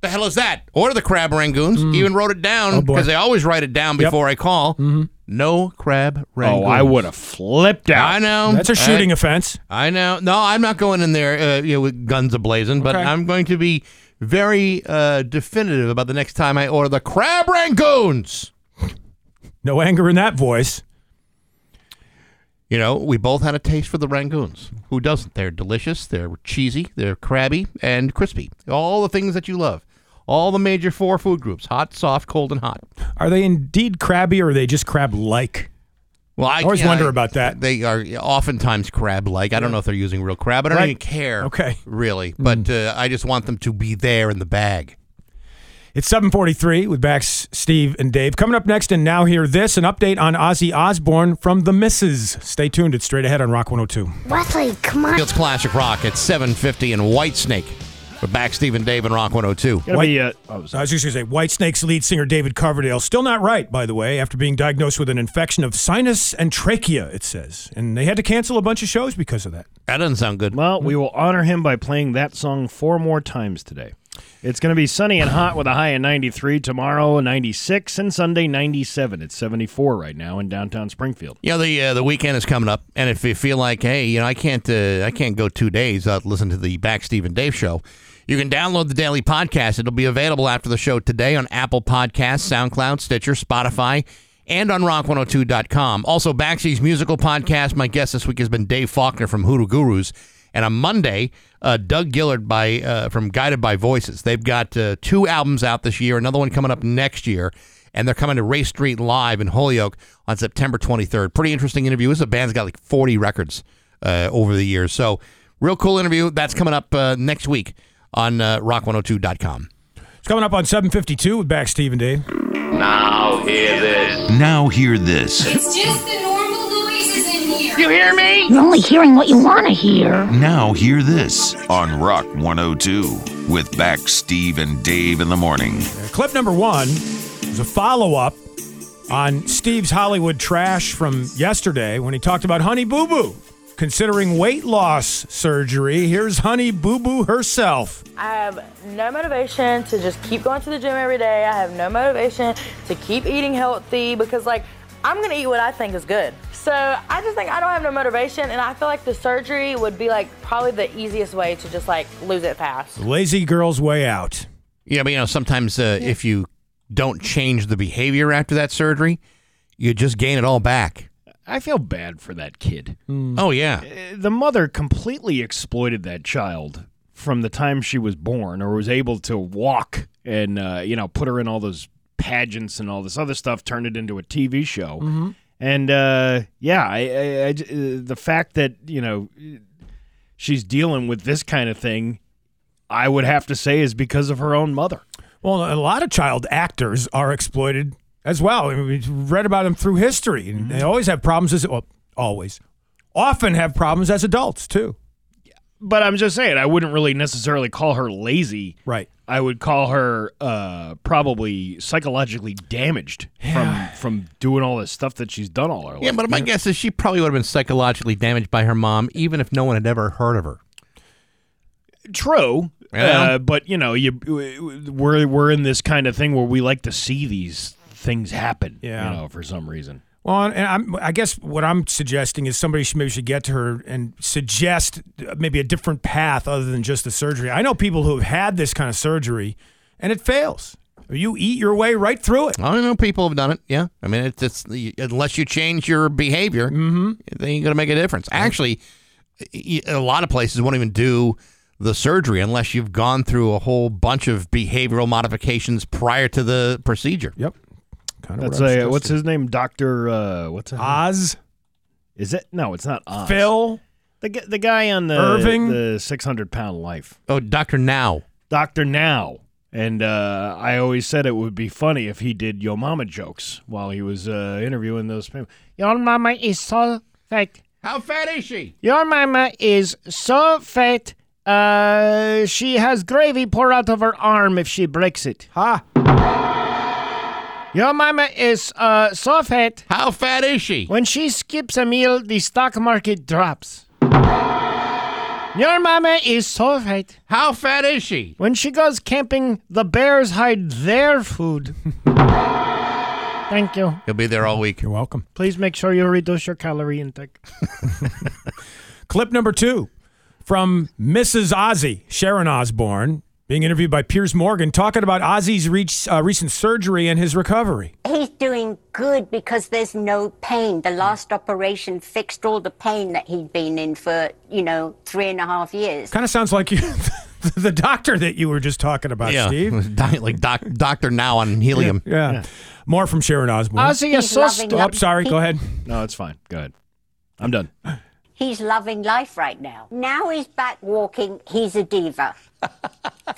The hell is that? Order the crab rangoons. Even wrote it down
Mm. Oh, boy. Mm-hmm.
because I always write it down before I call. No crab rangoons.
Oh, I would have flipped
I
out.
know.
That's a
I-
shooting offense.
I know. No, I'm not going in there uh, you know, with guns ablazing, but
Okay.
I'm going to be very uh, definitive about the next time I order the crab rangoons.
No anger in that voice.
You know, we both had a taste for the rangoons. Who doesn't? They're delicious. They're cheesy. They're crabby and crispy. All the things that you love. All the major four food groups: hot, soft, cold, and hot.
Are they indeed crabby or are they just crab like?
Well, I
always
can't-
wonder about that.
They are oftentimes crab-like. I don't know if they're using real crab. I don't
Right.
even care.
Okay. Hmm.
really, but uh, I just want them to be there in the bag.
It's 743 with Bax, Steve, and Dave. Coming up next and now hear this, an update on Ozzy Osbourne from the Misses. Stay tuned. It's straight ahead on Rock 102.
Wesley, come on.
It's classic rock at 7:50 and White Snake. We're back, Stephen, Dave, and Rock 102.
Gotta be, uh, oh,
I
sorry.
was just going to say, White Snake's lead singer David Coverdale, still not right, by the way, after being diagnosed with an infection of sinus and trachea, it says. And they had to cancel a bunch of shows because of that.
That doesn't sound good.
Well, we will honor him by playing that song four more times today. It's going to be sunny and hot with a high of 93 tomorrow, 96, and Sunday 97. It's 74 right now in downtown Springfield.
You know the uh, the weekend is coming up, and if you feel like, hey, you know, I can't uh, I can't go two days without listening to the Back Steve and Dave show. You can download the daily podcast. It'll be available after the show today on Apple Podcasts, SoundCloud, Stitcher, Spotify, and on Rock102.com. Also, Backseat's musical podcast. My guest this week has been Dave Faulkner from Hoodoo Gurus, and on Monday, uh, Doug Gillard by uh, from Guided by Voices. They've got uh, two albums out this year, another one coming up next year and they're coming to Race Street Live in Holyoke on September 23rd. Pretty interesting interview. This is a band's got like 40 records uh, over the years. So, real cool interview. That's coming up uh, next week on uh, rock102.com.
It's coming up on 752 with back Steve and Dave. Uh,
Now hear this.
Now hear this.
It's just the normal noises in here.
You hear me?
You're only hearing what you want to hear.
Now hear this on Rock 102 with back Steve and Dave in the morning.
Clip number one is a follow up on Steve's Hollywood trash from yesterday when he talked about Honey Boo Boo. Considering weight loss surgery, here's Honey Boo Boo herself.
I have no motivation to just keep going to the gym every day. I have no motivation to keep eating healthy because, like, I'm gonna eat what I think is good. So I just think I don't have no motivation, and I feel like the surgery would be like probably the easiest way to just like lose it fast.
Lazy girl's way out.
Yeah, but you know, sometimes uh, if you don't change the behavior after that surgery, you just gain it all back.
I feel bad for that kid.
Oh, yeah.
Uh, The mother completely exploited that child from the time she was born or was able to walk and, uh, you know, put her in all those pageants and all this other stuff, turned it into a TV show. And, uh, yeah, I, I, I j- uh, the fact that, you know, she's dealing with this kind of thing, I would have to say is because of her own mother.
Well, a lot of child actors are exploited as well. I mean, we've read about them through history, and they always have problems as well, always, often have problems as adults too.
But I'm just saying, I wouldn't really necessarily call her lazy.
Right.
I would call her uh, probably psychologically damaged from from doing all this stuff that she's done all her life.
Yeah, but my guess is she probably would have been psychologically damaged by her mom, even if no one had ever heard of her.
True.
Yeah.
Uh, but you know, you we're we're in this kind of thing where we like to see these things happen.
Yeah.
You know, for some reason.
Well, and I'm, I guess what I'm suggesting is somebody should maybe should get to her and suggest uh, maybe a different path other than just the surgery. I know people who have had this kind of surgery, and it fails. You eat your way right through it.
I don't know. People have done it. Yeah. I mean, it's, it's unless you change your behavior, mm-hmm. they ain't going to make a difference. Actually, y- a lot of places won't even do the surgery unless you've gone through a whole bunch of behavioral modifications prior to the procedure.
Yep. Kind
That's a what's his name, Doctor. Uh, what's his name?
Oz,
Is it? No, it's not Oz.
Phil,
the gu- the guy on the
Irving?
the six hundred pound life.
Oh, Doctor Now.
Doctor Now. And uh, I always said it would be funny if he did Yo Mama jokes while he was uh, interviewing those people. Your mama is so fat.
How fat is she?
Your mama is so fat. Uh, she has gravy pour out of her arm if she breaks it.
ha,
Your mama is uh, so fat.
How fat is she?
When she skips a meal, the stock market drops. Your mama is so fat.
How fat is she?
When she goes camping, the bears hide their *laughs* food. Thank you.
He'll be there all week.
you're welcome.
Please make sure you reduce your calorie intake.
Clip number two from Mrs. Ozzy, Sharon Osbourne, being interviewed by Piers Morgan, talking about Ozzy's reach, uh, recent surgery and his recovery.
He's doing good because there's no pain. The last operation fixed all the pain that he'd been in for, you know, three and a half years.
Kind of sounds like *laughs* you, the doctor that you were just talking about,
*laughs*
Steve.
Di- like doc, Doctor Now on helium.
Yeah. More from Sharon Osbourne.
Ozzy is
He's
Ah, so
loving
stu-
Oh, sorry. Go ahead.
No, it's fine. Go ahead. I'm done.
He's loving life right now. Now he's back walking. He's a diva.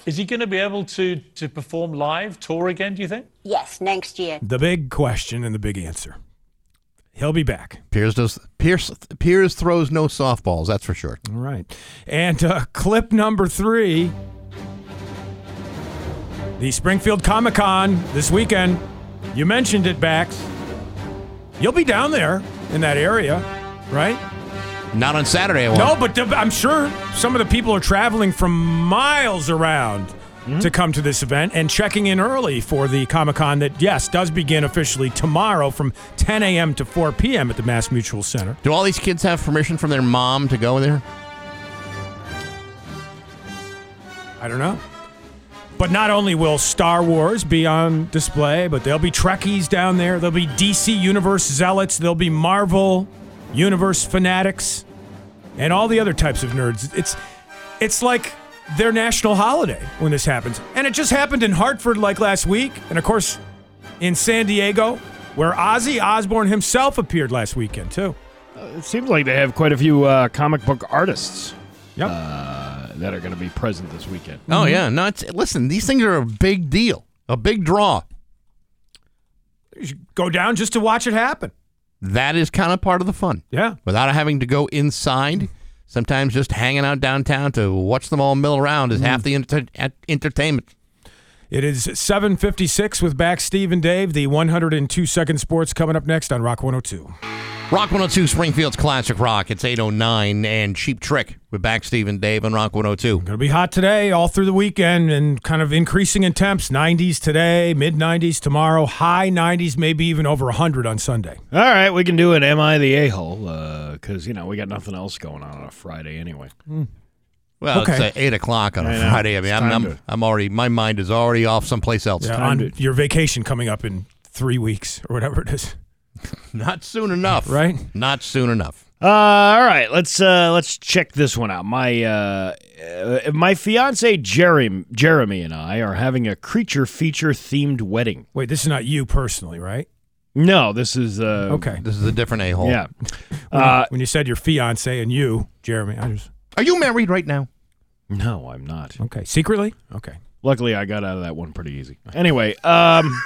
Is he going to be able to to perform live, tour again? Do you think?
Yes, next year.
The big question and the big answer. He'll be back.
Piers does. Pierce Piers throws no softballs. That's for sure.
All right. And uh, clip number three the Springfield Comic Con this weekend. You mentioned it, Bax. You'll be down there in that area, right?
Not on Saturday. I won't.
No, but the- I'm sure some of the people are traveling from miles around to come to this event and checking in early for the Comic Con that, yes, does begin officially tomorrow from 10 a.m. to 4 p.m. at the Mass Mutual Center.
Do all these kids have permission from their mom to go there?
I don't know. But not only will Star Wars be on display, but there'll be Trekkies down there. There'll be DC Universe zealots. There'll be Marvel Universe fanatics, and all the other types of nerds. It's it's like their national holiday when this happens, and it just happened in Hartford like last week, and of course in San Diego, where Ozzy Osbourne himself appeared last weekend too.
It seems like they have quite a few uh, comic book artists.
Yep.
Uh, that are going to be present this weekend.
Oh yeah, no. It's, listen, these things are a big deal, a big draw.
You should go down just to watch it happen.
That is kind of part of the fun.
Yeah.
Without having to go inside, sometimes just hanging out downtown to watch them all mill around is half the enter- at- entertainment.
It is 7:56 with back Steve and Dave. The 102 second sports coming up next on Rock 102.
Rock 102 Springfield's Classic Rock. It's 809 and Cheap Trick. We're back, Steve and Dave, on Rock 102.
Going to be hot today, all through the weekend, and kind of increasing in temps. 90s today, mid 90s tomorrow, high 90s, maybe even over 100 on Sunday.
*laughs* All right, we can do it. Am I the a hole? Because you know we got nothing else going on on a Friday anyway.
Well, it's
Okay.
uh, 8 o'clock on a
I know.
Friday. I mean, I'm,
It's time
I'm,
to-
I'm already, my mind is already off someplace else.
Yeah, on your vacation coming up in three weeks or whatever it is.
*laughs* Not soon enough.
Right?
Not soon enough.
Uh, all right, let's uh, let's check this one out. My uh, uh, my fiance Jeremy Jeremy and I are having a creature feature themed wedding.
Wait, this is not you personally, right?
No, this is uh,
Okay.
This is a different a hole.
Yeah,
When,
Uh,
you, when you said your fiance and you, Jeremy, I just.
Are you married right now?
no, I'm not.
Okay. Secretly? Okay.
Luckily, I got out of that one pretty easy. Anyway, um,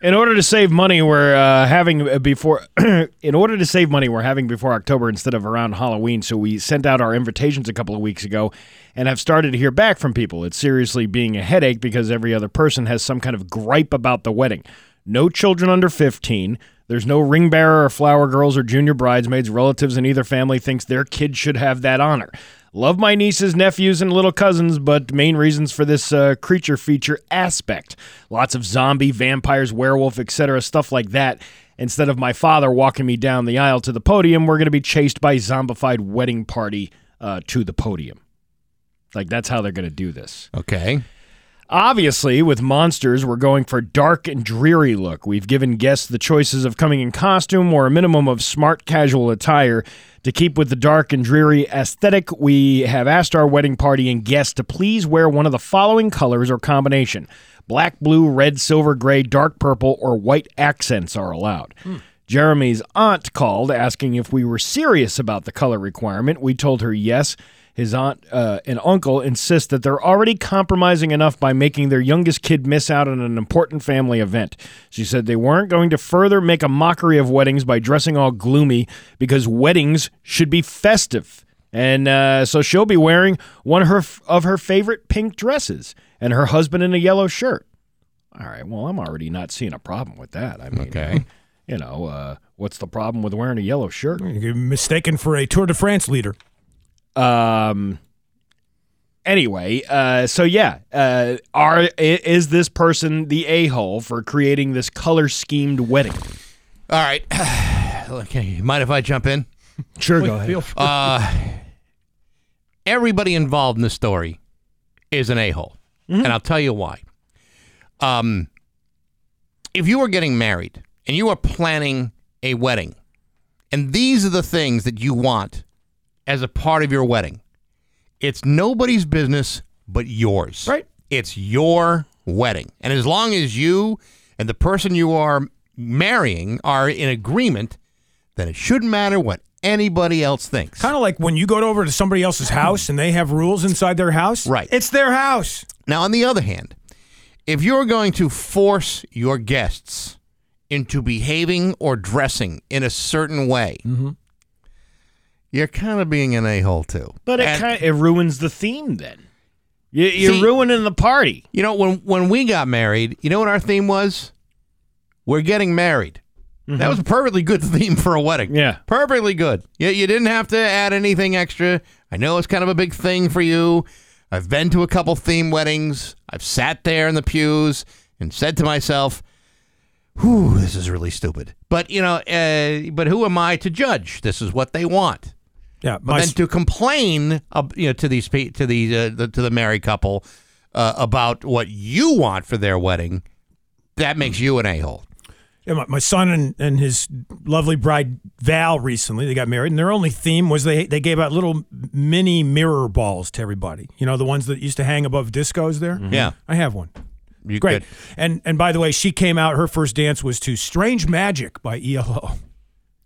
in order to save money, we're uh, having uh, before. *clears throat* in order to save money, we're having before October instead of around Halloween. So we sent out our invitations a couple of weeks ago, and have started to hear back from people. It's seriously being a headache because every other person has some kind of gripe about the wedding. No children under 15. There's no ring bearer or flower girls or junior bridesmaids. Relatives in either family thinks their kid should have that honor. Love my nieces, nephews, and little cousins, but main reasons for this uh, creature feature aspect. Lots of zombie, vampires, werewolf, etc., stuff like that. Instead of my father walking me down the aisle to the podium, we're going to be chased by zombified wedding party uh, to the podium. Like, that's how they're going to do this.
Okay.
Obviously, with monsters, we're going for dark and dreary look. We've given guests the choices of coming in costume or a minimum of smart casual attire. To keep with the dark and dreary aesthetic, we have asked our wedding party and guests to please wear one of the following colors or combination. Black, blue, red, silver, gray, dark purple, or white accents are allowed. Jeremy's aunt called asking if we were serious about the color requirement. We told her yes. His aunt uh, and uncle insist that they're already compromising enough by making their youngest kid miss out on an important family event. She said they weren't going to further make a mockery of weddings by dressing all gloomy because weddings should be festive. And uh, so she'll be wearing one of her, of her favorite pink dresses and her husband in a yellow shirt. All right. Well, I'm already not seeing a problem with that. I mean,
Okay.
*laughs* you know, uh, what's the problem with wearing a yellow shirt?
You're mistaken for a Tour de France leader.
Um. Anyway, uh, so yeah, uh, are i- is this person the a hole for creating this color schemed wedding?
All right. *sighs* okay. Mind if I jump in?
Sure, go
Feel-
Uh, everybody involved in this story is an a hole. And I'll tell you why. Um, if you are getting married and you are planning a wedding, and these are the things that you want as a part of your wedding, it's nobody's business but yours.
Right.
It's your wedding. And as long as you and the person you are marrying are in agreement, then it shouldn't matter what anybody else thinks.
Kind of like when you go over to somebody else's house and they have rules inside their house.
Right.
It's their house.
Now, on the other hand, if you're going to force your guests into behaving or dressing in a certain way,
Mm-hmm.
you're kind of being an a hole too.
But it
And-
kind it ruins the theme then. You, you're
See-
ruining the party.
You know, when when we got married, you know what our theme was? We're getting married. That was a perfectly good *laughs* theme for a wedding.
Yeah.
Perfectly good. You, you didn't have to add anything extra. I know it's kind of a big thing for you. I've been to a couple theme weddings. I've sat there in the pews and said to myself, "Whew, this is really stupid." But you know, uh, but who am I to judge? This is what they want.
Yeah,
But then to complain, uh, you know, to these pe- to these uh, the, to the married couple uh, about what you want for their wedding, that makes you an a hole.
Yeah, my, my son and, and his lovely bride Val recently they got married, and their only theme was they they gave out little mini mirror balls to everybody. You know the ones that used to hang above discos there.
Mm-hmm. Yeah.
I have one.
You
Great. And and by the way, she came out. Her first dance was to "Strange Magic" by ELO.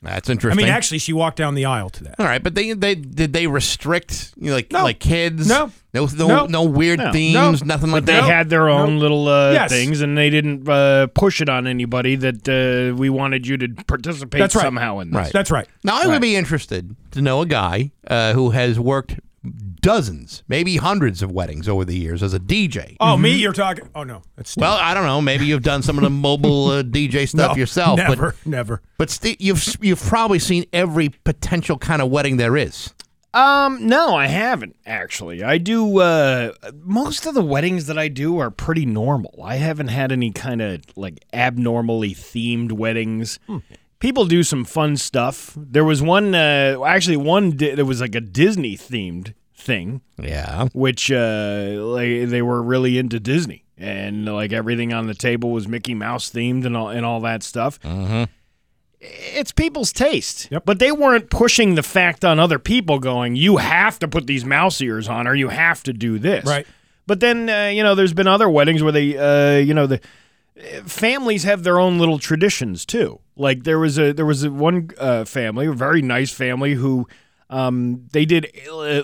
That's
I
interesting.
mean, actually, she walked down the aisle to that.
All right, but they they did they restrict you know, like like kids?
No.
no, no,
No.
no weird
No.
themes,
No.
nothing
But
like
they
that.
had their own little uh,
Yes.
things, and they didn't uh, push it on anybody that uh, we wanted you to participate
That's right.
somehow in this.
Right. That's
right.
Now I would be interested to know a guy uh, who has worked dozens, maybe hundreds of weddings over the years as a DJ.
Oh, me? You're talking? Oh no, that's
Mm-hmm. Well, I don't know. Maybe you've done some of the mobile uh, DJ stuff
*laughs* No,
yourself,
Never,
but
never.
but sti- you've you've probably seen every potential kind of wedding there is.
Um, no, I haven't actually. I do. Uh, most of the weddings that I do are pretty normal. I haven't had any kind of like abnormally themed weddings. People do some fun stuff. There was one, uh, actually, one. Di- there was like a Disney themed thing.
Yeah,
which uh, like they were really into Disney, and like everything on the table was Mickey Mouse themed and all and all that stuff it's people's taste. But they weren't pushing the fact on other people, going, "You have to put these mouse ears on, or you have to do this."
Right.
But then uh, you know, there's been other weddings where they, uh, you know, the uh, families have their own little traditions too. Like there was a there was a one uh, family, a very nice family, who um, they did. Uh,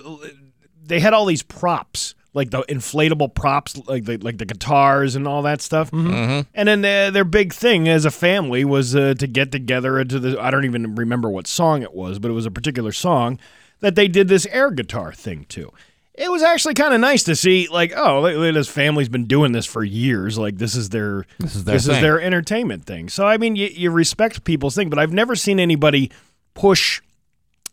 they had all these props. Like the inflatable props, like the, like the guitars and all that stuff.
Mm-hmm.
Mhm.
And then their, their big thing as a family was uh, to get together into the. I don't even remember what song it was, but it was a particular song that they did this air guitar thing to. It was actually kind of nice to see, like, oh, look, look, this family's been doing this for years. Like, this is their this
is their thing.
entertainment thing. So, I mean, you, you respect people's thing, but I've never seen anybody push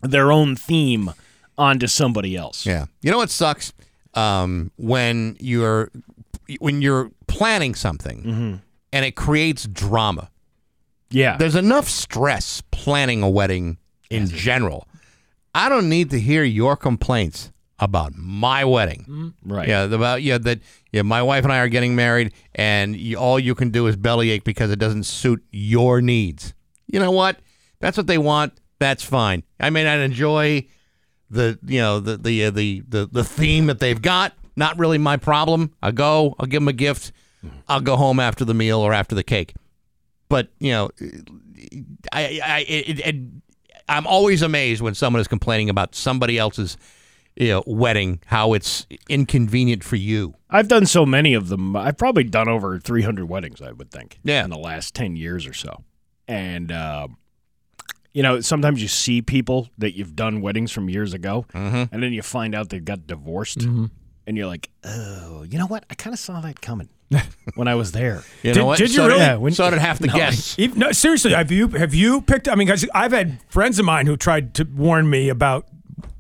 their own theme onto somebody else.
Yeah. You know what sucks? Um, when you're when you're planning something and it creates drama.
Yeah.
There's enough stress planning a wedding in general. I don't need to hear your complaints about my wedding.
Right.
Yeah, about yeah that yeah my wife and I are getting married and you, all you can do is bellyache because it doesn't suit your needs. You know what? That's what they want. That's fine. I may not enjoy the you know the the uh, the the, the theme that they've got. Not really my problem. I go. I'll give them a gift. I'll go home after the meal or after the cake. But you know, I I it, it, I'm always amazed when someone is complaining about somebody else's you know, wedding, how it's inconvenient for you.
I've done so many of them. I've probably done over 300 weddings, I would think.
Yeah.
In the last 10 years or so. And, uh, you know, sometimes you see people that you've done weddings from years ago,
Mm-hmm.
and then you find out they got divorced. And you're like, oh, you know what? I kind of saw
*laughs*
that coming when I was there.
You
did, did you really?
so did half the
No,
guests.
Even- *laughs* no, seriously, have you have you picked? I mean, guys, I've had friends of mine who tried to warn me about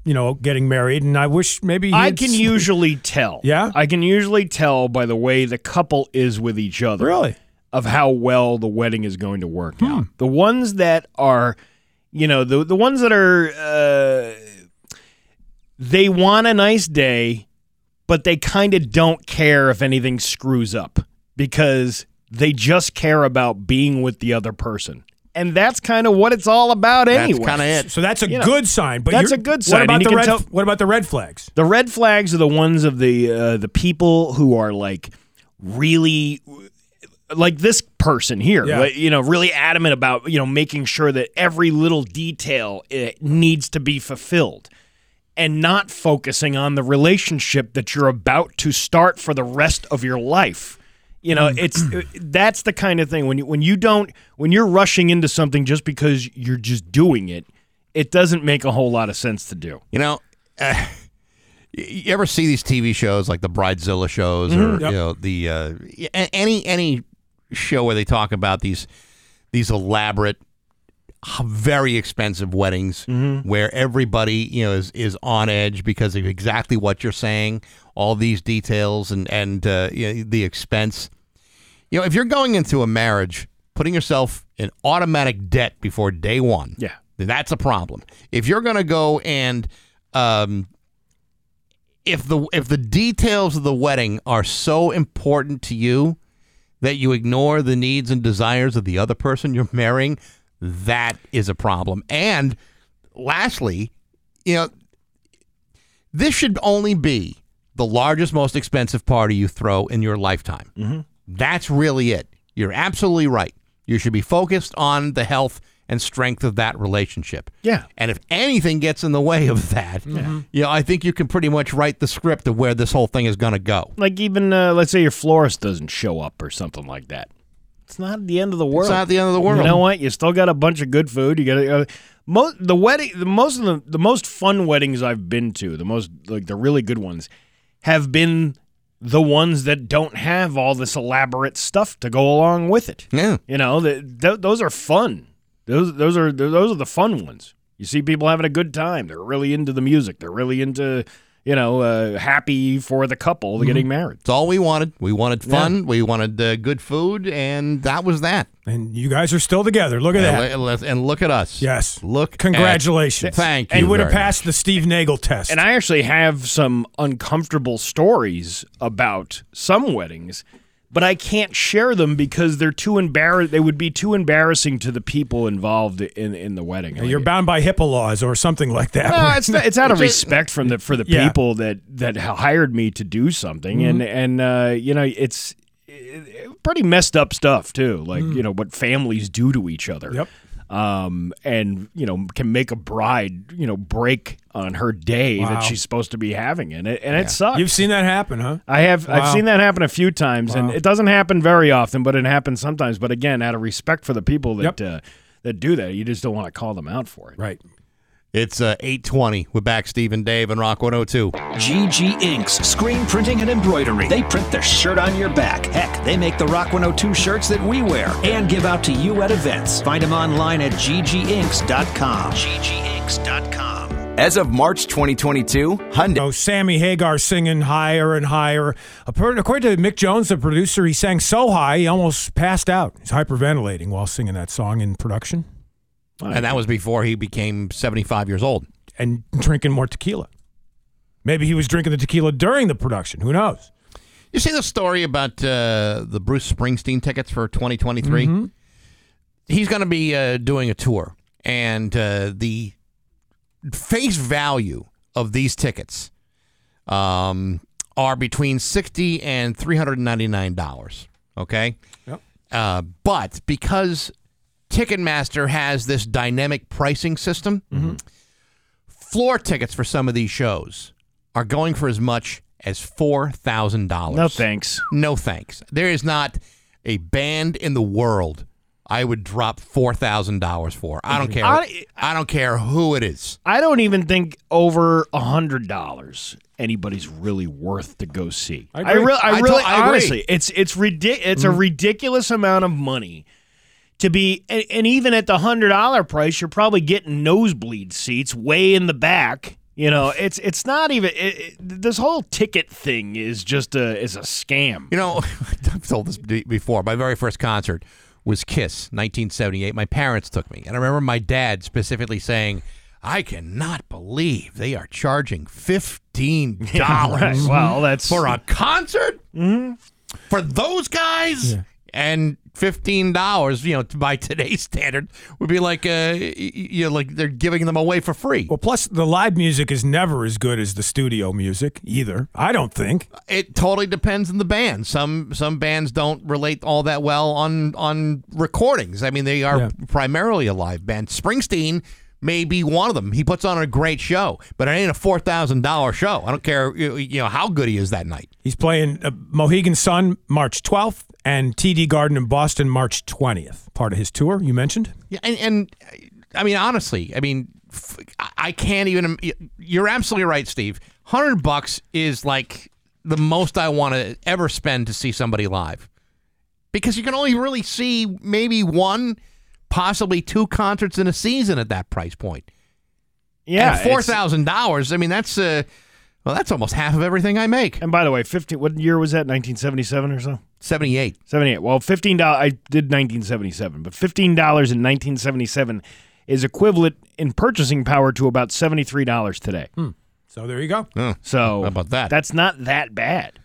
you know getting married, and I wish maybe
I
he'd-
can usually tell.
Yeah?
I can usually tell by the way the couple is with each other.
Really?
Of how well the wedding is going to work
Hmm.
out. The ones that are, you know, the the ones that are uh, they want a nice day, but they kind of don't care if anything screws up because they just care about being with the other person. And that's kind of what it's all about
That's
anyway.
kinda it. So that's a
You know,
good sign, but
that's
you're-
a good
what
sign.
about
and you
the
can
red-
tell-
what about the red flags?
the red flags are the ones of the uh, the people who are like really like this person here,
Yeah.
like, you know, really adamant about you know making sure that every little detail it needs to be fulfilled, and not focusing on the relationship that you're about to start for the rest of your life. You know, it's uh, that's the kind of thing when you when you don't when you're rushing into something just because you're just doing it, it doesn't make a whole lot of sense to do.
You know, uh, y- you ever see these TV shows like the Bridezilla shows or
Mhm. Yep.
you know the uh, y- a- any any show where they talk about these these elaborate very expensive weddings where everybody you know is is on edge because of exactly what you're saying, all these details and and uh, you know, the expense. You know, if you're going into a marriage, putting yourself in automatic debt before day one, yeah, that's a problem. If you're going to go and um, if the if the details of the wedding are so important to you that you ignore the needs and desires of the other person you're marrying, that is a problem. And lastly, you know, this should only be the largest, most expensive party you throw in your lifetime.
Mm-hmm.
That's really it. You're absolutely right. You should be focused on the health and strength of that relationship.
Yeah. Mm-hmm.
And if anything gets in the way of that, you know, I think you can pretty much write the script of where this whole thing is going to go.
Like even uh, let's say your florist doesn't show up or something like that.
It's not the end of the world.
It's not the end of the world.
You know what? You still got a bunch of good food. You got uh, most the wedding. The most of the the most fun weddings I've been to, the most like the really good ones, have been the ones that don't have all this elaborate stuff to go along with it.
Yeah.
You know, th th- those are fun. Those those are those are the fun ones. You see people having a good time. They're really into the music. They're really into you know uh, happy for the couple getting married.
It's all we wanted. We wanted fun. We wanted uh, good food, and that was that.
And you guys are still together. Look at that.
And, le- and look at us.
Yes.
Look. at-
Congratulations.
thank you.
You would have
very much.
passed the Steve Nagel test.
And I actually have some uncomfortable stories about some weddings, but I can't share them because they're too embarrassed. They would be too embarrassing to the people involved in in the wedding.
You're bound by HIPAA laws or something like that.
no, it's not, it's out of respect from the for the
Yeah.
people that that hired me to do something,
Mhm.
and and uh, you know it's eh, pretty messed up stuff too, like you know what families do to each other.
Mm. Yep.
Um, and you know can make a bride you know break on her day
Wow.
that she's supposed to be having, and it and
Yeah.
it sucks.
You've seen that happen, huh?
I have
Wow.
I've seen that happen a few times, and
Wow.
it doesn't happen very often, but it happens sometimes. But again, out of respect for the people that uh, that do that, you just don't want to call them out for it.
Right.
It's uh, 820. We're back, Steve and Dave and Rock 102.
GG Inks, screen printing and embroidery. They print the shirt on your back. Heck, they make the Rock 102 shirts that we wear and give out to you at events. Find them online at gginks.com. gginks.com.
As of March 2022, Hyundai. Oh, Sammy Hagar singing higher and higher. Appa- According to Mick Jones, the producer, he sang so high he almost passed out. He's hyperventilating while singing that song in production
And that was before he became 75 years old.
and drinking more tequila. Maybe he was drinking the tequila during the production. Who knows?
You see the story about uh, the Bruce Springsteen tickets for 2023?
Mm-hmm.
He's going to be uh, doing a tour, and uh, the face value of these tickets um, are between 60 and $399. Okay?
Yep.
Uh, but because Ticketmaster has this dynamic pricing system, floor tickets for some of these shows are going for as much as four thousand dollars.
No thanks.
No thanks. There is not a band in the world I would drop four thousand dollars for. I don't care.
I-
I, don't care who it is.
I don't even think over a hundred dollars anybody's really worth to go see.
I
I,
agree.
really, I,
I to-
really,
I agree. Mm-hmm.
honestly, it's it's ridic- It's a ridiculous amount of money to be, and, and even at the hundred dollar price, you're probably getting nosebleed seats way in the back.
*laughs*
You know, it's it's not even it, it, this whole ticket thing is just a is
*laughs*
a scam.
You know, I've told this be- before. My very first concert was Kiss, 1978. My parents took me, and I remember my dad specifically saying, "I cannot believe they are charging fifteen dollars
right. Well, that's-
for a concert
Mm-hmm.
for those guys." And fifteen dollars, you know, to- by today's standard, would be like, uh, y- y- you know, like they're giving them away for free.
Well, plus the live music is never as good as the studio music either. I don't think.
It totally depends on the band. Some some bands don't relate all that well on on recordings. I mean, they are
Yeah.
primarily a live band. Springsteen may be one of them. He puts on a great show, but it ain't a four thousand dollar show. I don't care you you know how good he is that night.
He's playing uh, Mohegan Sun March 12th and TD Garden in Boston March 20th. Part of his tour you mentioned.
Yeah, and, and uh, I mean, honestly, I mean, f- I- I can't even. You're absolutely right, Steve. Hundred bucks is like the most I want to ever spend to see somebody live, because you can only really see maybe one, possibly two concerts in a season at that price point.
Yeah,
and four
it's-
thousand dollars. I mean, that's uh, well, that's almost half of everything I make.
And by the way, fifteen. What year was that? Nineteen seventy-seven or so.
Seventy-eight.
Seventy-eight. Well, fifteen dollars. I did nineteen seventy-seven, but fifteen dollars in nineteen seventy-seven is equivalent in purchasing power to about seventy-three dollars today.
So there you go.
So
Hmm. how about that?
That's not that bad.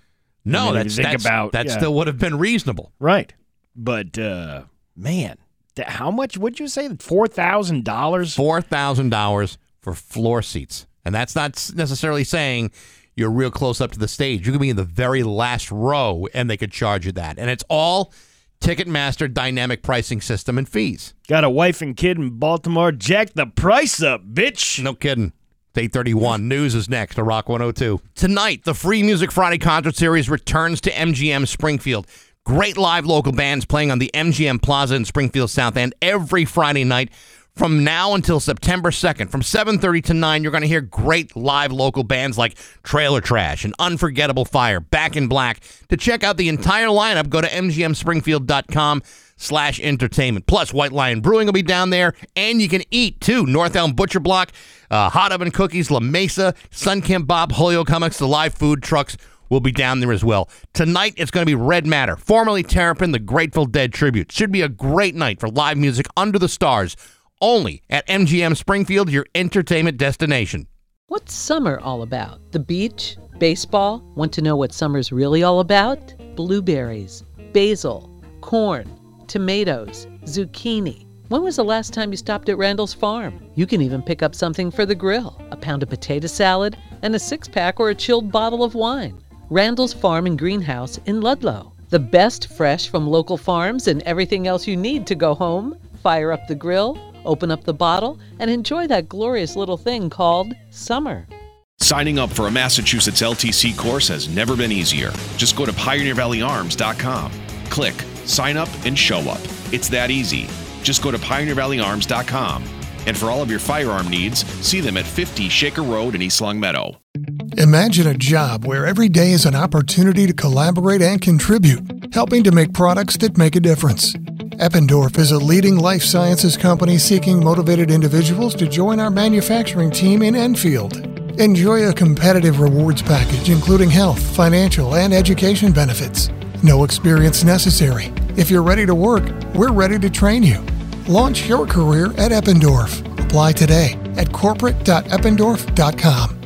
No,
I mean, if you
that's,
think
that's-
about
that
yeah.
still would have been reasonable.
right. But uh, man, th- how much would you say? Four thousand dollars.
Four thousand dollars for floor seats, and that's not s- necessarily saying you're real close up to the stage. You could be in the very last row, and they could charge you that. And it's all Ticketmaster dynamic pricing system and fees.
Got a wife and kid in Baltimore. Jack the price up, bitch.
No kidding. It's 831. News is next to Rock 102. Tonight, the Free Music Friday concert series returns to MGM Springfield. Great live local bands playing on the MGM Plaza in Springfield South End every Friday night from now until September 2nd. From 7:30 to 9, you're going to hear great live local bands like Trailer Trash and Unforgettable Fire, Back in Black. To check out the entire lineup, go to mgmspringfield.com slash entertainment. Plus, White Lion Brewing will be down there, and you can eat too. North Elm Butcher Block, uh, Hot Oven Cookies, La Mesa, Sun Kim Bob, Holyoke Hummocks, the live food trucks will be down there as well. Tonight, it's going to be Red Matter, formerly Terrapin, the Grateful Dead tribute. Should be a great night for live music under the stars, only at MGM Springfield, your entertainment destination.
What's summer all about? The beach? Baseball? Want to know what summer's really all about? Blueberries, basil, corn, tomatoes, zucchini. When was the last time you stopped at Randall's Farm? You can even pick up something for the grill a pound of potato salad, and a six pack or a chilled bottle of wine. Randall's Farm and Greenhouse in Ludlow. The best fresh from local farms and everything else you need to go home, fire up the grill, open up the bottle, and enjoy that glorious little thing called summer.
Signing up for a Massachusetts LTC course has never been easier. Just go to pioneervalleyarms.com. Click sign up and show up. It's that easy. Just go to pioneervalleyarms.com. And for all of your firearm needs, see them at 50 Shaker Road in East Long Meadow.
Imagine a job where every day is an opportunity to collaborate and contribute, helping to make products that make a difference. Eppendorf is a leading life sciences company seeking motivated individuals to join our manufacturing team in Enfield. Enjoy a competitive rewards package including health, financial, and education benefits. No experience necessary. If you're ready to work, we're ready to train you. Launch your career at Eppendorf. Apply today at corporate.eppendorf.com.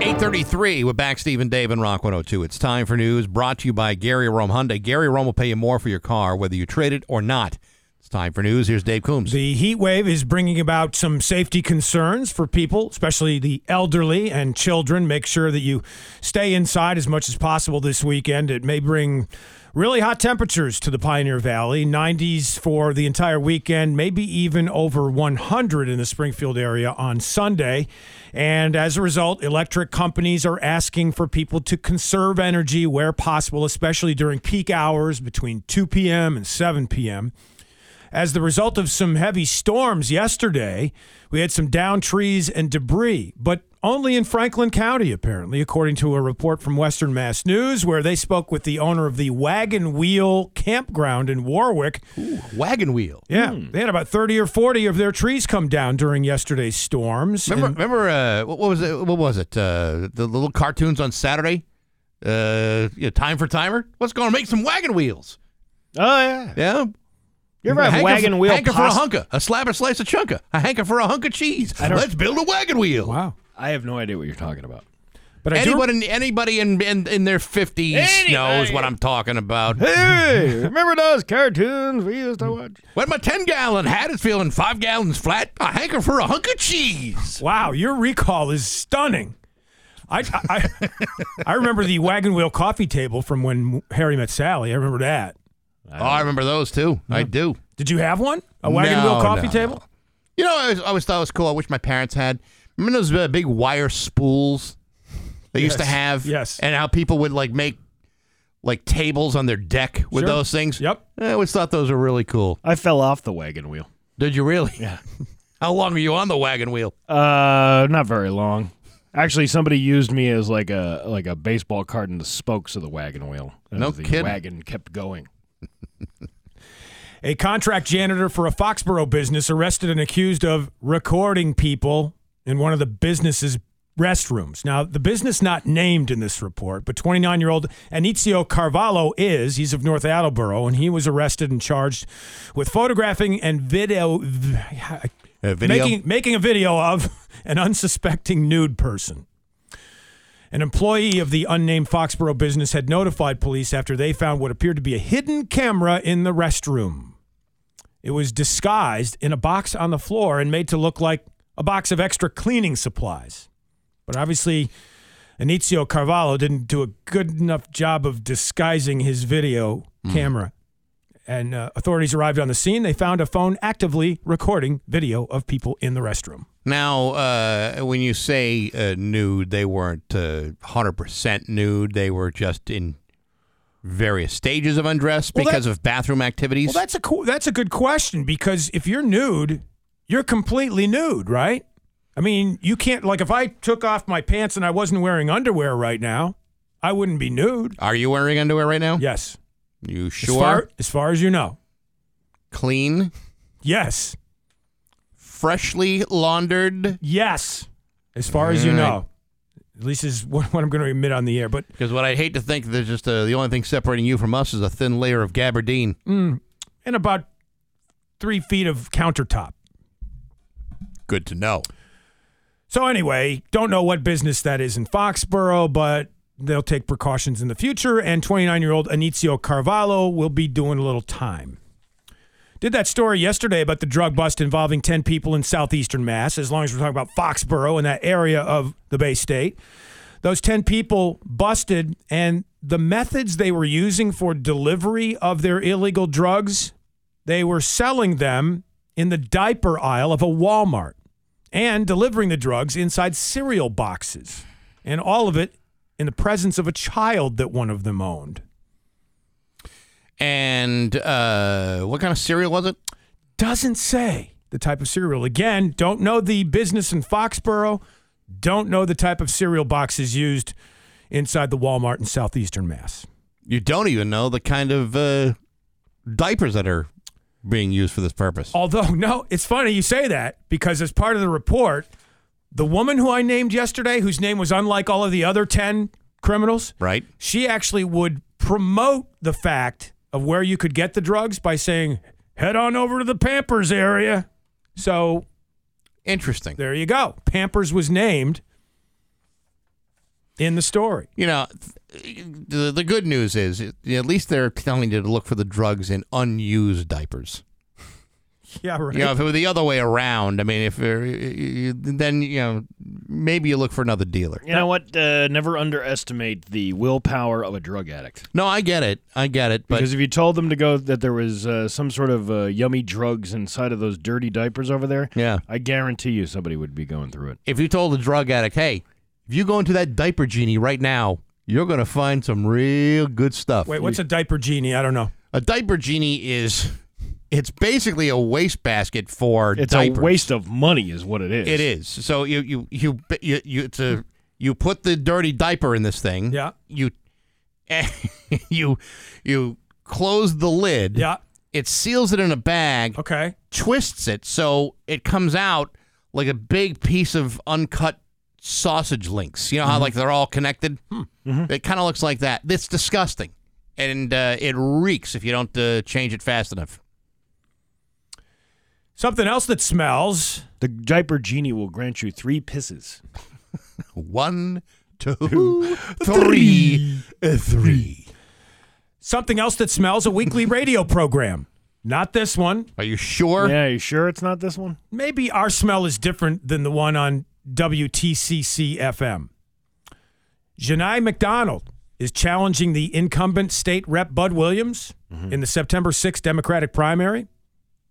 833, we're back, Steve and Dave and Rock 102. It's time for news brought to you by Gary Rome Hyundai. Gary Rome will pay you more for your car, whether you trade it or not. It's time for news. Here's Dave Coombs.
The heat wave is bringing about some safety concerns for people, especially the elderly and children. Make sure that you stay inside as much as possible this weekend. It may bring really hot temperatures to the Pioneer Valley 90s for the entire weekend, maybe even over 100 in the Springfield area on Sunday. And as a result, electric companies are asking for people to conserve energy where possible, especially during peak hours between 2 p.m. and 7 p.m as the result of some heavy storms yesterday. We had some downed trees and debris, but only in Franklin County, apparently, according to a report from Western Mass News, where they spoke with the owner of the Wagon Wheel Campground in Warwick.
wagon Wheel.
Yeah, they had about 30 or 40 of their trees come down during yesterday's storms.
Remember,
and-
remember uh, what what was it? What was it? Uh, the little cartoons on Saturday. Uh, you know, time for timer. Let's go and make some wagon wheels.
Oh yeah,
yeah.
You ever have
Hanker-
wagon wheel
Hanker
pasta?
for a hunka, a slab or slice of chunka, a hanker for a hunk of cheese.
I don't-
Let's build a wagon wheel.
Wow.
I have no idea what you're
*laughs*
talking about.
But I do-
anybody, in, anybody in, in in their fifties knows what I'm talking about.
Hey, remember those cartoons we used to watch?
When my ten gallon hat is feeling five gallons flat, I hanker for a hunk of cheese.
Wow, your recall is stunning. I, I, *laughs* I remember the wagon wheel coffee table from when Harry met Sally. I remember that.
oh, I remember those too. I do.
Did you have one? A wagon wheel
No,
coffee
no,
table?
You know, I always, I always thought it was cool. I wish my parents had. Remember those uh, big wire spools they used to
Yes,
have?
yes.
And how people would like make like tables on their deck with
Sure.
those things.
Yep.
I always thought those were really cool.
I fell off the wagon wheel.
Did you really? Yeah. *laughs* how long were you on the wagon wheel?
Uh, not very long. Actually, somebody used me as like a like a baseball card in the spokes of the wagon wheel.
No
As the
kidding.
wagon kept going.
A contract janitor for a Foxborough business arrested and accused of recording people in one of the business's restrooms. Now, the business not named in this report, but 29-year-old Anicio Carvalho is. He's of North Attleboro, and he was arrested and charged with photographing and video,
video?
making making a video of an unsuspecting nude person. An employee of the unnamed Foxborough business had notified police after they found what appeared to be a hidden camera in the restroom. It was disguised in a box on the floor and made to look like a box of extra cleaning supplies. But obviously, Anicio Carvalho didn't do a good enough job of disguising his video camera. And uh, authorities arrived on the scene. They found a phone actively recording video of people in the restroom.
Now, uh, when you say uh, nude, they weren't uh, 100% nude. They were just in various stages of undress
Well, that-
because of bathroom activities.
Well, that's a cool, that's a good question because if you're nude, you're completely nude, right? I mean, you can't like if I took off my pants and I wasn't wearing underwear right now, I wouldn't be nude.
Are you wearing underwear right now?
Yes.
You
As far
sure?
as, far as you know,
Clean?
yes,
Freshly laundered?
yes. As far as you know, at least is *laughs* what, what I'm going to admit on the air. But
Because what I hate to think, there's just uh, the only thing separating you from us is a thin layer of gabardine.
mm, and about three feet of countertop.
Good to know.
So anyway, don't know what business that is in Foxborough, but they'll take precautions in the future. And 29-year-old Anicio Carvalho will be doing a little time. Did that story yesterday about the drug bust involving 10 people in southeastern Mass, as long as we're talking about Foxborough and that area of the Bay State. Those 10 people busted, and the methods they were using for delivery of their illegal drugs, they were selling them in the diaper aisle of a Walmart and delivering the drugs inside cereal boxes. And all of it in the presence of a child that one of them owned.
And uh, what kind of cereal was it?
doesn't say the type of cereal. Again, don't know the business in Foxborough, don't know the type of cereal boxes used inside the Walmart in southeastern Mass.
You don't even know the kind of uh, diapers that are being used for this purpose.
Although, *laughs* no, it's funny you say that because as part of the report, the woman who I named yesterday, whose name was unlike all of the other 10 criminals,
Right?
she actually would promote the fact of where you could get the drugs by saying, head on over to the Pampers area. So
Interesting.
there you go. Pampers was named in the story.
you know, th- the, the good news is it- at least they're telling you to look for the drugs in unused diapers.
Yeah, right.
You know, if it were the other way around, I mean, if uh, you- then you know, maybe you look for another dealer.
You know what? Uh, never underestimate the willpower of a drug addict.
No, I get it, I get it, but
Because if you told them to go that there was uh, some sort of uh, yummy drugs inside of those dirty diapers over there,
yeah,
I guarantee you somebody would be going through it.
if you told a drug addict, hey, if you go into that diaper genie right now, you're gonna find some real good stuff.
Wait, what's a diaper genie? I don't know.
a diaper genie? Is it's basically a wastebasket for
It's
diapers.
a waste of money, is what it is.
It is. So you you you you, you it's a you put the dirty diaper in this thing.
Yeah.
You *laughs* you you close the lid.
Yeah.
It seals it in a bag,
Okay.
twists it so it comes out like a big piece of uncut sausage links. You know how like they're all connected? It kind of looks like that. It's disgusting. And uh, it reeks if you don't uh, change it fast enough.
Something else that smells.
The diaper genie will grant you three pisses.
One, two, three, uh, three.
Something else that smells a weekly radio program. Not this one.
Are you sure?
Yeah, you sure it's not this one?
Maybe our smell is different than the one on WTCC FM. Janai McDonald is challenging the incumbent state rep Bud Williams in the September 6th Democratic primary.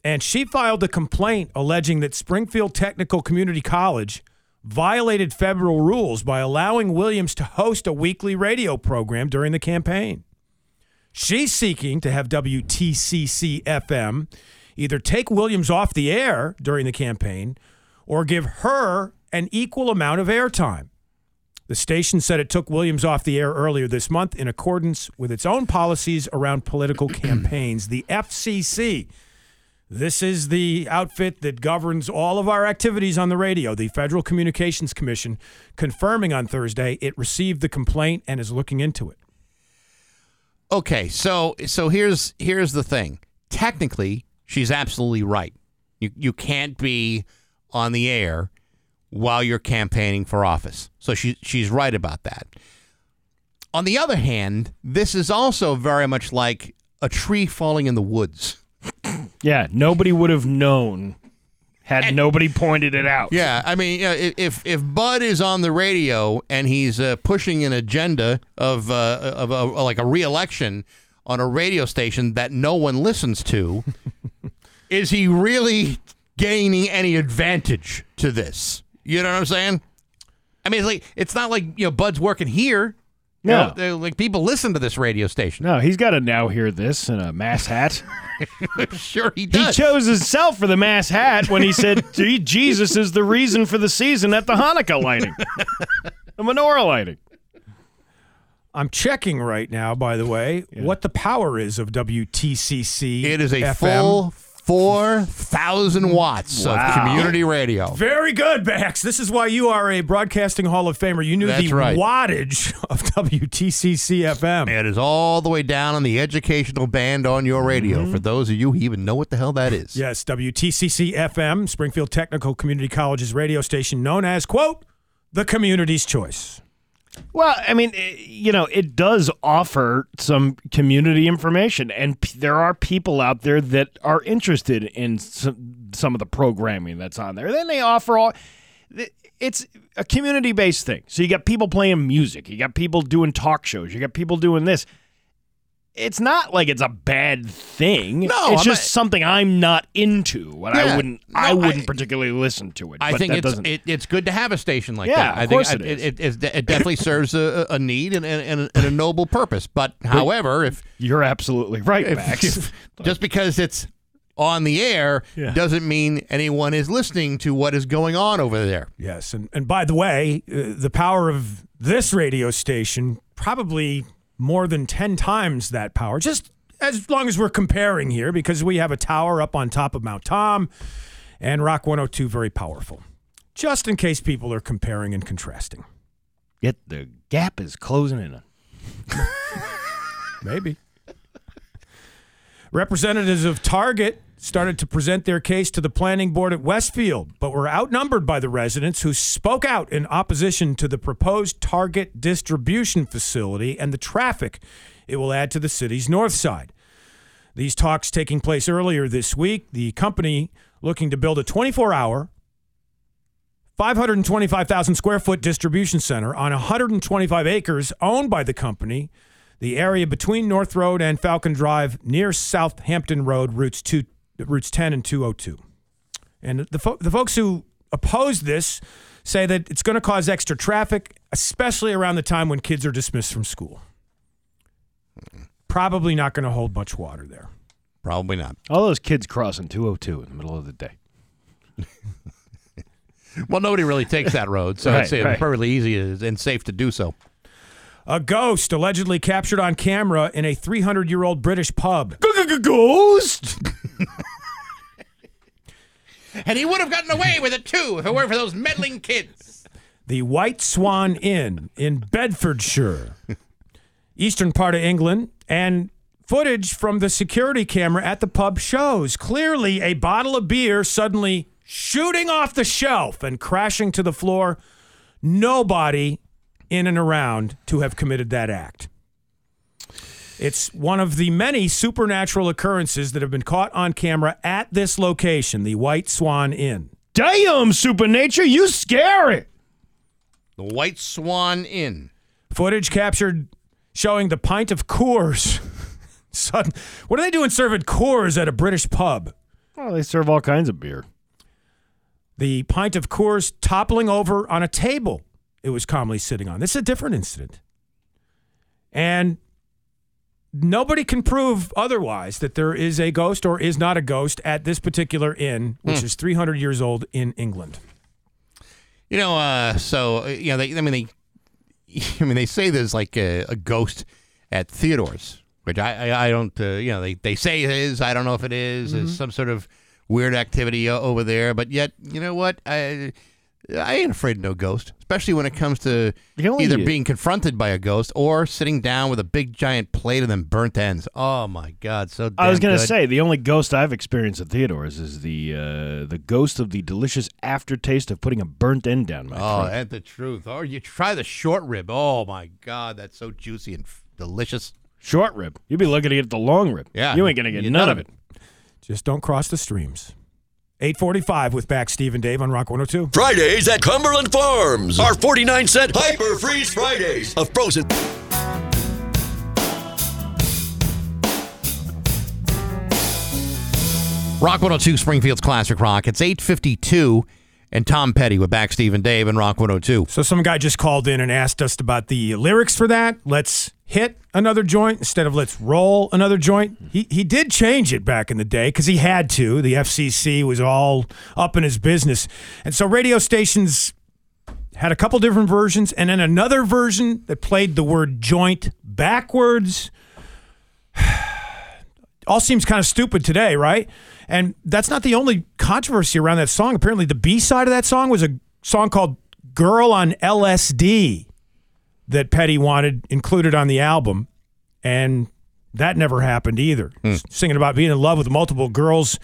And she filed a complaint alleging that Springfield Technical Community College violated federal rules by allowing Williams to host a weekly radio program during the campaign. She's seeking to have WTCC FM either take Williams off the air during the campaign or give her an equal amount of airtime. The station said it took Williams off the air earlier this month in accordance with its own policies around political campaigns. The FCC. This is the outfit that governs all of our activities on the radio, the Federal Communications Commission, confirming on Thursday it received the complaint and is looking into it.
Okay, so so here's here's the thing. Technically, she's absolutely right. You you can't be on the air while you're campaigning for office. So she she's right about that. On the other hand, this is also very much like a tree falling in the woods.
Yeah, nobody would have known had nobody pointed it out.
Yeah, I mean, you know, i- if if Bud is on the radio and he's uh, pushing an agenda of uh, of a, like a reelection on a radio station that no one listens
*laughs*
to, is he really gaining any advantage to this? You know what I'm saying? I mean, it's like it's not like you know Bud's working here. You
No.
know, they're- like people listen to this radio station.
No, he's got to now hear this in a mass hat.
sure *laughs* he
does. He chose himself for the mass hat when he said, "Gee, Jesus is the reason for the season at the Hanukkah lighting, *laughs* the menorah lighting.
I'm checking right now, by the way, what the power is of WTCC.
It is a
FM.
full four thousand watts
Wow.
of community radio.
Very good, Bax. This is why you are a broadcasting Hall of Famer. You knew
That's
the
right.
wattage *laughs* of WTCC FM.
It is all the way down on the educational band on your radio for those of you who even know what the hell that is.
Yes, WTCC FM, Springfield Technical Community College's radio station known as, quote, the community's choice.
Well, I mean, eh, you know, it does offer some community information, and p- there are people out there that are interested in some, some of the programming that's on there. Then they offer all. th- It's a community based thing. So you got people playing music, you got people doing talk shows, you got people doing this. It's not like it's a bad thing. No, it's
I'm
just
not-
something I'm not into, and
Yeah.
I wouldn't. I wouldn't particularly listen to it.
I
but
think
that
it's
doesn't-
it, it's good to have a station like
Yeah,
that.
of
I
course
think
it
I-
is.
It, it, it definitely *laughs* serves a, a a need and, and, and- and a noble purpose. But however, if
you're absolutely right, Max.
just because it's on the air doesn't mean anyone is listening to what is going on over there.
Yes. And, and by the way, uh, the power of this radio station, probably more than 10 times that power, just as long as we're comparing here, because we have a tower up on top of Mount Tom and Rock 102, very powerful. Just in case people are comparing and contrasting.
Yet the gap is closing in.
Maybe. Representatives of Target started to present their case to the planning board at Westfield, but were outnumbered by the residents who spoke out in opposition to the proposed Target distribution facility and the traffic it will add to the city's north side. These talks taking place earlier this week, the company looking to build a 24 hour, 525,000 square foot distribution center on 125 acres owned by the company. The area between North Road and Falcon Drive near Southampton Road, routes, two, routes 10 and 202. And the, fo- the folks who oppose this say that it's going to cause extra traffic, especially around the time when kids are dismissed from school. Probably not going to hold much water there.
Probably not.
All those kids crossing 202 in the middle of the day.
Well, nobody really takes that road, so
Right,
it's uh,
right.
perfectly easy and safe to do so.
A ghost allegedly captured on camera in a 300 year old British pub. Ghost!
And he would have gotten away with it too if it weren't for those meddling kids.
the White Swan Inn in Bedfordshire, eastern part of England, and footage from the security camera at the pub shows clearly a bottle of beer suddenly shooting off the shelf and crashing to the floor. Nobody in and around to have committed that act. It's one of the many supernatural occurrences that have been caught on camera at this location, the White Swan Inn.
Damn, Supernature, you scary!
The White Swan Inn.
Footage captured showing the pint of Coors. *laughs* Sudden, what are they doing serving Coors at a British pub?
Well, they serve all kinds of beer.
The pint of Coors toppling over on a table it was calmly sitting on. This is a different incident. And nobody can prove otherwise that there is a ghost or is not a ghost at this particular inn, which
Hmm.
is 300 years old in England.
You know, uh, so uh, you know, they, I mean, they I mean, they *laughs* say there's like a, a ghost at Theodore's, which I I, I don't uh, you know they they say it is. I don't know if it is.
Mm-hmm.
There's some sort of weird activity o- over there, but yet you know what I. I ain't afraid of no ghost, especially when it comes to either being confronted by a ghost or sitting down with a big giant plate of them burnt ends. Oh my God, so
I was
damn
going to
good.
say the only ghost I've experienced at Theodore's is the uh, the ghost of the delicious aftertaste of putting a burnt end down my
Oh,
throat.
at the truth. Or you try the short rib. Oh my God, that's so juicy and f- delicious.
Short rib. You'd be looking to get the long rib.
Yeah,
you ain't going to get
you-
none, of it.
Just don't cross the streams. 845 with back Steve and Dave on Rock 102.
Fridays at Cumberland Farms are 49 cent hyper freeze Fridays of frozen.
Rock 102, Springfield's Classic Rock. It's 852 and Tom Petty with back Steve and Dave and Rock 102.
So some guy just called in and asked us about the lyrics for that. Let's hit another joint instead of let's roll another joint. He he did change it back in the day because he had to. The FCC was all up in his business, and so radio stations had a couple different versions, and then another version that played the word joint backwards. all seems kind of stupid today, right? And that's not the only controversy around that song. Apparently, the B side of that song was a song called Girl on LSD that Petty wanted included on the album. And that never happened either.
Hmm.
S- Singing about being in love with multiple girls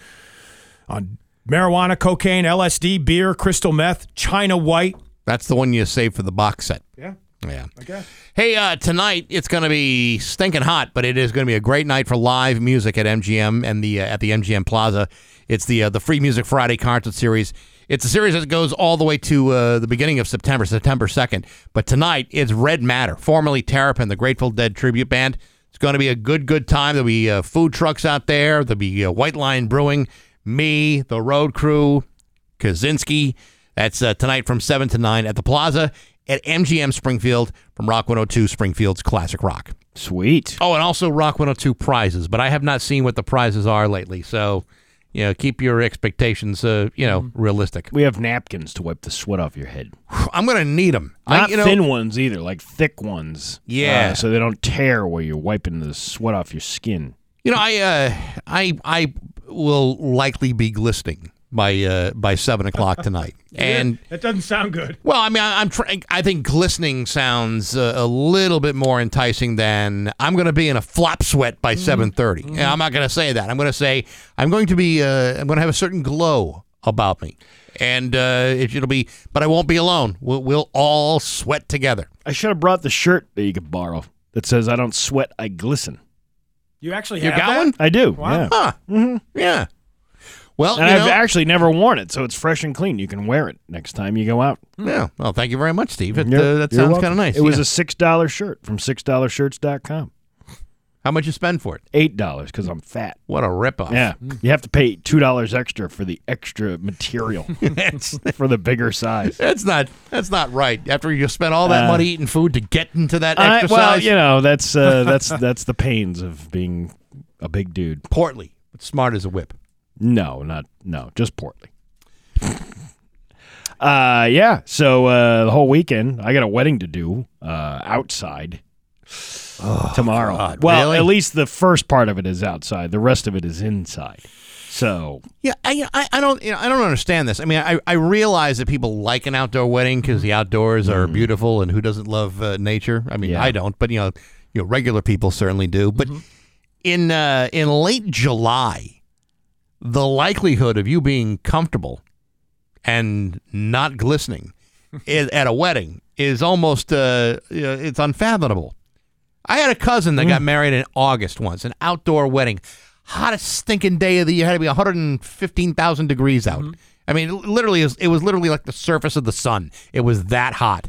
on marijuana, cocaine, LSD, beer, crystal meth, China white.
That's the one you saved for the box set.
Yeah.
Yeah.
Okay.
Hey, uh, tonight it's going to be stinking hot, but it is going to be a great night for live music at MGM and the uh, at the MGM Plaza. It's the uh, the Free Music Friday concert series. It's a series that goes all the way to uh, the beginning of September, September second. But tonight it's Red Matter, formerly Terrapin, the Grateful Dead tribute band. It's going to be a good good time. There'll be uh, food trucks out there. There'll be uh, White Line Brewing, me, the Road Crew, Kaczynski. That's uh, tonight from 7 to 9 at the Plaza at MGM Springfield from Rock 102 Springfield's Classic Rock.
Sweet.
Oh, and also Rock 102 prizes, but I have not seen what the prizes are lately. So, you know, keep your expectations, uh, you know, realistic.
We have napkins to wipe the sweat off your head.
*laughs* I'm going to need them. I,
Not
you know,
thin ones either, like thick ones.
Yeah.
Uh, so they don't tear where you're wiping the sweat off your skin.
You know, I uh, I I will likely be glistening by uh, by seven o'clock *laughs* tonight, and
that doesn't sound good.
Well, I mean, I, I'm trying. I think glistening sounds uh, a little bit more enticing than I'm going to be in a flop sweat by
Mm-hmm.
7:30. Yeah, I'm not going to say that. I'm going to say I'm going to be. Uh, I'm going to have a certain glow about me, and uh, it, it'll be. But I won't be alone. We'll, we'll all sweat together.
I should have brought the shirt that you could borrow that says "I don't sweat, I glisten."
You actually
You
have
got
that?
one?
I do.
Wow.
Yeah.
Huh? Yeah. Well,
Mm-hmm. and
you
I've
know-
actually never worn it, so it's fresh and clean. You can wear it next time you go out.
Yeah. Well, thank you very much, Steve. It,
You're-
uh, that
you're
sounds
welcome.
kind of nice.
It was
yeah.
a six dollar shirt from sixdollarshirts.com.
How much you spend for it?
Eight dollars because I'm fat.
What a ripoff.
Yeah, you have to pay two dollars extra for the
*laughs*
extra material *laughs* for the bigger size.
That's not that's not right. After you spent all that
Uh,
money eating food to get into that
I-
exercise,
well, you know that's uh, that's *laughs* that's the pains of being a big dude.
portly, but smart as a whip.
No, not no, just portly. *laughs* uh, yeah. So uh, the whole weekend, I got a wedding to do uh, outside
Oh,
tomorrow. well,
really?
at least the first part of it is outside. The rest of it is inside. So
Yeah, I, I, I don't you know, I don't understand this. I mean, I, I realize that people like an outdoor wedding because the outdoors are beautiful, and who doesn't love uh, nature? I mean,
Yeah.
I don't, but you know, you know, regular people certainly do. But in uh, in late July, the likelihood of you being comfortable and not glistening i at a wedding is almost uh, you know, it's unfathomable. I had a cousin that got married in August once, an outdoor wedding, hottest stinking day of the year. Had to be 115,000 degrees out. I mean, it literally, is- it was literally like the surface of the sun. It was that hot,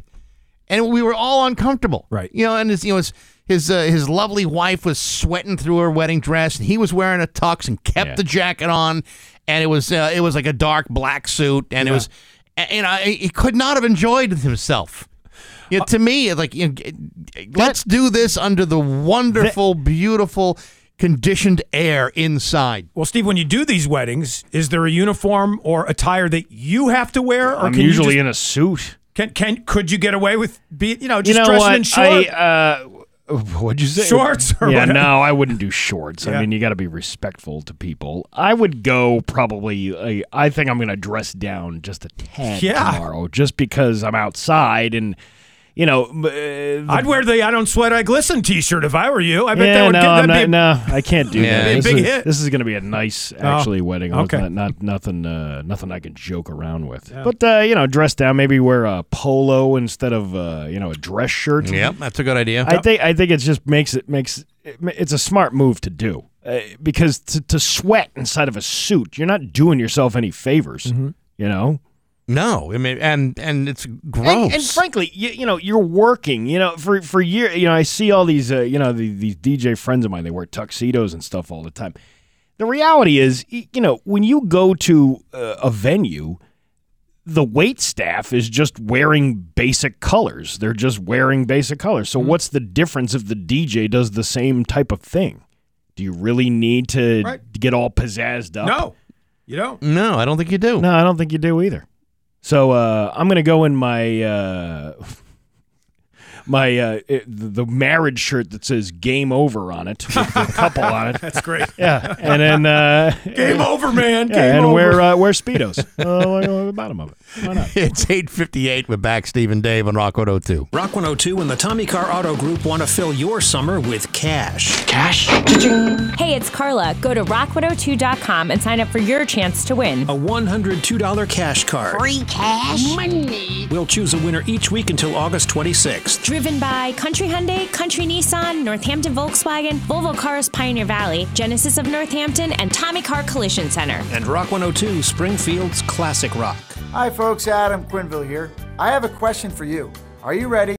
and we were all uncomfortable. Right. You know, and his, you know, his his uh, his lovely wife was sweating through her wedding dress, and he was wearing a tux and kept the jacket on, and it was uh, it was like a dark black suit, and it was, and, and I, he could not have enjoyed himself. Yeah, to me, it's like you know, g- let's do this under the wonderful, beautiful, conditioned air inside.
Well, Steve, when you do these weddings, is there a uniform or attire that you have to wear, or
I'm
can you
usually
just-
in a suit.
Can can could you get away with be you know
you
just
know
dressing
what?
in shorts?
I, uh, *laughs* what'd you
*laughs*
say?
Shorts or
yeah,
whatever.
no, I wouldn't do shorts.
Yeah.
I mean, you got to be respectful to people. I would go probably. Uh, I think I'm going to dress down just a tad
Yeah.
tomorrow, just because I'm outside and you know. m- uh, the-
I'd wear the I don't sweat I glisten T-shirt if I were you. I bet
yeah,
that would
no,
get,
I'm
that'd
not,
be a-
no, *laughs* I can't do
Yeah.
that.
Be a
This
big
is,
hit.
This is going to be a nice, actually, wedding. It's
okay.
Not, not nothing, uh, nothing I can joke around with. But uh, you know, dress down. Maybe wear a polo instead of uh, you know a dress shirt.
Yep, that's a good idea.
I think I think it just makes it makes it, it's a smart move to do uh, because to, to sweat inside of a suit, you're not doing yourself any favors. You know.
No, I mean, and and it's gross.
And, and frankly, you, you know, you're working. You know, for for year, you know, I see all these, uh, you know, the, these DJ friends of mine. They wear tuxedos and stuff all the time. The reality is, y- you know, when you go to uh, a venue, the wait staff is just wearing basic colors. They're just wearing basic colors.
Mm-hmm.
So what's the difference if the DJ does the same type of thing? Do you really need to
Right.
get all pizzazzed up?
No, you don't.
No, I don't think you do.
No, I don't think you do either. So uh, I'm gonna go in my uh, *laughs* my uh, it- the marriage shirt that says "Game Over" on it,
*laughs*
with the couple on it.
That's great.
*laughs* Yeah, and then uh,
*laughs* Game over, man.
Yeah,
Game
and
over.
wear uh, wear speedos.
*laughs*
uh, like, uh, the bottom of it.
It's 858 with back Steve and Dave on Rock 102.
Rock 102 and the Tommy Car Auto Group want to fill your summer with cash. Cash?
Hey, it's Carla. Go to rock102.com and sign up for your chance to win.
A $102 cash card.
Free cash?
Money.
We'll choose a winner each week until August 26th.
Driven by Country Hyundai, Country Nissan, Northampton Volkswagen, Volvo Cars Pioneer Valley, Genesis of Northampton, and Tommy Car Collision Center.
And Rock 102, Springfield's classic rock.
Hi, folks. Adam Quinville here. I have a question for you. Are you ready?